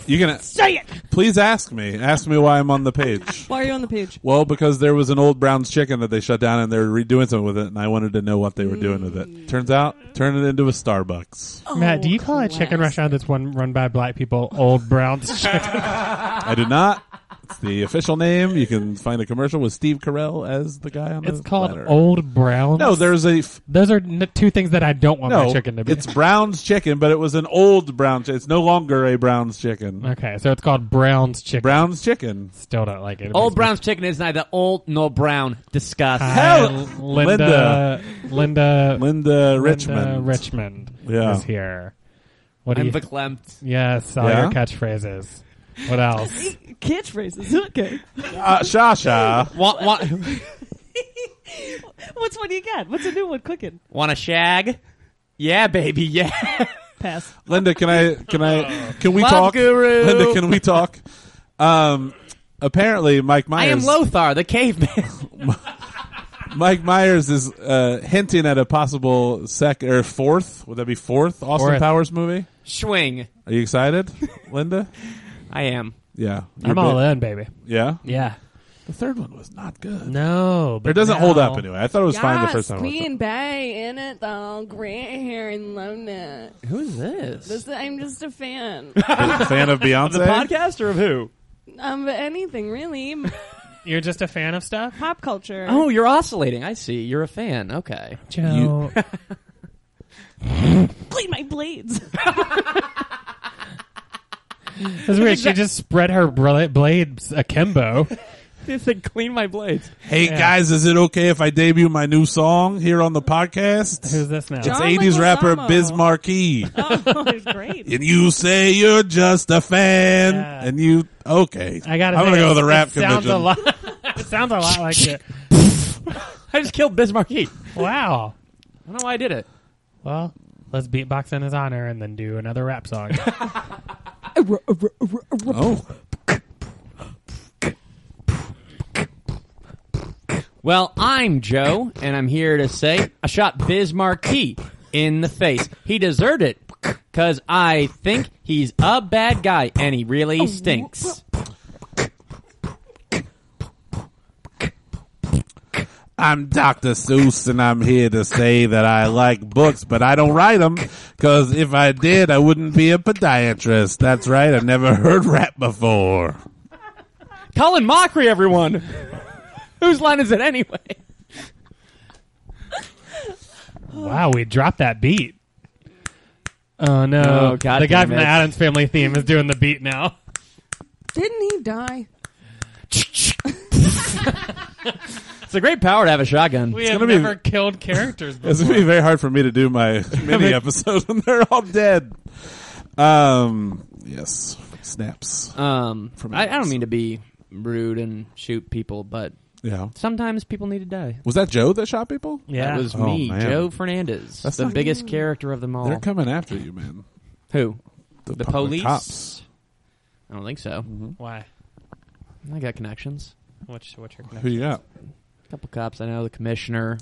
[SPEAKER 2] You can
[SPEAKER 4] Say it.
[SPEAKER 2] please ask me. Ask me why I'm on the page.
[SPEAKER 4] Why are you on the page?
[SPEAKER 2] Well, because there was an old Brown's chicken that they shut down and they're redoing something with it, and I wanted to know what they were doing with it. Turns out, turn it into a Starbucks.
[SPEAKER 1] Matt, do you call a chicken restaurant that's one run by black people old Brown's chicken?
[SPEAKER 2] I did not. It's the official name. You can find a commercial with Steve Carell as the guy on
[SPEAKER 1] It's
[SPEAKER 2] the
[SPEAKER 1] called
[SPEAKER 2] platter.
[SPEAKER 1] Old Brown.
[SPEAKER 2] No, there's a f-
[SPEAKER 1] those are n- two things that I don't want
[SPEAKER 2] no.
[SPEAKER 1] my chicken to be.
[SPEAKER 2] It's Brown's chicken, but it was an old Brown. Chi- it's no longer a Brown's chicken.
[SPEAKER 1] okay, so it's called Brown's chicken.
[SPEAKER 2] Brown's chicken.
[SPEAKER 1] Still don't like it. It makes
[SPEAKER 3] Old
[SPEAKER 1] me-
[SPEAKER 3] Brown's chicken is neither old nor brown. Disgust.
[SPEAKER 2] Hell-
[SPEAKER 1] And Linda, Linda,
[SPEAKER 2] Linda
[SPEAKER 1] Linda
[SPEAKER 2] Richmond.
[SPEAKER 1] Richmond
[SPEAKER 2] Yeah.
[SPEAKER 1] is here. What do
[SPEAKER 3] I'm
[SPEAKER 1] you?
[SPEAKER 3] verklempt.
[SPEAKER 1] yes, all
[SPEAKER 2] Yeah?
[SPEAKER 1] your catchphrases. What else?
[SPEAKER 4] Catchphrases. Okay.
[SPEAKER 2] uh, Shasha.
[SPEAKER 3] Want, want,
[SPEAKER 4] What's one you got? What's a new one cooking?
[SPEAKER 3] want a shag? Yeah, baby, yeah.
[SPEAKER 4] Pass.
[SPEAKER 2] Linda, can I can I can we
[SPEAKER 3] Love
[SPEAKER 2] talk?
[SPEAKER 3] guru.
[SPEAKER 2] Linda, can we talk? Um, apparently, Mike
[SPEAKER 3] I
[SPEAKER 2] Myers.
[SPEAKER 3] am Lothar, the caveman.
[SPEAKER 2] Mike Myers is uh, hinting at a possible sec or fourth. Would that be fourth Austin
[SPEAKER 1] Fourth.
[SPEAKER 2] Powers movie?
[SPEAKER 3] Swing.
[SPEAKER 2] Are you excited, Linda?
[SPEAKER 3] I am.
[SPEAKER 2] Yeah,
[SPEAKER 1] I'm
[SPEAKER 2] You're
[SPEAKER 1] all
[SPEAKER 2] big-
[SPEAKER 1] in, baby.
[SPEAKER 2] Yeah,
[SPEAKER 1] Yeah.
[SPEAKER 2] the third one was not good.
[SPEAKER 1] No, but
[SPEAKER 2] It doesn't
[SPEAKER 1] now-
[SPEAKER 2] hold up anyway. I thought it was fine the
[SPEAKER 4] Yes,
[SPEAKER 2] first time. I watched it.
[SPEAKER 4] Queen Bay in it though. Grant hair and Lona.
[SPEAKER 3] Who's this?
[SPEAKER 4] This, I'm just a fan.
[SPEAKER 2] A fan of Beyonce.
[SPEAKER 3] the podcaster of who?
[SPEAKER 4] um, but anything really.
[SPEAKER 1] You're just a fan of stuff.
[SPEAKER 4] Pop culture.
[SPEAKER 3] Oh, you're oscillating. I see. You're a fan. Okay.
[SPEAKER 1] Joe,
[SPEAKER 4] bleed my blades.
[SPEAKER 1] that's weird. She just spread her bla- blades akimbo.
[SPEAKER 3] This thing clean my blades.
[SPEAKER 2] Hey guys, is it okay if I debut my new song here on the podcast?
[SPEAKER 1] Who's this now?
[SPEAKER 2] It's
[SPEAKER 4] John
[SPEAKER 2] 80s rapper
[SPEAKER 4] Leguizamo.
[SPEAKER 2] Biz Markie.
[SPEAKER 4] oh, it's great.
[SPEAKER 2] and you say you're just a fan,
[SPEAKER 1] Yeah.
[SPEAKER 2] and you okay.
[SPEAKER 1] I gotta.
[SPEAKER 2] I'm gonna
[SPEAKER 1] say,
[SPEAKER 2] go to the
[SPEAKER 1] it-
[SPEAKER 2] rap
[SPEAKER 1] it
[SPEAKER 2] convention.
[SPEAKER 1] Sounds a lot. it sounds a lot like it.
[SPEAKER 3] I just killed Bismarcky.
[SPEAKER 1] Wow.
[SPEAKER 3] I don't know why I did it.
[SPEAKER 1] Well, let's beatbox in his honor and then do another rap song.
[SPEAKER 2] Oh,
[SPEAKER 3] Well, I'm Joe, and I'm here to say I shot Biz Markie in the face. He deserved it because I think he's a bad guy and he really stinks.
[SPEAKER 2] I'm Dr. Seuss, and I'm here to say that I like books, but I don't write them because if I did, I wouldn't be a podiatrist. That's right. I've never heard rap before.
[SPEAKER 3] Colin Mockery, everyone. Whose line is it anyway?
[SPEAKER 1] wow, we dropped that beat. Oh no!
[SPEAKER 3] Oh, God
[SPEAKER 1] the guy
[SPEAKER 3] damn
[SPEAKER 1] from
[SPEAKER 3] it.
[SPEAKER 1] the Adams Family theme is doing the beat now.
[SPEAKER 4] Didn't he die?
[SPEAKER 3] It's a great power to have a shotgun.
[SPEAKER 1] We have
[SPEAKER 2] gonna be-
[SPEAKER 1] never killed characters.
[SPEAKER 2] It's
[SPEAKER 1] Before.
[SPEAKER 2] gonna be very hard for me to do my mini episode when they're all dead. Um, yes, snaps.
[SPEAKER 1] Uh,
[SPEAKER 3] Um,
[SPEAKER 2] From
[SPEAKER 3] I, I
[SPEAKER 2] Adams.
[SPEAKER 3] don't mean to be rude and shoot people, but
[SPEAKER 2] Yeah.
[SPEAKER 3] sometimes people need to die.
[SPEAKER 2] Was that Joe that shot people?
[SPEAKER 1] yeah,
[SPEAKER 3] That was
[SPEAKER 2] Oh,
[SPEAKER 3] me,
[SPEAKER 2] man.
[SPEAKER 3] Joe Fernandez,
[SPEAKER 2] That's
[SPEAKER 3] the
[SPEAKER 2] not-
[SPEAKER 3] biggest character of them all.
[SPEAKER 2] They're coming after you, man.
[SPEAKER 3] Who? The
[SPEAKER 2] po-
[SPEAKER 3] police?
[SPEAKER 2] cops.
[SPEAKER 3] I don't think so.
[SPEAKER 1] why.
[SPEAKER 3] I got connections.
[SPEAKER 1] What's what's your
[SPEAKER 2] Who you got?
[SPEAKER 3] A couple cops I know, the commissioner,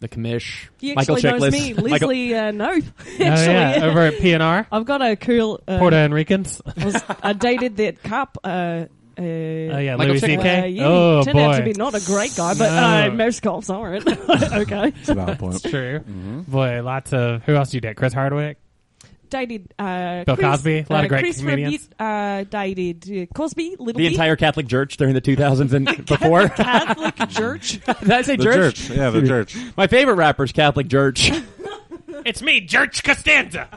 [SPEAKER 3] the commish,
[SPEAKER 4] He
[SPEAKER 3] Michael
[SPEAKER 4] actually knows
[SPEAKER 3] Chiklis.
[SPEAKER 4] me.
[SPEAKER 3] Michael-
[SPEAKER 4] Leslie, uh, no. Actually,
[SPEAKER 1] Oh yeah, over at PNR,
[SPEAKER 4] I've got a cool. Uh,
[SPEAKER 1] Puerto Ricans.
[SPEAKER 4] I, was, I dated that cop. Uh, uh, oh
[SPEAKER 1] Oh yeah,
[SPEAKER 3] Michael
[SPEAKER 1] Louis
[SPEAKER 3] Chiklis.
[SPEAKER 1] C.K.
[SPEAKER 4] Uh, yeah,
[SPEAKER 1] oh
[SPEAKER 4] he turned out to
[SPEAKER 1] boy,
[SPEAKER 4] be not a great guy, but
[SPEAKER 1] No.
[SPEAKER 4] uh, most cops aren't. okay.
[SPEAKER 2] That's a valid point.
[SPEAKER 1] true. Boy, lots of who else do you date? Chris Hardwick.
[SPEAKER 4] Dated uh,
[SPEAKER 1] Bill
[SPEAKER 4] Chris-
[SPEAKER 1] Cosby, a lot
[SPEAKER 4] uh,
[SPEAKER 1] of great
[SPEAKER 4] Chris
[SPEAKER 1] comedians.
[SPEAKER 4] Rabbit, uh, dated uh, Cosby, little
[SPEAKER 3] the
[SPEAKER 4] bit,
[SPEAKER 3] entire Catholic Church during the 2000s and before.
[SPEAKER 4] Catholic church.
[SPEAKER 3] Did I say
[SPEAKER 2] The
[SPEAKER 3] church?
[SPEAKER 2] church. Yeah, the church.
[SPEAKER 3] My favorite rapper's Catholic Church.
[SPEAKER 1] It's me, George Costanza.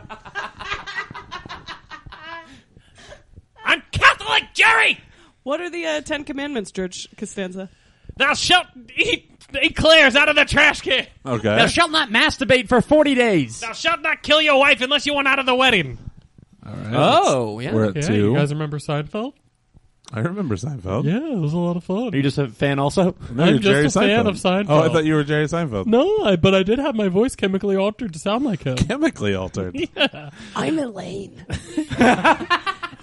[SPEAKER 1] I'm Catholic Jerry.
[SPEAKER 4] What are the uh, Ten Commandments, George Costanza?
[SPEAKER 1] Thou shalt eat eclairs out of the trash can.
[SPEAKER 2] Okay.
[SPEAKER 3] Thou shalt not masturbate for 40 days.
[SPEAKER 1] shalt not kill your wife unless you want out of the wedding.
[SPEAKER 2] All right.
[SPEAKER 3] Oh, yeah.
[SPEAKER 2] We're at
[SPEAKER 1] Yeah,
[SPEAKER 2] two.
[SPEAKER 1] you guys remember Seinfeld?
[SPEAKER 2] I remember Seinfeld.
[SPEAKER 1] Yeah, it was a lot of fun.
[SPEAKER 3] Are you just a fan also?
[SPEAKER 2] No,
[SPEAKER 1] I'm
[SPEAKER 2] you're
[SPEAKER 1] just
[SPEAKER 2] Jerry
[SPEAKER 1] a fan of Seinfeld.
[SPEAKER 2] Oh, I thought you were Jerry Seinfeld.
[SPEAKER 1] no, I, but I did have my voice chemically altered to sound like him.
[SPEAKER 2] Chemically altered.
[SPEAKER 4] I'm Elaine.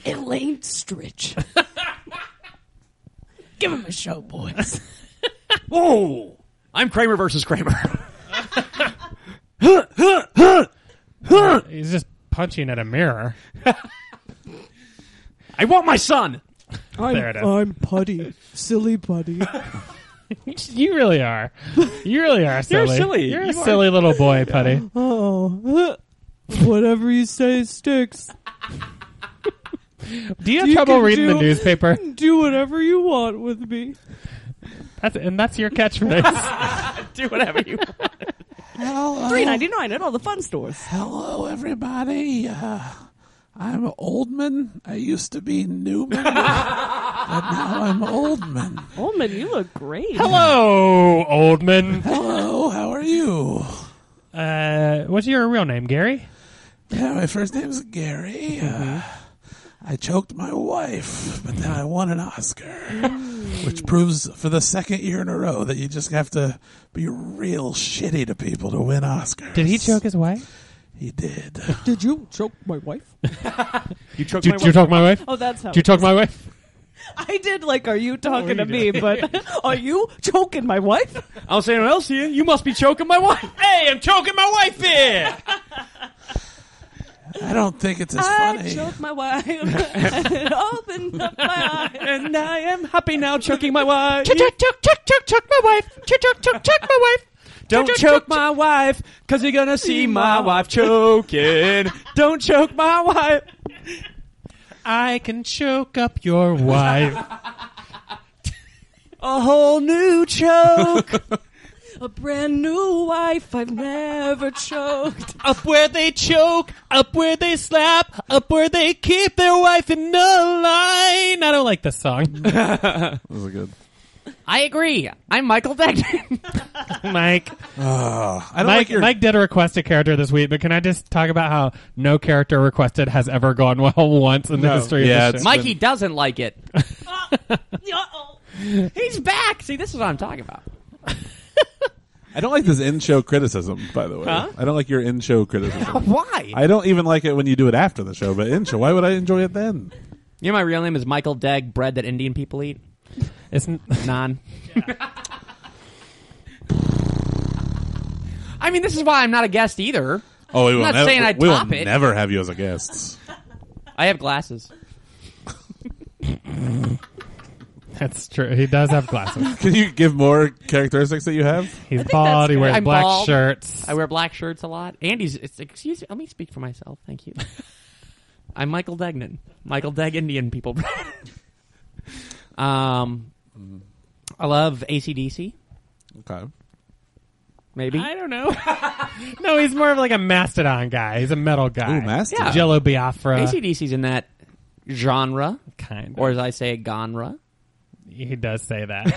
[SPEAKER 4] Elaine Stritch. Give him a show, boys.
[SPEAKER 3] Whoa! Oh, I'm Kramer versus Kramer.
[SPEAKER 1] He's just punching at a mirror.
[SPEAKER 3] I want my son.
[SPEAKER 4] I'm,
[SPEAKER 1] There it is.
[SPEAKER 4] I'm Putty. Silly Putty.
[SPEAKER 1] You really are. You really are silly.
[SPEAKER 3] silly.
[SPEAKER 1] You're a
[SPEAKER 3] You are-
[SPEAKER 1] silly little boy, Putty.
[SPEAKER 4] Oh. Whatever you say sticks.
[SPEAKER 1] Do you have
[SPEAKER 4] You
[SPEAKER 1] trouble
[SPEAKER 4] can
[SPEAKER 1] reading the
[SPEAKER 4] do-
[SPEAKER 1] newspaper?
[SPEAKER 4] Do whatever you want with me.
[SPEAKER 1] That's, and that's your catchphrase.
[SPEAKER 3] Do whatever you want.
[SPEAKER 4] Three ninety nine at all the fun stores.
[SPEAKER 2] Hello, everybody. Uh, I'm Oldman. I used to be Newman, but now I'm Oldman.
[SPEAKER 4] Oldman, you look great.
[SPEAKER 1] Hello, Oldman.
[SPEAKER 2] Hello, how are you?
[SPEAKER 1] Uh, what's your real name, Gary?
[SPEAKER 2] Yeah, my first name's Gary. Uh, I choked my wife, but then I won an Oscar, which proves for the second year in a row that you just have to be real shitty to people to win Oscars.
[SPEAKER 1] Did he choke his wife?
[SPEAKER 2] He did.
[SPEAKER 4] Did you choke my wife?
[SPEAKER 3] You choked
[SPEAKER 1] Did you, talk my wife?
[SPEAKER 4] Oh, that's how.
[SPEAKER 1] Did you talk my wife?
[SPEAKER 4] I did like, are you talking
[SPEAKER 1] Oh,
[SPEAKER 4] to me? But are you choking my wife?
[SPEAKER 3] I don't see anyone else here. You must be choking my wife. Hey, I'm choking my wife here.
[SPEAKER 2] I don't think it's as
[SPEAKER 4] I
[SPEAKER 2] funny.
[SPEAKER 4] choked my wife. and opened up my eyes.
[SPEAKER 3] and I am happy now choking my wife.
[SPEAKER 1] Choke, choke, choke, choke, choke my wife. Choke, choke, choke, choke my wife.
[SPEAKER 3] Don't choke my wife, cause you're gonna see my wife choking. Don't choke my wife.
[SPEAKER 1] I can choke up your wife.
[SPEAKER 3] A whole new choke
[SPEAKER 4] A brand new wife I've never choked.
[SPEAKER 1] up where they choke, up where they slap, up where they keep their wife in the line. I don't like this song.
[SPEAKER 2] was good.
[SPEAKER 6] I agree. I'm Michael Beckton.
[SPEAKER 1] Mike,
[SPEAKER 2] I
[SPEAKER 1] Mike,
[SPEAKER 2] don't like your.
[SPEAKER 1] Mike did request a character this week, but can I just talk about how no character requested has ever gone well once in the
[SPEAKER 2] No.
[SPEAKER 1] history
[SPEAKER 2] Yeah,
[SPEAKER 1] of the
[SPEAKER 2] it's-
[SPEAKER 1] show?
[SPEAKER 6] Mikey doesn't like it.
[SPEAKER 4] Uh-oh.
[SPEAKER 6] Uh, He's back. See, this is what I'm talking about.
[SPEAKER 2] I don't like this in-show criticism. By the way, I don't like your in-show criticism.
[SPEAKER 6] Why?
[SPEAKER 2] I don't even like it when you do it after the show, but in-show. Why would I enjoy it then?
[SPEAKER 6] you know my real name is Michael Degg, bread that Indian people eat.
[SPEAKER 1] It's n-
[SPEAKER 6] Non. I mean, this is why I'm not a guest either.
[SPEAKER 2] Oh, we will
[SPEAKER 6] not
[SPEAKER 2] nev-
[SPEAKER 6] saying I
[SPEAKER 2] we will
[SPEAKER 6] top it.
[SPEAKER 2] never have you as a guest.
[SPEAKER 6] I have glasses.
[SPEAKER 1] that's true. He does have glasses.
[SPEAKER 2] Can you give more characteristics that you have?
[SPEAKER 1] He's bald. He
[SPEAKER 6] good.
[SPEAKER 1] wears
[SPEAKER 6] I'm
[SPEAKER 1] black
[SPEAKER 6] bald.
[SPEAKER 1] shirts.
[SPEAKER 6] I wear black shirts a lot. Andy's. It's, excuse me. Let me speak for myself. Thank you. I'm Michael Degnan. Michael Deg Indian people. um, I love ACDC.
[SPEAKER 2] Okay.
[SPEAKER 6] Maybe
[SPEAKER 1] I don't know. no, he's more of like a mastodon guy. He's a metal guy.
[SPEAKER 2] Ooh, Mastodon.
[SPEAKER 6] Yeah.
[SPEAKER 1] Jello Biafra.
[SPEAKER 6] ACDC's in that genre,
[SPEAKER 1] kind.
[SPEAKER 6] or as I say, gonra.
[SPEAKER 1] he does say that.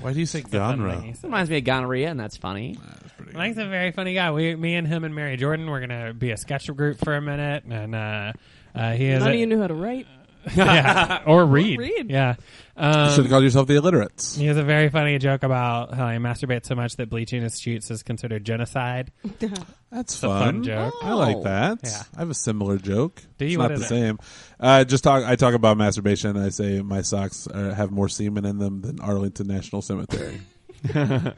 [SPEAKER 2] Why do you say genre?
[SPEAKER 6] Reminds me of gonorrhea, and that's funny.
[SPEAKER 1] Uh, Mike's a very funny guy. We, me and him and Mary Jordan, we're gonna be a sketch group for a minute, and uh, uh, he is
[SPEAKER 4] None
[SPEAKER 1] a-
[SPEAKER 4] of you knew how to write.
[SPEAKER 1] yeah, or read,
[SPEAKER 4] read.
[SPEAKER 1] yeah.
[SPEAKER 2] You should
[SPEAKER 1] Um,
[SPEAKER 2] have called yourself the illiterates.
[SPEAKER 1] he has a very funny joke about how he masturbates so much that bleaching his cheeks is considered genocide.
[SPEAKER 2] That's
[SPEAKER 1] a
[SPEAKER 2] fun.
[SPEAKER 1] fun joke.
[SPEAKER 2] I like that.
[SPEAKER 1] Yeah.
[SPEAKER 2] I have a similar joke.
[SPEAKER 1] Do you?
[SPEAKER 2] It's
[SPEAKER 1] What
[SPEAKER 2] not
[SPEAKER 1] is
[SPEAKER 2] the
[SPEAKER 1] it?
[SPEAKER 2] same. Uh, just talk. I talk about masturbation. and I say my socks are, have more semen in them than Arlington National Cemetery.
[SPEAKER 1] I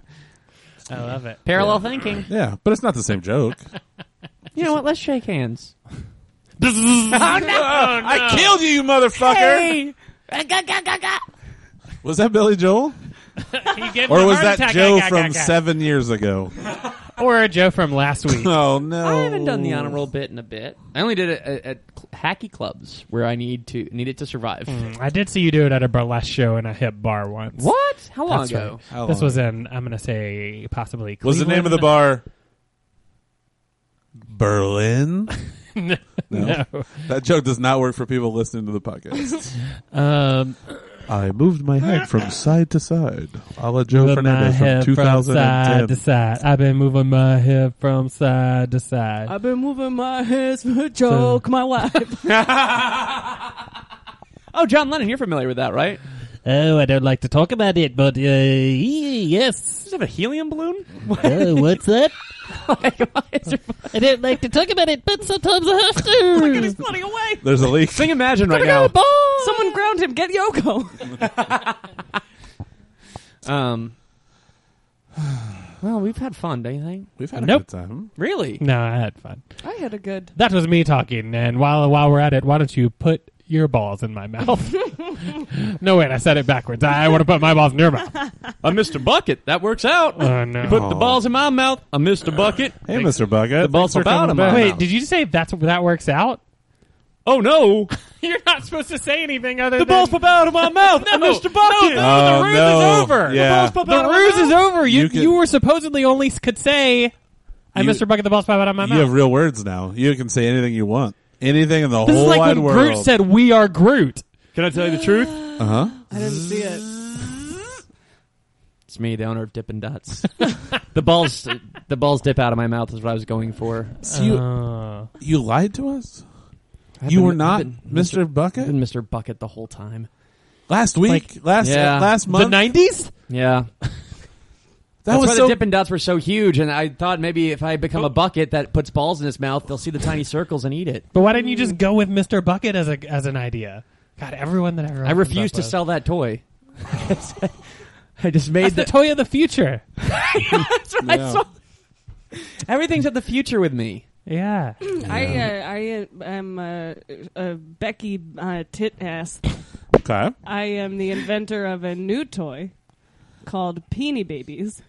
[SPEAKER 1] love it.
[SPEAKER 6] Parallel thinking.
[SPEAKER 2] yeah, but it's not the same joke.
[SPEAKER 6] You know what? Let's shake hands.
[SPEAKER 2] I killed you, you motherfucker. Was that Billy Joel,
[SPEAKER 1] He gave me
[SPEAKER 2] or
[SPEAKER 1] a
[SPEAKER 2] was
[SPEAKER 1] heart
[SPEAKER 2] that
[SPEAKER 1] attack.
[SPEAKER 2] Joe
[SPEAKER 1] Gah, gah,
[SPEAKER 2] from
[SPEAKER 1] gah, gah.
[SPEAKER 2] seven years ago?
[SPEAKER 1] or a Joe from last week?
[SPEAKER 2] Oh no!
[SPEAKER 6] I haven't done the honor roll bit in a bit. I only did it at, at cl- hacky clubs where I need to need it to survive.
[SPEAKER 1] I did see you do it at a burlesque show in a hip bar once.
[SPEAKER 6] What? How long
[SPEAKER 1] That's
[SPEAKER 6] ago?
[SPEAKER 1] right.
[SPEAKER 2] How
[SPEAKER 1] This
[SPEAKER 2] long?
[SPEAKER 1] was in, I'm going to say, possibly
[SPEAKER 2] Was the name of the
[SPEAKER 1] Cleveland.
[SPEAKER 2] bar Berlin?
[SPEAKER 1] No.
[SPEAKER 2] That joke does not work for people listening to the podcast.
[SPEAKER 1] Um,
[SPEAKER 2] I moved my head from side to side. A la Joe
[SPEAKER 1] moving my
[SPEAKER 2] Fernandez from
[SPEAKER 1] head from side to
[SPEAKER 2] 2010.
[SPEAKER 1] side. I've been moving my head from side to side.
[SPEAKER 4] I've been moving my hands to choke my wife.
[SPEAKER 6] Oh, John Lennon. You're familiar with that, right?
[SPEAKER 1] oh, I don't like to talk about it, but uh, yes.
[SPEAKER 6] Does it have a helium balloon?
[SPEAKER 1] Oh, what's that?
[SPEAKER 2] Oh
[SPEAKER 6] Like, why is there-
[SPEAKER 1] I don't like to talk about it, but sometimes I have to.
[SPEAKER 4] floating away.
[SPEAKER 2] There's a leak.
[SPEAKER 6] Sing Imagine right now.
[SPEAKER 4] Someone ground him. Get Yoko.
[SPEAKER 6] Um. Well, we've had fun, don't you think?
[SPEAKER 2] We've had a
[SPEAKER 1] Nope.
[SPEAKER 2] good time.
[SPEAKER 6] Really?
[SPEAKER 1] no, I had fun.
[SPEAKER 4] I had a good.
[SPEAKER 1] That was me talking, and while while we're at it, why don't you put your balls in my mouth? no, wait, I said it backwards. I want to put my balls in your mouth.
[SPEAKER 3] I'm Mr. Bucket. That works out.
[SPEAKER 6] Uh,
[SPEAKER 1] Oh, no.
[SPEAKER 3] You put the balls in my mouth. I'm Mr. Bucket.
[SPEAKER 2] Hey, Mr. Bucket.
[SPEAKER 3] The ball's
[SPEAKER 2] Thanks for
[SPEAKER 3] about
[SPEAKER 2] coming
[SPEAKER 3] him.
[SPEAKER 2] back.
[SPEAKER 1] Wait, did you say that's that works out?
[SPEAKER 3] Oh no!
[SPEAKER 1] You're not supposed to say anything other
[SPEAKER 3] The
[SPEAKER 1] than
[SPEAKER 3] balls pop out of my mouth. I missed a bucket.
[SPEAKER 2] Oh,
[SPEAKER 1] ruse is
[SPEAKER 2] no.
[SPEAKER 1] over. The
[SPEAKER 2] Yeah.
[SPEAKER 3] balls pop
[SPEAKER 1] Uh, the
[SPEAKER 3] out of my
[SPEAKER 1] ruse is over. You
[SPEAKER 2] You
[SPEAKER 1] you,
[SPEAKER 2] can-
[SPEAKER 1] were supposedly only s- could say, "I
[SPEAKER 2] You-
[SPEAKER 1] Mr. Bucket the balls pop out of my
[SPEAKER 2] You
[SPEAKER 1] mouth."
[SPEAKER 2] have real words now. You can say anything you want. Anything in the
[SPEAKER 1] this
[SPEAKER 2] whole
[SPEAKER 1] is like
[SPEAKER 2] wide
[SPEAKER 1] when
[SPEAKER 2] world.
[SPEAKER 1] Groot said, "We are Groot."
[SPEAKER 3] Can I tell you the truth?
[SPEAKER 2] uh-huh.
[SPEAKER 4] I didn't see it.
[SPEAKER 6] It's me, the owner of Dippin' Dots. the balls, the balls dip out of my mouth is what I was going for.
[SPEAKER 2] So you
[SPEAKER 1] Uh,
[SPEAKER 2] you lied to us.
[SPEAKER 6] I've
[SPEAKER 2] You
[SPEAKER 6] been-
[SPEAKER 2] were not
[SPEAKER 6] I've been
[SPEAKER 2] Mr.
[SPEAKER 6] I've
[SPEAKER 2] Bucket
[SPEAKER 6] been Mr. Bucket the whole time.
[SPEAKER 2] last week, last uh,
[SPEAKER 6] Yeah.
[SPEAKER 2] last
[SPEAKER 1] the
[SPEAKER 2] month.
[SPEAKER 1] nineties.
[SPEAKER 6] Yeah, that
[SPEAKER 2] that was
[SPEAKER 6] why
[SPEAKER 2] so.
[SPEAKER 6] the Dippin' Dots were so Oh. huge, and I thought maybe if I become a bucket that puts balls in his mouth, they'll see the tiny circles and eat it.
[SPEAKER 1] But why didn't you just go with Mr. Bucket as a as an idea? God, everyone that I
[SPEAKER 6] I refuse to sell that toy. I just made
[SPEAKER 1] That's the toy of the future.
[SPEAKER 6] I
[SPEAKER 2] Yeah.
[SPEAKER 6] saw- Everything's at the future with me.
[SPEAKER 1] Yeah.
[SPEAKER 4] I uh, I am uh, a Becky uh, tit ass.
[SPEAKER 2] Okay.
[SPEAKER 4] I am the inventor of a new toy called Peony Babies.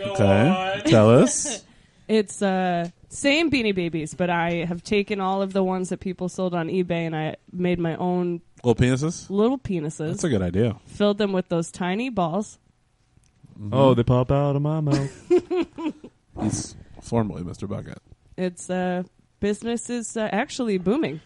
[SPEAKER 2] Okay. Tell us.
[SPEAKER 4] It's uh same Beanie Babies, but I have taken all of the ones that people sold on eBay and I made my own
[SPEAKER 2] Little penises.
[SPEAKER 4] little penises,
[SPEAKER 2] That's a good idea.
[SPEAKER 4] filled them with those tiny balls.
[SPEAKER 3] Oh, they pop out of my mouth.
[SPEAKER 2] He's formerly Mr. Bucket.
[SPEAKER 4] It's uh business is uh, actually booming.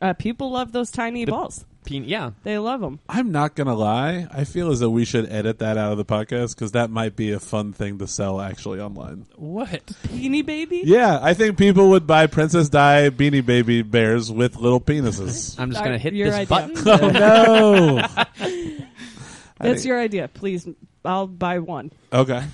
[SPEAKER 4] Uh, people love those tiny balls.
[SPEAKER 6] Peen- yeah,
[SPEAKER 4] They love them.
[SPEAKER 2] I'm not gonna lie. I feel as though we should edit that out of the podcast because that might be a fun thing to sell actually online.
[SPEAKER 1] What?
[SPEAKER 4] Peony Baby.
[SPEAKER 2] Yeah, I think people would buy Princess Di beanie baby bears with little penises.
[SPEAKER 6] I'm just
[SPEAKER 4] Sorry,
[SPEAKER 6] gonna hit
[SPEAKER 4] your
[SPEAKER 6] this
[SPEAKER 4] idea.
[SPEAKER 6] button.
[SPEAKER 2] oh no!
[SPEAKER 4] That's your idea. Please, I'll buy one.
[SPEAKER 2] Okay.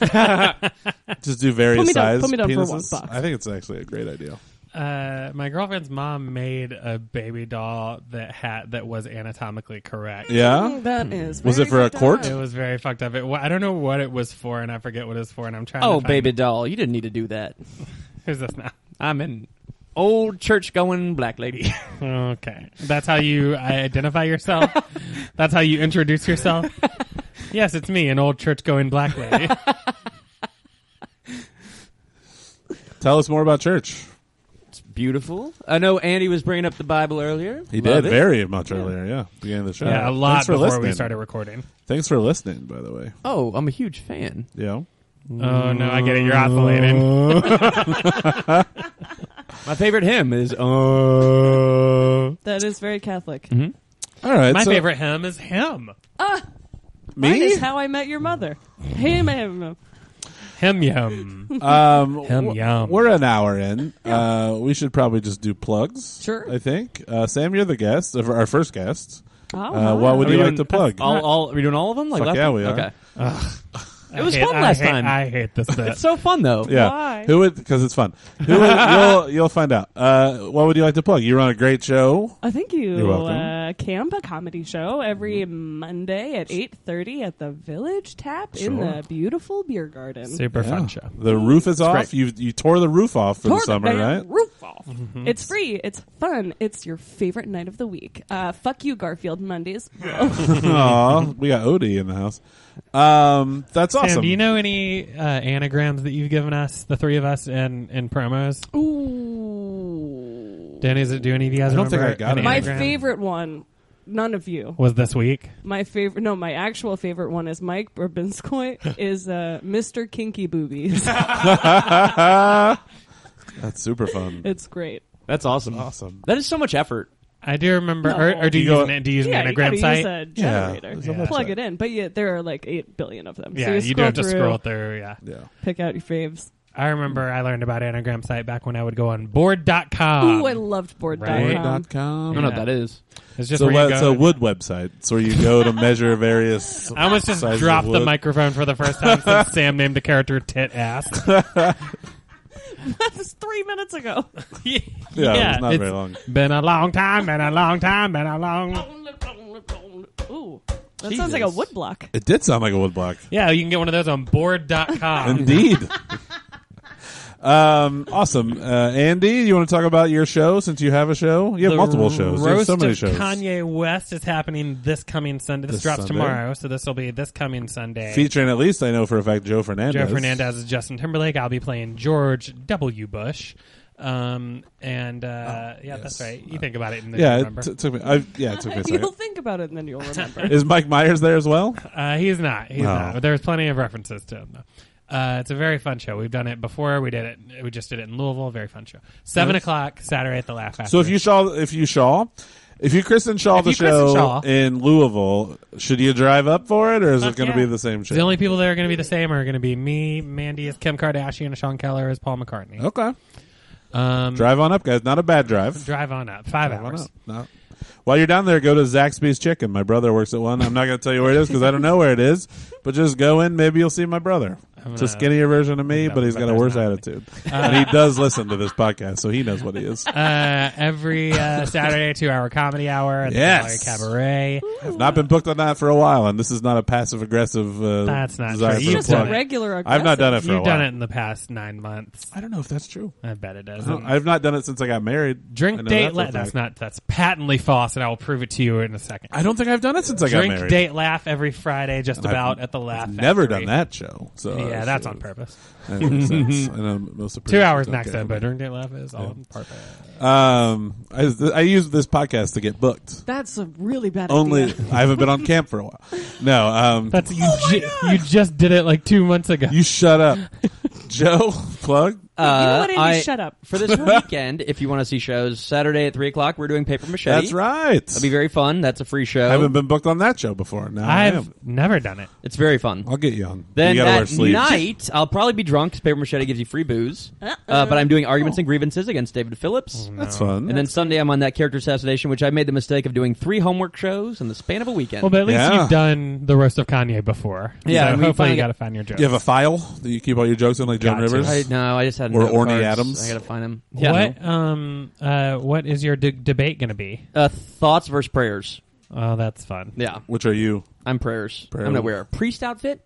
[SPEAKER 2] Just do various
[SPEAKER 4] Put me down-
[SPEAKER 2] sizes.
[SPEAKER 4] put me down for one
[SPEAKER 2] penises.
[SPEAKER 4] box.
[SPEAKER 2] I think it's actually a great idea.
[SPEAKER 1] Uh, my girlfriend's mom made a baby doll that had that was anatomically correct.
[SPEAKER 2] Yeah.
[SPEAKER 4] Mm, That is.
[SPEAKER 2] Hmm. Was
[SPEAKER 4] very
[SPEAKER 2] it for a
[SPEAKER 4] good
[SPEAKER 2] court?
[SPEAKER 1] It was very fucked up. It, wa- I don't know what it was for, and I forget what it's for, and I'm trying. to
[SPEAKER 6] Oh,
[SPEAKER 1] find
[SPEAKER 6] baby
[SPEAKER 1] it.
[SPEAKER 6] doll, you didn't need to do that.
[SPEAKER 1] who's this now?
[SPEAKER 6] I'm an old church going black lady.
[SPEAKER 1] Okay, that's how you identify yourself. that's how you introduce yourself. yes, it's me, an old church-going black lady.
[SPEAKER 2] Tell us more about church.
[SPEAKER 6] it's beautiful. I know Andy was bringing up the Bible earlier.
[SPEAKER 2] He
[SPEAKER 6] Love
[SPEAKER 2] did
[SPEAKER 6] it.
[SPEAKER 2] very much earlier. Yeah, beginning of the show.
[SPEAKER 1] yeah, a lot
[SPEAKER 2] Thanks for
[SPEAKER 1] before we
[SPEAKER 2] listening.
[SPEAKER 1] started recording.
[SPEAKER 2] Thanks for listening, by the way.
[SPEAKER 6] Oh, I'm a huge fan.
[SPEAKER 2] Yeah.
[SPEAKER 1] Oh no, I get it. You're oscillating.
[SPEAKER 6] My favorite hymn is um, uh
[SPEAKER 4] That is very Catholic.
[SPEAKER 2] Mm-hmm. All right.
[SPEAKER 1] My
[SPEAKER 2] so-
[SPEAKER 1] favorite hymn is him.
[SPEAKER 4] Mine
[SPEAKER 2] Me.
[SPEAKER 4] is how I met your mother. Hey, ma'am.
[SPEAKER 1] Him yum.
[SPEAKER 2] Um,
[SPEAKER 1] Yum,
[SPEAKER 2] w-
[SPEAKER 1] yum.
[SPEAKER 2] We're an hour in. Uh, we should probably just do plugs.
[SPEAKER 4] Sure.
[SPEAKER 2] I think uh, Sam, you're the guest, of our first guest.
[SPEAKER 4] Oh,
[SPEAKER 2] Uh, what would
[SPEAKER 6] Are
[SPEAKER 2] you
[SPEAKER 6] we
[SPEAKER 2] like
[SPEAKER 6] doing-
[SPEAKER 2] to plug?
[SPEAKER 6] all all are we doing all of them? Like
[SPEAKER 2] Fuck
[SPEAKER 6] left
[SPEAKER 2] yeah,
[SPEAKER 6] and-
[SPEAKER 2] we are.
[SPEAKER 6] Okay.
[SPEAKER 1] it
[SPEAKER 6] was fun last time.
[SPEAKER 1] I hate this
[SPEAKER 6] It's
[SPEAKER 1] bit.
[SPEAKER 6] so fun though.
[SPEAKER 2] yeah,
[SPEAKER 4] Why?
[SPEAKER 2] who would? Because it's fun. Who would, you'll you'll find out. Uh, what would you like to plug? You run a great show.
[SPEAKER 4] I think
[SPEAKER 2] You're
[SPEAKER 4] you
[SPEAKER 2] welcome. Mm-hmm.
[SPEAKER 4] uh, camp a comedy show every Monday at eight thirty at the Village Tap in
[SPEAKER 2] Sure.
[SPEAKER 4] the beautiful beer garden.
[SPEAKER 1] Super
[SPEAKER 2] Yeah.
[SPEAKER 1] fun show.
[SPEAKER 2] The roof is off.
[SPEAKER 6] great.
[SPEAKER 2] You you tore the roof off for
[SPEAKER 4] Tore
[SPEAKER 2] the summer,
[SPEAKER 4] damn
[SPEAKER 2] right? Mm-hmm.
[SPEAKER 4] Roof off. It's free. It's fun. It's your favorite night of the week. Uh, fuck you, Garfield Mondays.
[SPEAKER 2] Aw, we got Odie in the house. Um, that's awesome.
[SPEAKER 1] Sam, do you know any uh, anagrams that you've given us, the three of us, in in promos?
[SPEAKER 4] Ooh,
[SPEAKER 1] Dan, is it? Do any of you guys
[SPEAKER 2] I don't
[SPEAKER 1] remember?
[SPEAKER 2] think I got
[SPEAKER 1] an
[SPEAKER 2] it.
[SPEAKER 4] my
[SPEAKER 1] anagram?
[SPEAKER 4] favorite one. None of you.
[SPEAKER 1] was this week.
[SPEAKER 4] My favorite, no, my actual favorite one is Mike Burbinskoy is uh, Mr. Kinky Boobies.
[SPEAKER 2] that's super fun.
[SPEAKER 4] it's great.
[SPEAKER 6] That's awesome.
[SPEAKER 2] awesome.
[SPEAKER 6] That is so much effort.
[SPEAKER 1] I do remember. Or, or do you,
[SPEAKER 2] You
[SPEAKER 1] use
[SPEAKER 2] go-
[SPEAKER 1] an, do you use an
[SPEAKER 4] you gotta
[SPEAKER 1] anagram site?
[SPEAKER 4] Use a generator.
[SPEAKER 2] there's a website.
[SPEAKER 4] Plug it in. But yeah, there are like 8 billion of them. so
[SPEAKER 1] yeah,
[SPEAKER 4] you,
[SPEAKER 1] you do have to
[SPEAKER 4] through,
[SPEAKER 1] scroll through. Yeah,
[SPEAKER 2] Yeah.
[SPEAKER 4] Pick out your faves.
[SPEAKER 1] I remember I learned about anagram site back when I would go on board.com.
[SPEAKER 4] Ooh, I loved board.com.
[SPEAKER 1] Um, right.
[SPEAKER 2] Dot com.
[SPEAKER 6] I don't know what that is.
[SPEAKER 1] It's just
[SPEAKER 2] so
[SPEAKER 1] where
[SPEAKER 2] what,
[SPEAKER 1] you
[SPEAKER 2] it's
[SPEAKER 1] go.
[SPEAKER 2] a wood website. It's where you go to measure various.
[SPEAKER 1] I almost just
[SPEAKER 2] sizes
[SPEAKER 1] dropped
[SPEAKER 2] of
[SPEAKER 1] the
[SPEAKER 2] wood.
[SPEAKER 1] microphone for the first time since Sam named the character tit ass.
[SPEAKER 4] that was three minutes ago.
[SPEAKER 1] yeah,
[SPEAKER 2] Yeah, it was not
[SPEAKER 1] it's
[SPEAKER 2] very long.
[SPEAKER 1] Been a long time, been a long time, been a long.
[SPEAKER 4] Ooh, that sounds like a wood block.
[SPEAKER 2] It did sound like a wood block.
[SPEAKER 1] Yeah, you can get one of those on board.com.
[SPEAKER 2] Indeed. um, awesome. Uh, Andy, you want to talk about your show since you have a show? You have multiple shows. You have
[SPEAKER 1] Roast
[SPEAKER 2] so many
[SPEAKER 1] of
[SPEAKER 2] shows.
[SPEAKER 1] Kanye West is happening this coming Sunday. This,
[SPEAKER 2] This
[SPEAKER 1] drops
[SPEAKER 2] Sunday.
[SPEAKER 1] tomorrow, so this will be this coming Sunday.
[SPEAKER 2] Featuring at least I know for a fact Joe Fernandez.
[SPEAKER 1] Joe Fernandez is Justin Timberlake. I'll be playing George W. Bush. Um, and uh, yeah,
[SPEAKER 2] Oh, yes.
[SPEAKER 1] that's right. You think about it and then you
[SPEAKER 2] Yeah, it
[SPEAKER 1] remember.
[SPEAKER 2] t- took me. I, yeah, it took me a
[SPEAKER 4] You'll
[SPEAKER 2] second.
[SPEAKER 4] think about it and then you'll remember.
[SPEAKER 2] Is Mike Myers there as well?
[SPEAKER 1] Uh, he's not. He's
[SPEAKER 2] No.
[SPEAKER 1] not. But there's plenty of references to him. Though. Uh, it's a very fun show. We've done it before. We did it. We just did it in Louisville. Very fun show. Seven o'clock Saturday at the Laugh Factory.
[SPEAKER 2] So if you Shaw, if you Shaw, if you Kristen Shaw
[SPEAKER 1] If
[SPEAKER 2] the
[SPEAKER 1] you Kristen
[SPEAKER 2] show
[SPEAKER 1] Shaw.
[SPEAKER 2] in Louisville, should you drive up for it, or is it going to
[SPEAKER 1] yeah.
[SPEAKER 2] be the same show?
[SPEAKER 1] the only people that are going to be the same are going to be me, Mandy is Kim Kardashian, Sean Keller is Paul McCartney.
[SPEAKER 2] okay,
[SPEAKER 1] Um, drive,
[SPEAKER 2] drive on up, guys. Not a bad drive.
[SPEAKER 1] on up. Five
[SPEAKER 2] Drive on
[SPEAKER 1] hours.
[SPEAKER 2] up. No. While you're down there, go to Zaxby's Chicken. My brother works at one. I'm not going to tell you where it is because I don't know where it is. But just go in. Maybe you'll see my brother. It's a
[SPEAKER 1] gonna-
[SPEAKER 2] skinnier version of me,
[SPEAKER 1] No,
[SPEAKER 2] but he's
[SPEAKER 1] but
[SPEAKER 2] got a
[SPEAKER 1] there's
[SPEAKER 2] worse
[SPEAKER 1] not me.
[SPEAKER 2] attitude. and he does listen to this podcast, so he knows what he is.
[SPEAKER 1] Uh, every uh, Saturday, two hour comedy hour at
[SPEAKER 2] Yes.
[SPEAKER 1] the Gallery Cabaret.
[SPEAKER 2] I've not been booked on that for a while, and this is not a passive aggressive. Uh,
[SPEAKER 1] That's not true.
[SPEAKER 2] desire for a
[SPEAKER 1] You've
[SPEAKER 4] Just a
[SPEAKER 2] plug.
[SPEAKER 1] done it.
[SPEAKER 4] regular aggressive.
[SPEAKER 2] I've not done it for a
[SPEAKER 1] You've
[SPEAKER 2] while.
[SPEAKER 1] done it in the past nine months.
[SPEAKER 2] I don't know if that's true.
[SPEAKER 1] I bet it
[SPEAKER 2] I don't-
[SPEAKER 1] doesn't.
[SPEAKER 2] I've not done it since I got married. I
[SPEAKER 1] Drink
[SPEAKER 2] know
[SPEAKER 1] date
[SPEAKER 2] that's a
[SPEAKER 1] laugh. That's
[SPEAKER 2] fact.
[SPEAKER 1] not. That's patently false, and I will prove it to you in a second.
[SPEAKER 2] I don't think I've done it since I got
[SPEAKER 1] Drink
[SPEAKER 2] married.
[SPEAKER 1] date laugh every Friday, just
[SPEAKER 2] I've
[SPEAKER 1] about at the laugh.
[SPEAKER 2] Never
[SPEAKER 1] Factory.
[SPEAKER 2] done that Oh, show. So uh,
[SPEAKER 1] Yeah, that's on purpose.
[SPEAKER 2] That makes sense. And I'm most
[SPEAKER 1] Two
[SPEAKER 2] appreciative.
[SPEAKER 1] hours
[SPEAKER 2] Okay.
[SPEAKER 1] max, though, but drink date laugh is all on purpose.
[SPEAKER 2] Oh Um, I, I used this podcast to get booked.
[SPEAKER 4] That's a really bad
[SPEAKER 2] Only
[SPEAKER 4] idea.
[SPEAKER 2] I haven't been on camp for a while. No, um,
[SPEAKER 1] That's you. ju- you just did it like two months ago.
[SPEAKER 2] you shut up, Joe. Plug.
[SPEAKER 4] you know what, Andy?
[SPEAKER 3] Uh, I-
[SPEAKER 4] Shut up.
[SPEAKER 3] For this weekend, if you want to see shows, Saturday at 3 o'clock, we're doing Paper Machete.
[SPEAKER 2] That's right.
[SPEAKER 3] It'll be very fun. That's a free show.
[SPEAKER 2] I haven't been booked on that show before. Now I
[SPEAKER 1] I've
[SPEAKER 2] am.
[SPEAKER 1] never done it.
[SPEAKER 3] It's very fun.
[SPEAKER 2] I'll get young.
[SPEAKER 3] Then
[SPEAKER 2] you Oh, gotta wear
[SPEAKER 3] that
[SPEAKER 2] sleeves.
[SPEAKER 3] night, I'll probably be drunk because Paper Machete gives you free booze. Uh, but I'm doing arguments
[SPEAKER 4] Oh.
[SPEAKER 3] and grievances against David Phillips.
[SPEAKER 2] That's fun.
[SPEAKER 3] And then Sunday, I'm on that character assassination, which I made the mistake of doing three homework shows in the span of a weekend.
[SPEAKER 1] Well, but at least
[SPEAKER 2] Yeah.
[SPEAKER 1] you've done the roast of Kanye before.
[SPEAKER 3] Yeah,
[SPEAKER 1] So
[SPEAKER 3] and we
[SPEAKER 1] hopefully you
[SPEAKER 3] finally
[SPEAKER 1] got to
[SPEAKER 3] got-
[SPEAKER 1] find your joke.
[SPEAKER 2] you have a file that you keep all your jokes in, like John
[SPEAKER 1] Got to.
[SPEAKER 2] Rivers.
[SPEAKER 3] I, no, I just had
[SPEAKER 2] Or
[SPEAKER 3] note
[SPEAKER 2] Orny
[SPEAKER 3] cards.
[SPEAKER 2] Adams.
[SPEAKER 3] I gotta find him. Yeah.
[SPEAKER 1] what um uh what is your d- debate going to be?
[SPEAKER 3] Uh, thoughts versus prayers.
[SPEAKER 1] Oh, that's fun.
[SPEAKER 3] Yeah,
[SPEAKER 2] Which are you?
[SPEAKER 3] I'm prayers.
[SPEAKER 2] Prayers.
[SPEAKER 3] I'm gonna wear a priest outfit.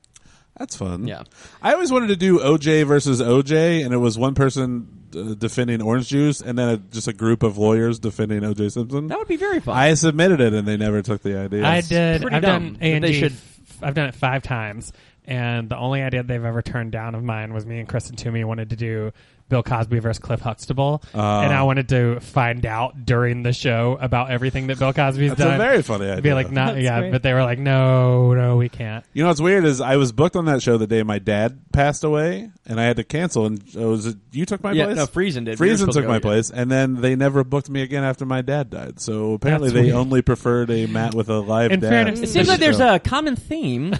[SPEAKER 2] That's fun.
[SPEAKER 3] Yeah.
[SPEAKER 2] I always wanted to do OJ versus OJ, and it was one person uh, defending orange juice, and then a, just a group of lawyers defending OJ Simpson.
[SPEAKER 3] That would be very fun.
[SPEAKER 2] I submitted it, and they never took the idea.
[SPEAKER 1] I did.
[SPEAKER 3] pretty
[SPEAKER 1] I've
[SPEAKER 3] dumb
[SPEAKER 1] done
[SPEAKER 3] that
[SPEAKER 1] A and
[SPEAKER 3] they
[SPEAKER 1] G.
[SPEAKER 3] should-
[SPEAKER 1] f- I've done it five times, and the only idea they've ever turned down of mine was me and Kristen Toomey wanted to do Bill Cosby versus Cliff Huxtable,
[SPEAKER 2] Oh.
[SPEAKER 1] and I wanted to find out during the show about everything that Bill Cosby's
[SPEAKER 2] That's
[SPEAKER 1] done.
[SPEAKER 2] a very funny idea.
[SPEAKER 1] I'd be like, not
[SPEAKER 4] That's
[SPEAKER 1] yeah,
[SPEAKER 4] great.
[SPEAKER 1] but they were like, no, no, we can't.
[SPEAKER 2] You know what's weird is I was booked on that show the day my dad passed away, and I had to cancel. And it was you took my
[SPEAKER 3] Yeah,
[SPEAKER 2] place?
[SPEAKER 3] no, Friesen did. We were
[SPEAKER 2] Friesen
[SPEAKER 3] supposed to
[SPEAKER 2] took
[SPEAKER 3] go,
[SPEAKER 2] my
[SPEAKER 3] yeah.
[SPEAKER 2] place, and then they never booked me again after my dad died. So apparently,
[SPEAKER 1] That's
[SPEAKER 2] they
[SPEAKER 1] weird.
[SPEAKER 2] only preferred a Matt with a live
[SPEAKER 1] In
[SPEAKER 2] dad.
[SPEAKER 1] fairness,
[SPEAKER 3] it seems like there's a common theme.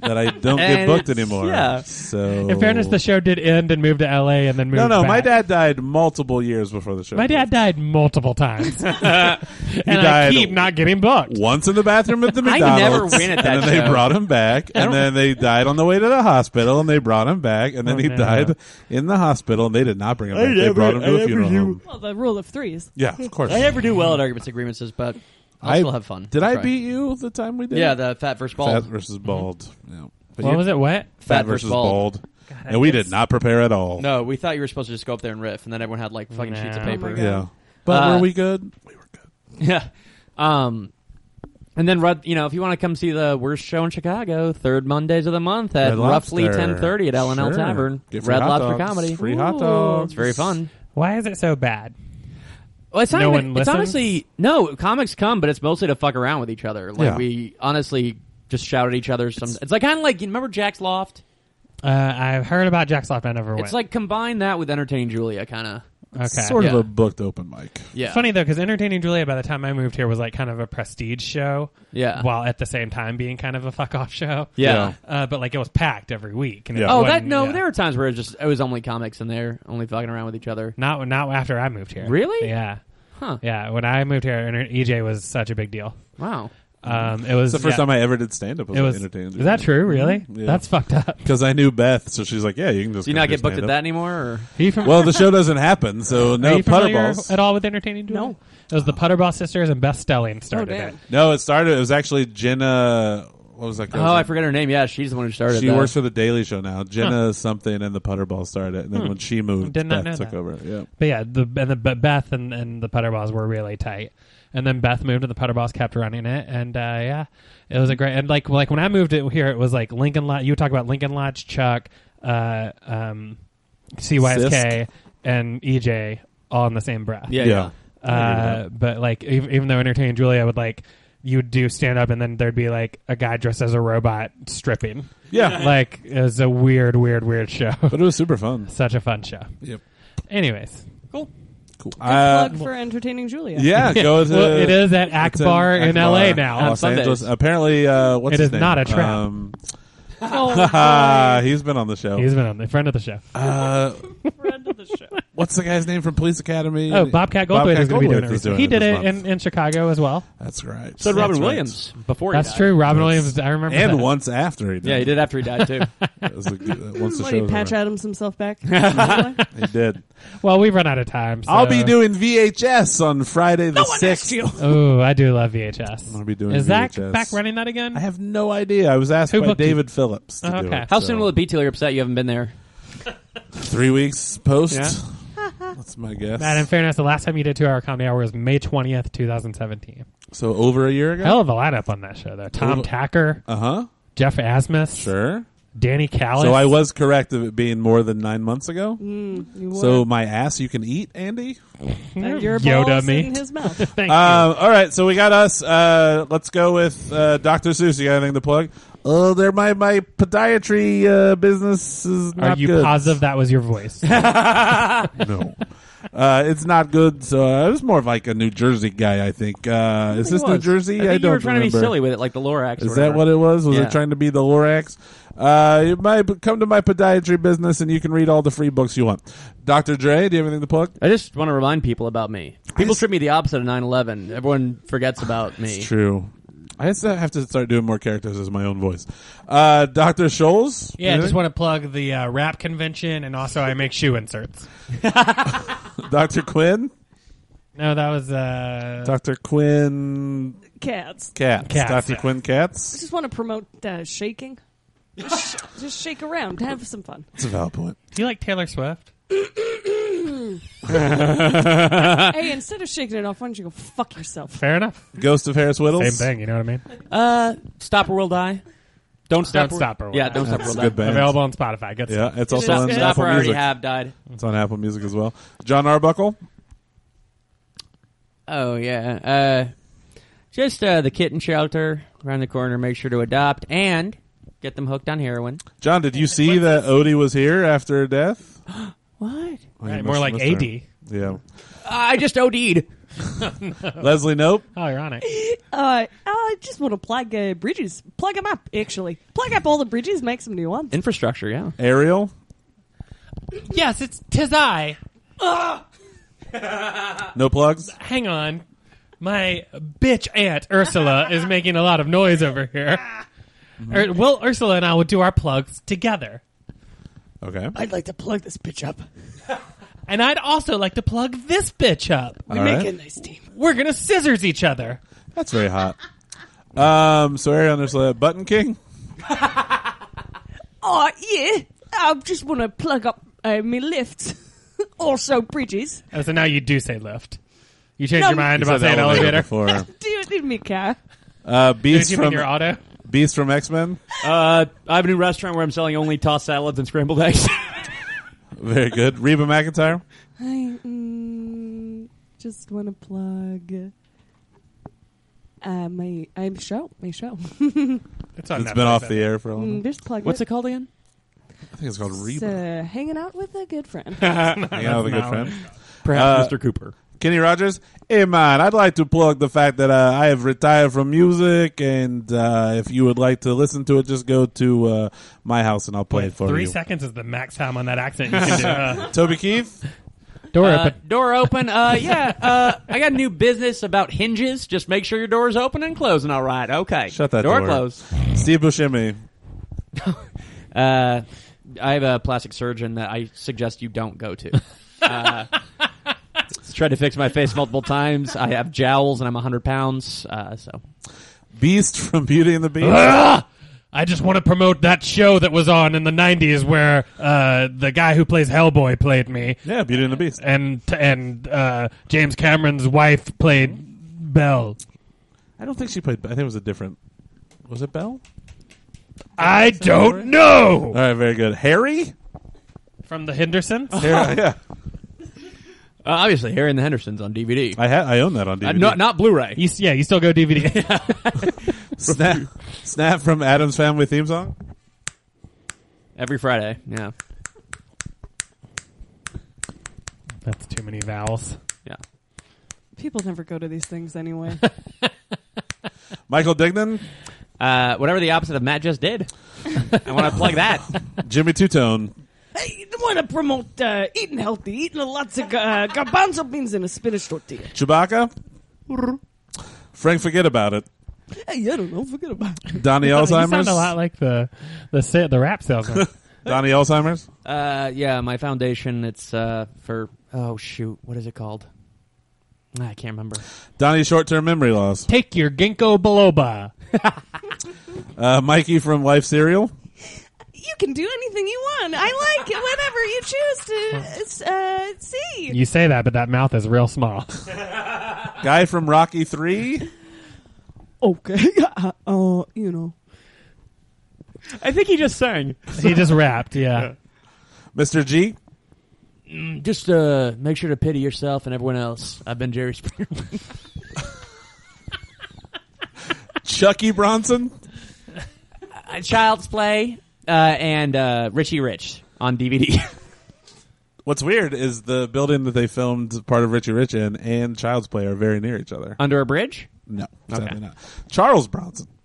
[SPEAKER 2] that I don't get
[SPEAKER 3] And
[SPEAKER 2] booked
[SPEAKER 3] it's-
[SPEAKER 2] anymore.
[SPEAKER 3] yeah.
[SPEAKER 2] So
[SPEAKER 1] In fairness, the show did end and moved to L.A. and then moved.
[SPEAKER 2] Oh. No, no, my
[SPEAKER 1] back.
[SPEAKER 2] dad died multiple years before the show.
[SPEAKER 1] My dad died multiple times, and I
[SPEAKER 2] died-
[SPEAKER 1] keep not getting booked.
[SPEAKER 2] once in the bathroom at the
[SPEAKER 3] I
[SPEAKER 2] McDonald's.
[SPEAKER 3] never win at that
[SPEAKER 2] And then they
[SPEAKER 3] show.
[SPEAKER 2] brought him back, and then they died on the way to the hospital, and they brought him back, and then
[SPEAKER 1] Oh,
[SPEAKER 2] he
[SPEAKER 1] no.
[SPEAKER 2] died in the hospital, and they did not bring him back. they brought him to a funeral home.
[SPEAKER 4] Well, the rule of threes.
[SPEAKER 2] Yeah, of course.
[SPEAKER 3] I never do well at arguments and grievances, but I'll
[SPEAKER 2] I-
[SPEAKER 3] still have fun.
[SPEAKER 2] Did
[SPEAKER 3] I'll
[SPEAKER 2] I
[SPEAKER 3] try.
[SPEAKER 2] beat you the time we did?
[SPEAKER 3] Yeah,
[SPEAKER 2] it?
[SPEAKER 3] the fat versus
[SPEAKER 2] fat
[SPEAKER 3] bald. Mm-hmm.
[SPEAKER 2] versus bald. Yeah. But
[SPEAKER 1] What
[SPEAKER 2] you-
[SPEAKER 1] was it? What?
[SPEAKER 2] Fat
[SPEAKER 3] Fat
[SPEAKER 2] versus
[SPEAKER 3] versus bald.
[SPEAKER 2] bald.
[SPEAKER 1] I
[SPEAKER 2] And we
[SPEAKER 1] guess-
[SPEAKER 2] did not prepare at all.
[SPEAKER 3] No, we thought you were supposed to just go up there and riff, and then everyone had like fucking sheets of
[SPEAKER 1] No. Oh
[SPEAKER 3] paper.
[SPEAKER 4] my
[SPEAKER 2] Yeah. But
[SPEAKER 3] Uh,
[SPEAKER 2] were we good? We were good.
[SPEAKER 3] Yeah. Um, and then Red, you know, if you want to come see the worst show in Chicago, third Mondays of the month at
[SPEAKER 2] Red
[SPEAKER 3] roughly
[SPEAKER 2] Lobster.
[SPEAKER 3] ten thirty at L and L
[SPEAKER 2] Sure.
[SPEAKER 3] Tavern,
[SPEAKER 2] Get free
[SPEAKER 3] Red
[SPEAKER 2] hot
[SPEAKER 3] Lobster
[SPEAKER 2] dogs.
[SPEAKER 3] Comedy.
[SPEAKER 2] Free hot dogs.
[SPEAKER 3] It's very fun.
[SPEAKER 1] Why is it so bad?
[SPEAKER 3] Well, it's not
[SPEAKER 1] No one
[SPEAKER 3] even, It's
[SPEAKER 1] listens?
[SPEAKER 3] honestly no comics come, but it's mostly to fuck around with each other. Like
[SPEAKER 2] Yeah.
[SPEAKER 3] we honestly just shout at each other. Some it's like kind of like you remember Jack's Loft.
[SPEAKER 1] Uh, I've heard about Jack's Loft. I never went.
[SPEAKER 3] It's like combine that with entertaining Julia, kind of.
[SPEAKER 1] okay.
[SPEAKER 2] Sort of
[SPEAKER 3] Yeah.
[SPEAKER 2] a booked open mic.
[SPEAKER 3] Yeah,
[SPEAKER 1] Funny though, because entertaining Julia by the time I moved here was like kind of a prestige show.
[SPEAKER 3] Yeah.
[SPEAKER 1] While at the same time being kind of a fuck off show.
[SPEAKER 3] Yeah.
[SPEAKER 1] Uh, but like it was packed every week. And it
[SPEAKER 2] Yeah.
[SPEAKER 3] Oh,
[SPEAKER 1] wasn't-
[SPEAKER 3] that no.
[SPEAKER 1] yeah.
[SPEAKER 3] There were times where it was just it was only comics in there, only fucking around with each other.
[SPEAKER 1] not not after I moved here.
[SPEAKER 3] Really?
[SPEAKER 1] Yeah.
[SPEAKER 3] Huh.
[SPEAKER 1] Yeah. When I moved here, enter- EJ was such a big deal.
[SPEAKER 3] Wow.
[SPEAKER 1] Um, it was
[SPEAKER 2] It's the first
[SPEAKER 1] yeah,
[SPEAKER 2] time I ever did stand up.
[SPEAKER 1] It was.
[SPEAKER 2] entertaining.
[SPEAKER 1] Is that true? Really?
[SPEAKER 2] Yeah.
[SPEAKER 1] That's fucked up.
[SPEAKER 2] Because I knew Beth, so she's like, "Yeah, you can just."
[SPEAKER 3] Do you
[SPEAKER 2] come
[SPEAKER 3] not
[SPEAKER 2] do
[SPEAKER 3] get booked at
[SPEAKER 2] stand-up.
[SPEAKER 3] that anymore? Or?
[SPEAKER 1] Are you from?
[SPEAKER 2] Well, the show doesn't happen, so
[SPEAKER 1] are
[SPEAKER 2] no
[SPEAKER 1] you familiar
[SPEAKER 2] Putterballs.
[SPEAKER 1] at all with entertaining Julia?
[SPEAKER 4] No. Oh,
[SPEAKER 1] It was the Putterball sisters and Beth Stelling started
[SPEAKER 4] damn.
[SPEAKER 1] it.
[SPEAKER 2] No, it started. It was actually Jenna. What was that? girl's
[SPEAKER 3] Oh, I
[SPEAKER 2] name?
[SPEAKER 3] forget her name. Yeah, she's the one who started.
[SPEAKER 2] She
[SPEAKER 3] that.
[SPEAKER 2] works for the Daily Show now. Jenna something and the Putterball started, and then when she moved,
[SPEAKER 1] Hmm. Did not
[SPEAKER 2] Beth
[SPEAKER 1] know
[SPEAKER 2] took
[SPEAKER 1] that.
[SPEAKER 2] over. Yeah.
[SPEAKER 1] But yeah, the and the but Beth and, and the Putterballs were really tight. And then Beth moved, and the Putterballs kept running it. And uh, yeah, it was a great and like like when I moved it here, it was like Lincoln Lodge. You would talk about Lincoln Lodge, Chuck, uh, um, CYSK, and EJ all in the same breath.
[SPEAKER 3] Yeah,
[SPEAKER 2] Yeah.
[SPEAKER 3] yeah.
[SPEAKER 1] Uh, but like even, even though entertaining Julia would like you would do stand up and then there'd be like a guy dressed as a robot stripping.
[SPEAKER 2] Yeah.
[SPEAKER 1] Like it was a weird, weird, weird show.
[SPEAKER 2] But it was super fun.
[SPEAKER 1] Such a fun show.
[SPEAKER 2] Yep.
[SPEAKER 1] Anyways, cool.
[SPEAKER 2] Cool.
[SPEAKER 4] Plug
[SPEAKER 2] Uh,
[SPEAKER 4] for entertaining Julia.
[SPEAKER 2] yeah, go to.
[SPEAKER 1] well, it is at
[SPEAKER 2] it's
[SPEAKER 1] Akbar in, LA
[SPEAKER 2] Akbar,
[SPEAKER 1] now.
[SPEAKER 2] Los
[SPEAKER 6] Sundays.
[SPEAKER 2] Angeles. Apparently, uh, what's
[SPEAKER 1] It
[SPEAKER 2] his
[SPEAKER 1] is
[SPEAKER 2] name?
[SPEAKER 1] not a trap.
[SPEAKER 2] Um,
[SPEAKER 4] Oh,
[SPEAKER 2] Ah, he's been on the show.
[SPEAKER 1] He's been on the friend of the show.
[SPEAKER 2] uh,
[SPEAKER 4] friend of the show.
[SPEAKER 2] what's the guy's name from Police Academy?
[SPEAKER 1] Oh, Bobcat Goldthwait is going to be doing it.
[SPEAKER 2] is
[SPEAKER 1] recently. he did
[SPEAKER 2] this
[SPEAKER 1] it in,
[SPEAKER 2] month.
[SPEAKER 1] in Chicago as well.
[SPEAKER 2] That's right.
[SPEAKER 6] So did
[SPEAKER 2] That's
[SPEAKER 6] Robin
[SPEAKER 2] right.
[SPEAKER 6] Williams before he
[SPEAKER 1] That's
[SPEAKER 6] died.
[SPEAKER 1] true. Robin
[SPEAKER 2] That's-
[SPEAKER 1] Williams. I remember.
[SPEAKER 2] And
[SPEAKER 1] that.
[SPEAKER 2] once after he did.
[SPEAKER 3] Yeah, he did after he died too.
[SPEAKER 2] That was a good- uh, once the
[SPEAKER 4] Let
[SPEAKER 2] show
[SPEAKER 4] me
[SPEAKER 2] was
[SPEAKER 4] Patch
[SPEAKER 2] over.
[SPEAKER 4] Adams himself back.
[SPEAKER 2] He did.
[SPEAKER 1] Well, we've run out of time. So.
[SPEAKER 2] I'll be doing VHS on Friday the sixth.
[SPEAKER 1] Oh, I do love VHS.
[SPEAKER 2] I'll be doing
[SPEAKER 1] Is that
[SPEAKER 2] VHS.
[SPEAKER 1] back running that again?
[SPEAKER 2] I have no idea. I was asked
[SPEAKER 1] Who
[SPEAKER 2] by
[SPEAKER 1] booked you?
[SPEAKER 2] David Phillips. To
[SPEAKER 1] Oh,
[SPEAKER 2] do
[SPEAKER 1] okay.
[SPEAKER 2] it,
[SPEAKER 6] How
[SPEAKER 2] so-
[SPEAKER 6] soon will it be till you're upset you haven't been there?
[SPEAKER 2] Three weeks post.
[SPEAKER 6] Yeah.
[SPEAKER 2] That's my guess.
[SPEAKER 1] Matt, in fairness, the last time you did two hour comedy hour was May 20th, 2017.
[SPEAKER 2] so over a year ago.
[SPEAKER 1] Hell of a lineup on that show, though. Tom
[SPEAKER 2] Ooh.
[SPEAKER 1] Tacker,
[SPEAKER 2] Uh huh.
[SPEAKER 1] Jeff Asmus,
[SPEAKER 2] Sure.
[SPEAKER 1] Danny Callis.
[SPEAKER 2] So I was correct of it being more than nine months ago.
[SPEAKER 4] You
[SPEAKER 2] So
[SPEAKER 4] were.
[SPEAKER 2] my ass, you can eat, Andy.
[SPEAKER 4] And your
[SPEAKER 1] Yoda
[SPEAKER 4] balls
[SPEAKER 1] me.
[SPEAKER 4] in his mouth.
[SPEAKER 1] Thank
[SPEAKER 2] Um, all right, so we got us. Uh, let's go with uh, Doctor Seuss. You got anything to plug? Oh, they're my my podiatry uh, business is
[SPEAKER 1] you. Are
[SPEAKER 2] not
[SPEAKER 1] you
[SPEAKER 2] good.
[SPEAKER 1] positive that was your voice?
[SPEAKER 2] no. Uh, it's not good. So I was more of like a New Jersey guy. I think. Uh, is this
[SPEAKER 6] It
[SPEAKER 2] New
[SPEAKER 6] was.
[SPEAKER 2] Jersey?
[SPEAKER 6] I, think
[SPEAKER 2] don't
[SPEAKER 6] you were trying
[SPEAKER 2] remember.
[SPEAKER 6] to be silly with it, like the Lorax. or
[SPEAKER 2] Is
[SPEAKER 6] whatever.
[SPEAKER 2] that what it was? Was
[SPEAKER 6] Yeah.
[SPEAKER 2] it trying to be the Lorax? Uh, you might come to my podiatry business, and you can read all the free books you want. Doctor Dre, do you have anything to plug?
[SPEAKER 6] I just want to remind people about me. People
[SPEAKER 2] just-
[SPEAKER 6] treat me the opposite of 9/11. Everyone forgets about me.
[SPEAKER 2] It's true. I just have to start doing more characters as my own voice. Uh, Doctor Scholes.
[SPEAKER 1] yeah, I just want to plug the uh, rap convention, and also I make shoe inserts.
[SPEAKER 2] Doctor Quinn.
[SPEAKER 1] No, that was. Uh,
[SPEAKER 2] Doctor Quinn
[SPEAKER 4] Cats.
[SPEAKER 2] Katz.
[SPEAKER 1] Katz,
[SPEAKER 2] Doctor
[SPEAKER 1] yeah.
[SPEAKER 2] Quinn
[SPEAKER 4] I
[SPEAKER 2] Katz.
[SPEAKER 4] just want to promote uh, shaking. Just, sh- just shake around. Have some fun.
[SPEAKER 2] It's a valid point.
[SPEAKER 1] do you like Taylor Swift?
[SPEAKER 4] hey, instead of shaking it off, why don't you go fuck yourself?
[SPEAKER 1] Fair enough.
[SPEAKER 2] Ghost of Harris Whittles.
[SPEAKER 1] Same thing, you know what I mean?
[SPEAKER 6] Uh, stop or we'll die. Don't stop.
[SPEAKER 1] Don't Stop or We'll
[SPEAKER 6] Yeah,
[SPEAKER 1] Die.
[SPEAKER 6] don't stop or
[SPEAKER 2] That's
[SPEAKER 6] we'll
[SPEAKER 2] a
[SPEAKER 6] die.
[SPEAKER 2] good band.
[SPEAKER 1] Available on Spotify. Good
[SPEAKER 2] Yeah,
[SPEAKER 1] stuff.
[SPEAKER 2] it's also
[SPEAKER 6] Stop,
[SPEAKER 2] on
[SPEAKER 6] stop
[SPEAKER 2] Apple
[SPEAKER 6] or I already
[SPEAKER 2] Music.
[SPEAKER 6] have died.
[SPEAKER 2] It's on Apple Music as well. John Arbuckle.
[SPEAKER 6] Oh yeah. Uh, just uh, the kitten shelter around the corner. Make sure to adopt and get them hooked on heroin.
[SPEAKER 2] John, did you see that Odie was here after her death?
[SPEAKER 6] What?
[SPEAKER 2] Oh, you
[SPEAKER 1] Right,
[SPEAKER 2] must-
[SPEAKER 1] more like
[SPEAKER 2] missed her.
[SPEAKER 1] AD.
[SPEAKER 2] Yeah.
[SPEAKER 6] I just OD'd.
[SPEAKER 2] Leslie Nope.
[SPEAKER 1] Oh, ironic.
[SPEAKER 4] Uh, I just want to plug uh, bridges. Plug them up, actually. Plug up all the bridges, make some new ones.
[SPEAKER 6] Infrastructure. Yeah.
[SPEAKER 2] Ariel.
[SPEAKER 1] yes, it's tis I.
[SPEAKER 2] No plugs.
[SPEAKER 1] hang on. My bitch aunt Ursula is making a lot of noise over here. Or, well, Ursula and I will do our plugs together.
[SPEAKER 2] Okay.
[SPEAKER 7] I'd like to plug this bitch up.
[SPEAKER 1] And I'd also like to plug this bitch up.
[SPEAKER 7] We
[SPEAKER 2] All
[SPEAKER 7] make
[SPEAKER 2] right.
[SPEAKER 7] a nice team.
[SPEAKER 1] We're going to scissors each other.
[SPEAKER 2] That's very hot. Um, so Ariel Ursula Button King.
[SPEAKER 4] Oh, yeah. I just want to plug up uh, my lifts. also, bridges.
[SPEAKER 1] Oh, so now you do say lift. You changed
[SPEAKER 4] No,
[SPEAKER 1] your mind about saying elevator.
[SPEAKER 2] before.
[SPEAKER 4] Do you need me car?
[SPEAKER 2] Uh,
[SPEAKER 1] Did
[SPEAKER 2] Beast
[SPEAKER 1] you mean
[SPEAKER 2] from
[SPEAKER 1] your auto?
[SPEAKER 2] Beast from X Men.
[SPEAKER 6] Uh, I have a new restaurant where I'm selling only tossed salads and scrambled eggs.
[SPEAKER 2] Very good. Reba McIntyre.
[SPEAKER 4] I mm, just want to plug uh, my I'm show my show.
[SPEAKER 1] It's on
[SPEAKER 2] It's
[SPEAKER 1] Netflix,
[SPEAKER 2] been off
[SPEAKER 1] I
[SPEAKER 2] the
[SPEAKER 1] think.
[SPEAKER 2] air for a long.
[SPEAKER 4] Mm, just plug
[SPEAKER 6] What's it called again?
[SPEAKER 2] I think it's called
[SPEAKER 4] It's,
[SPEAKER 2] Reba.
[SPEAKER 4] uh, hanging out with a good friend.
[SPEAKER 2] Hang out with a
[SPEAKER 1] That's
[SPEAKER 2] good
[SPEAKER 1] not
[SPEAKER 2] friend.
[SPEAKER 6] Perhaps
[SPEAKER 2] Uh,
[SPEAKER 6] Mr. Cooper.
[SPEAKER 2] Kenny Rogers. Hey man, I'd like to plug the fact that uh, I have retired from music, and uh, if you would like to listen to it, just go to uh, my house and I'll play it for
[SPEAKER 1] Three
[SPEAKER 2] you.
[SPEAKER 1] seconds is the max time on that accent you can do. Uh,
[SPEAKER 2] Toby Keith.
[SPEAKER 1] door
[SPEAKER 6] Uh,
[SPEAKER 1] open.
[SPEAKER 6] door open. Uh, yeah. Uh, I got a new business about hinges. Just make sure your door's open and closing. All right. Okay.
[SPEAKER 2] Shut that
[SPEAKER 6] door.
[SPEAKER 2] door.
[SPEAKER 6] closed.
[SPEAKER 2] Steve Buscemi.
[SPEAKER 6] Uh, I have a plastic surgeon that I suggest you don't go to. uh, he's tried to fix my face multiple times. I have jowls and I'm 100 pounds. Uh, so
[SPEAKER 2] Beast from Beauty and the Beast.
[SPEAKER 1] Ah! I just want to promote that show that was on in the 90s where uh, the guy who plays Hellboy played me.
[SPEAKER 2] yeah, Beauty and the Beast.
[SPEAKER 1] and and uh, James Cameron's wife played Belle.
[SPEAKER 2] I don't think she played. I think it was a different. Was it Belle?
[SPEAKER 1] I
[SPEAKER 2] right?
[SPEAKER 1] don't know
[SPEAKER 2] All right, very good. Harry.
[SPEAKER 1] from the Hendersons.
[SPEAKER 2] Harry yeah.
[SPEAKER 3] Uh, obviously, Harry and the Hendersons on DVD.
[SPEAKER 2] I ha- I own that on DVD.
[SPEAKER 3] Uh, no, not Blu-ray.
[SPEAKER 1] You, s- yeah, you still go DVD.
[SPEAKER 2] snap, snap from Adam's Family theme song.
[SPEAKER 3] Every Friday. Yeah.
[SPEAKER 1] That's too many vowels.
[SPEAKER 3] Yeah.
[SPEAKER 4] People never go to these things anyway.
[SPEAKER 2] Michael Dignan,
[SPEAKER 3] Uh, whatever the opposite of Matt just did. I want to plug that.
[SPEAKER 2] Jimmy Two Tone.
[SPEAKER 4] hey, you want to promote uh, eating healthy, eating lots of uh, garbanzo beans and a spinach tortilla.
[SPEAKER 2] Chewbacca. Frank, forget about it.
[SPEAKER 4] Hey, I don't know. Forget about it.
[SPEAKER 2] Donnie
[SPEAKER 1] You sound a lot
[SPEAKER 2] Alzheimer's.
[SPEAKER 1] like the the sa- the rap salesman.
[SPEAKER 2] Donnie Alzheimer's.
[SPEAKER 3] Uh, yeah, my foundation. It's uh, for oh shoot, what is it called? Ah, I can't remember.
[SPEAKER 2] Donnie short-term memory loss.
[SPEAKER 1] Take your ginkgo biloba.
[SPEAKER 2] Uh, Mikey from Life Serial.
[SPEAKER 4] You can do anything you want. I like it, whatever you choose to uh, see.
[SPEAKER 1] You say that, but that mouth is real small.
[SPEAKER 2] Guy from Rocky Three.
[SPEAKER 4] Okay. Uh, uh, you know.
[SPEAKER 3] I think he just sang.
[SPEAKER 1] he just rapped. Yeah.
[SPEAKER 2] Mr. G.
[SPEAKER 3] Just uh, make sure to pity yourself and everyone else. I've been Jerry Springer.
[SPEAKER 2] Chucky Bronson.
[SPEAKER 3] Uh, Child's Play uh, and uh, Richie Rich on DVD.
[SPEAKER 2] What's weird is the building that they filmed part of Richie Rich in and Child's Play are very near each other.
[SPEAKER 3] Under a bridge.
[SPEAKER 2] No, sadly not. Charles Bronson.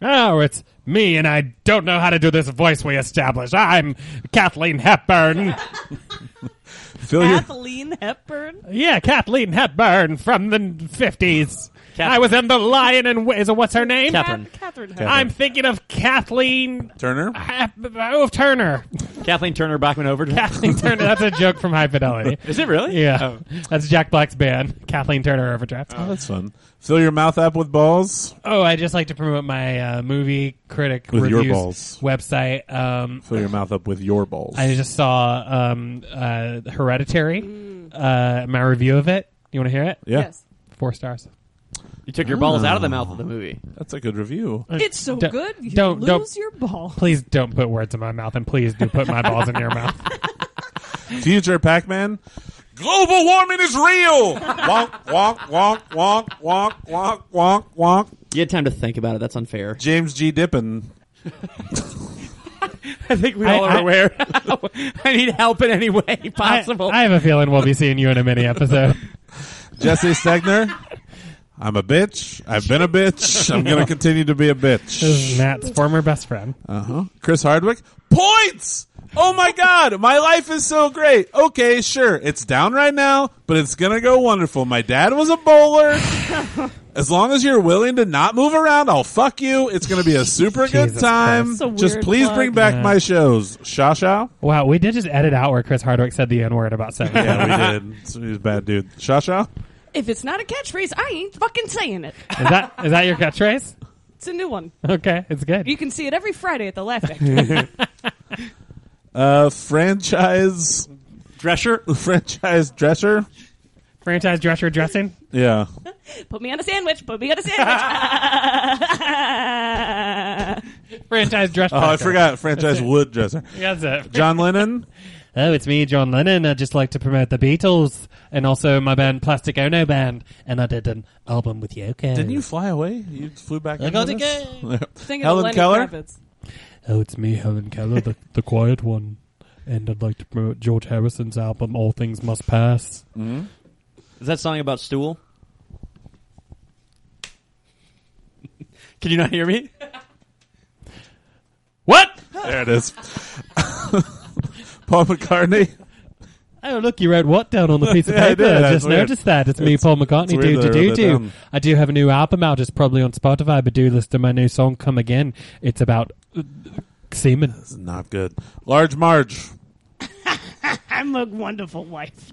[SPEAKER 1] Oh, it's me, and I don't know how to do this voice we established. I'm Kathleen Hepburn.
[SPEAKER 2] Fill your
[SPEAKER 4] Kathleen Hepburn.
[SPEAKER 1] yeah, Kathleen Hepburn from the fifties.
[SPEAKER 3] Kath-
[SPEAKER 1] I was in the Lion and Wi- is it what's her name?
[SPEAKER 3] Catherine.
[SPEAKER 4] Catherine Hepburn.
[SPEAKER 1] I'm thinking of Kathleen
[SPEAKER 2] Turner.
[SPEAKER 1] Hep- oh, Turner.
[SPEAKER 3] Kathleen Turner Bachman Overton.
[SPEAKER 1] Kathleen Turner. That's a joke from High Fidelity.
[SPEAKER 3] Is it really?
[SPEAKER 1] Yeah, that's Jack Black's band, Kathleen Turner Overdraft.
[SPEAKER 2] Oh, that's fun. Fill your mouth up with balls.
[SPEAKER 1] Oh, I just like to promote my uh, movie critic
[SPEAKER 2] With your
[SPEAKER 1] reviews
[SPEAKER 2] balls.
[SPEAKER 1] website. Um,
[SPEAKER 2] Fill your mouth up with your balls.
[SPEAKER 1] I just saw um, uh, Hereditary. Uh, my review of it. You want to hear it?
[SPEAKER 2] yeah,
[SPEAKER 4] Yes.
[SPEAKER 1] Four stars.
[SPEAKER 3] You took your balls out of the mouth of the movie.
[SPEAKER 2] that's a good review.
[SPEAKER 4] It's so
[SPEAKER 1] Don't-
[SPEAKER 4] good. You
[SPEAKER 1] don't-
[SPEAKER 4] lose
[SPEAKER 1] don't-
[SPEAKER 4] your ball.
[SPEAKER 1] Please don't put words in my mouth, and please do put my balls in your mouth.
[SPEAKER 2] Future Pac-Man. Global warming is real. wonk wonk wonk wonk wonk wonk wonk wonk.
[SPEAKER 3] You had time to think about it. That's unfair.
[SPEAKER 2] James G. Dippin.
[SPEAKER 3] I think we
[SPEAKER 1] all are
[SPEAKER 3] aware. I need help in any way possible.
[SPEAKER 1] I, I have a feeling we'll be seeing you in a mini episode.
[SPEAKER 2] Jesse Stegner. I'm a bitch. I've been a bitch. I'm gonna continue to be a bitch.
[SPEAKER 1] This is Matt's former best friend.
[SPEAKER 2] Uh huh. Chris Hardwick. Points. Oh my God. My life is so great. Okay, sure. It's down right now, but it's gonna go wonderful. My dad was a bowler. As long as you're willing to not move around, I'll fuck you. It's gonna be a super good
[SPEAKER 1] Jesus
[SPEAKER 2] time.
[SPEAKER 1] Christ.
[SPEAKER 4] That's a
[SPEAKER 2] Just
[SPEAKER 4] weird
[SPEAKER 2] please
[SPEAKER 4] plug.
[SPEAKER 2] bring back
[SPEAKER 1] Yeah.
[SPEAKER 2] my shows. Sha Sha.
[SPEAKER 1] Wow, we did just edit out where Chris Hardwick said the N word about seven.
[SPEAKER 2] Yeah, we did. So He's a bad dude. Sha Sha.
[SPEAKER 4] If it's not a catchphrase, I ain't fucking saying it.
[SPEAKER 1] Is that is that your catchphrase?
[SPEAKER 4] It's a new one.
[SPEAKER 1] Okay, it's good.
[SPEAKER 4] You can see it every Friday at the Laugh Factory.
[SPEAKER 2] Uh, franchise
[SPEAKER 3] Drescher.
[SPEAKER 2] franchise dresser.
[SPEAKER 1] Franchise dresser dressing.
[SPEAKER 2] Yeah.
[SPEAKER 4] put me on a sandwich. Put me on a sandwich.
[SPEAKER 1] Franchise dresser.
[SPEAKER 2] Oh, I forgot. Franchise wood dresser.
[SPEAKER 1] That's it.
[SPEAKER 2] John Lennon.
[SPEAKER 1] Hello, Oh, it's me, John Lennon. I'd just like to promote the Beatles and also my band Plastic Ono Band, and I did an album with Yoko.
[SPEAKER 2] Didn't you fly away? You flew back. I
[SPEAKER 1] gotta
[SPEAKER 4] Singing
[SPEAKER 2] Helen
[SPEAKER 4] Lenny
[SPEAKER 2] Keller?
[SPEAKER 4] Kravitz.
[SPEAKER 1] Oh, it's me, Helen Keller, the, the quiet one. And I'd like to promote George Harrison's album, All Things Must Pass.
[SPEAKER 3] Is that something about stool? Can you not hear me?
[SPEAKER 1] What?
[SPEAKER 2] There it is. Paul McCartney.
[SPEAKER 1] Oh, look, you wrote what down on the piece of
[SPEAKER 2] Yeah, I
[SPEAKER 1] paper.
[SPEAKER 2] did.
[SPEAKER 1] I,
[SPEAKER 2] That's
[SPEAKER 1] just
[SPEAKER 2] weird.
[SPEAKER 1] noticed that. It's, me, Paul McCartney.
[SPEAKER 2] weird
[SPEAKER 1] Do,
[SPEAKER 2] that I
[SPEAKER 1] do,
[SPEAKER 2] wrote
[SPEAKER 1] do, do.
[SPEAKER 2] that down.
[SPEAKER 1] I do have a new album out. It's probably on Spotify, but do listen to my new song, Come Again. It's about uh, semen.
[SPEAKER 2] This is not good. Large Marge.
[SPEAKER 4] I'm a wonderful wife.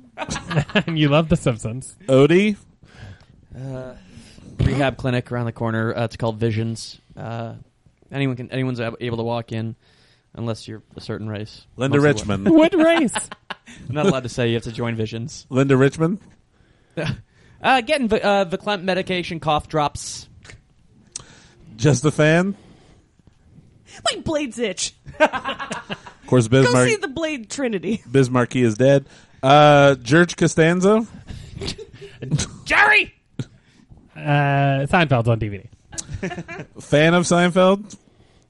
[SPEAKER 1] and you love The Simpsons.
[SPEAKER 2] Odie.
[SPEAKER 3] Rehab clinic around the corner. Uh, it's called Visions. Uh, anyone can anyone's ab- able to walk in, unless you're a certain race.
[SPEAKER 2] Linda
[SPEAKER 3] Mostly
[SPEAKER 2] Richmond.
[SPEAKER 1] What race?
[SPEAKER 3] white. I'm not allowed to say. You have to join Visions.
[SPEAKER 2] Linda Richmond.
[SPEAKER 3] Uh, getting vi- uh, Viclamp medication, cough drops.
[SPEAKER 2] Just a fan.
[SPEAKER 4] My blades itch.
[SPEAKER 2] Of course,
[SPEAKER 4] Go
[SPEAKER 2] Bismarck.
[SPEAKER 4] see the Blade Trinity.
[SPEAKER 2] Bismarcky is dead. Uh, George Costanza.
[SPEAKER 8] Jerry!
[SPEAKER 1] Uh, Seinfeld's on DVD.
[SPEAKER 2] Fan of Seinfeld.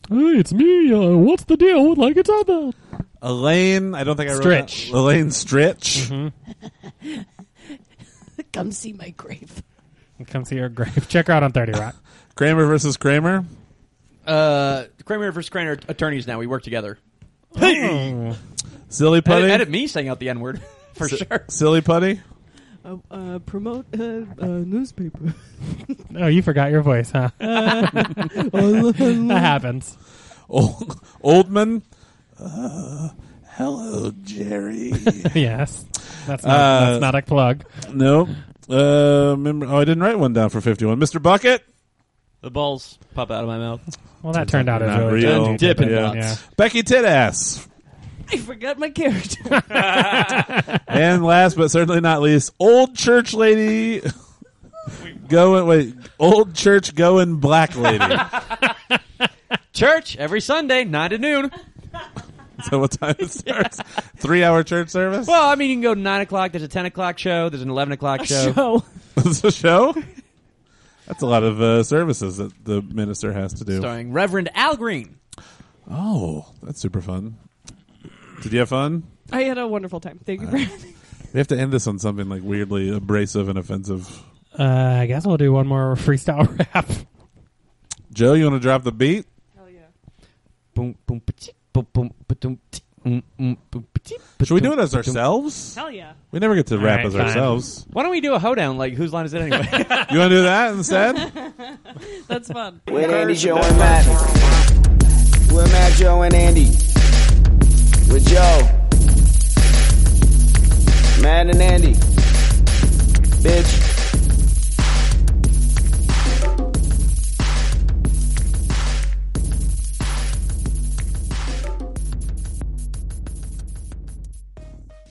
[SPEAKER 1] Hey, it's me. Uh, what's the deal with like it's Seinfeld?
[SPEAKER 2] Elaine. I don't think I wrote
[SPEAKER 1] Stritch.
[SPEAKER 2] that. Elaine Stritch.
[SPEAKER 3] Mm-hmm.
[SPEAKER 4] Come see my grave.
[SPEAKER 1] Come see her grave. Check her out on Thirty Rock.
[SPEAKER 2] Kramer versus Kramer.
[SPEAKER 3] Uh, Kramer versus Kramer are attorneys now. We work together.
[SPEAKER 2] Silly putty.
[SPEAKER 3] Edit, edit me saying out the N word for sure.
[SPEAKER 2] Silly putty.
[SPEAKER 4] Uh, uh, promote uh, uh, newspaper.
[SPEAKER 1] Oh, you forgot your voice, huh? that happens.
[SPEAKER 2] Old, Oldman. Uh, hello, Jerry.
[SPEAKER 1] Yes, that's not,
[SPEAKER 2] Uh,
[SPEAKER 1] that's not a plug.
[SPEAKER 2] no. Uh, remember, oh, I didn't write one down for fifty-one. Mr. Bucket.
[SPEAKER 3] The balls pop out of my mouth.
[SPEAKER 1] Well, that turned out as
[SPEAKER 2] Not
[SPEAKER 1] really
[SPEAKER 2] real.
[SPEAKER 1] good.
[SPEAKER 3] Dippin'
[SPEAKER 1] Yeah.
[SPEAKER 3] Dots.
[SPEAKER 2] Becky Titass.
[SPEAKER 4] I forgot my character.
[SPEAKER 2] and last but certainly not least, old church lady going wait, old church going black lady.
[SPEAKER 3] Church every Sunday, nine to noon.
[SPEAKER 2] so what time it starts? Three hour church service?
[SPEAKER 3] Well, I mean, you can go to nine o'clock. There's a ten o'clock show. There's an eleven o'clock show.
[SPEAKER 4] Show.
[SPEAKER 2] It's a show? That's a lot of uh, services that the minister has to do.
[SPEAKER 3] starring Reverend Al Green.
[SPEAKER 2] Oh, that's super fun. Did you have fun?
[SPEAKER 4] I had a wonderful time. Thank you for having me.
[SPEAKER 2] We have to end this on something like weirdly abrasive and offensive.
[SPEAKER 1] Uh, I guess we'll do one more freestyle rap.
[SPEAKER 2] Joe, you want to drop the beat?
[SPEAKER 4] Hell yeah.
[SPEAKER 3] Boom, boom, pa-tick, boom, boom, ba-doom, tick, mm, mm, boom, pa-tick,
[SPEAKER 2] Should we do it
[SPEAKER 3] ba-doom,
[SPEAKER 2] as
[SPEAKER 3] ba-doom.
[SPEAKER 2] ourselves?
[SPEAKER 4] Hell yeah.
[SPEAKER 2] We never get to rap
[SPEAKER 1] right,
[SPEAKER 2] as
[SPEAKER 1] fine.
[SPEAKER 2] ourselves.
[SPEAKER 3] Why don't we do a hoedown? Like, whose line is it anyway?
[SPEAKER 2] You want to do that instead?
[SPEAKER 4] That's fun.
[SPEAKER 7] With Andy, Joe, and Matt. We're Matt, Joe, and Andy.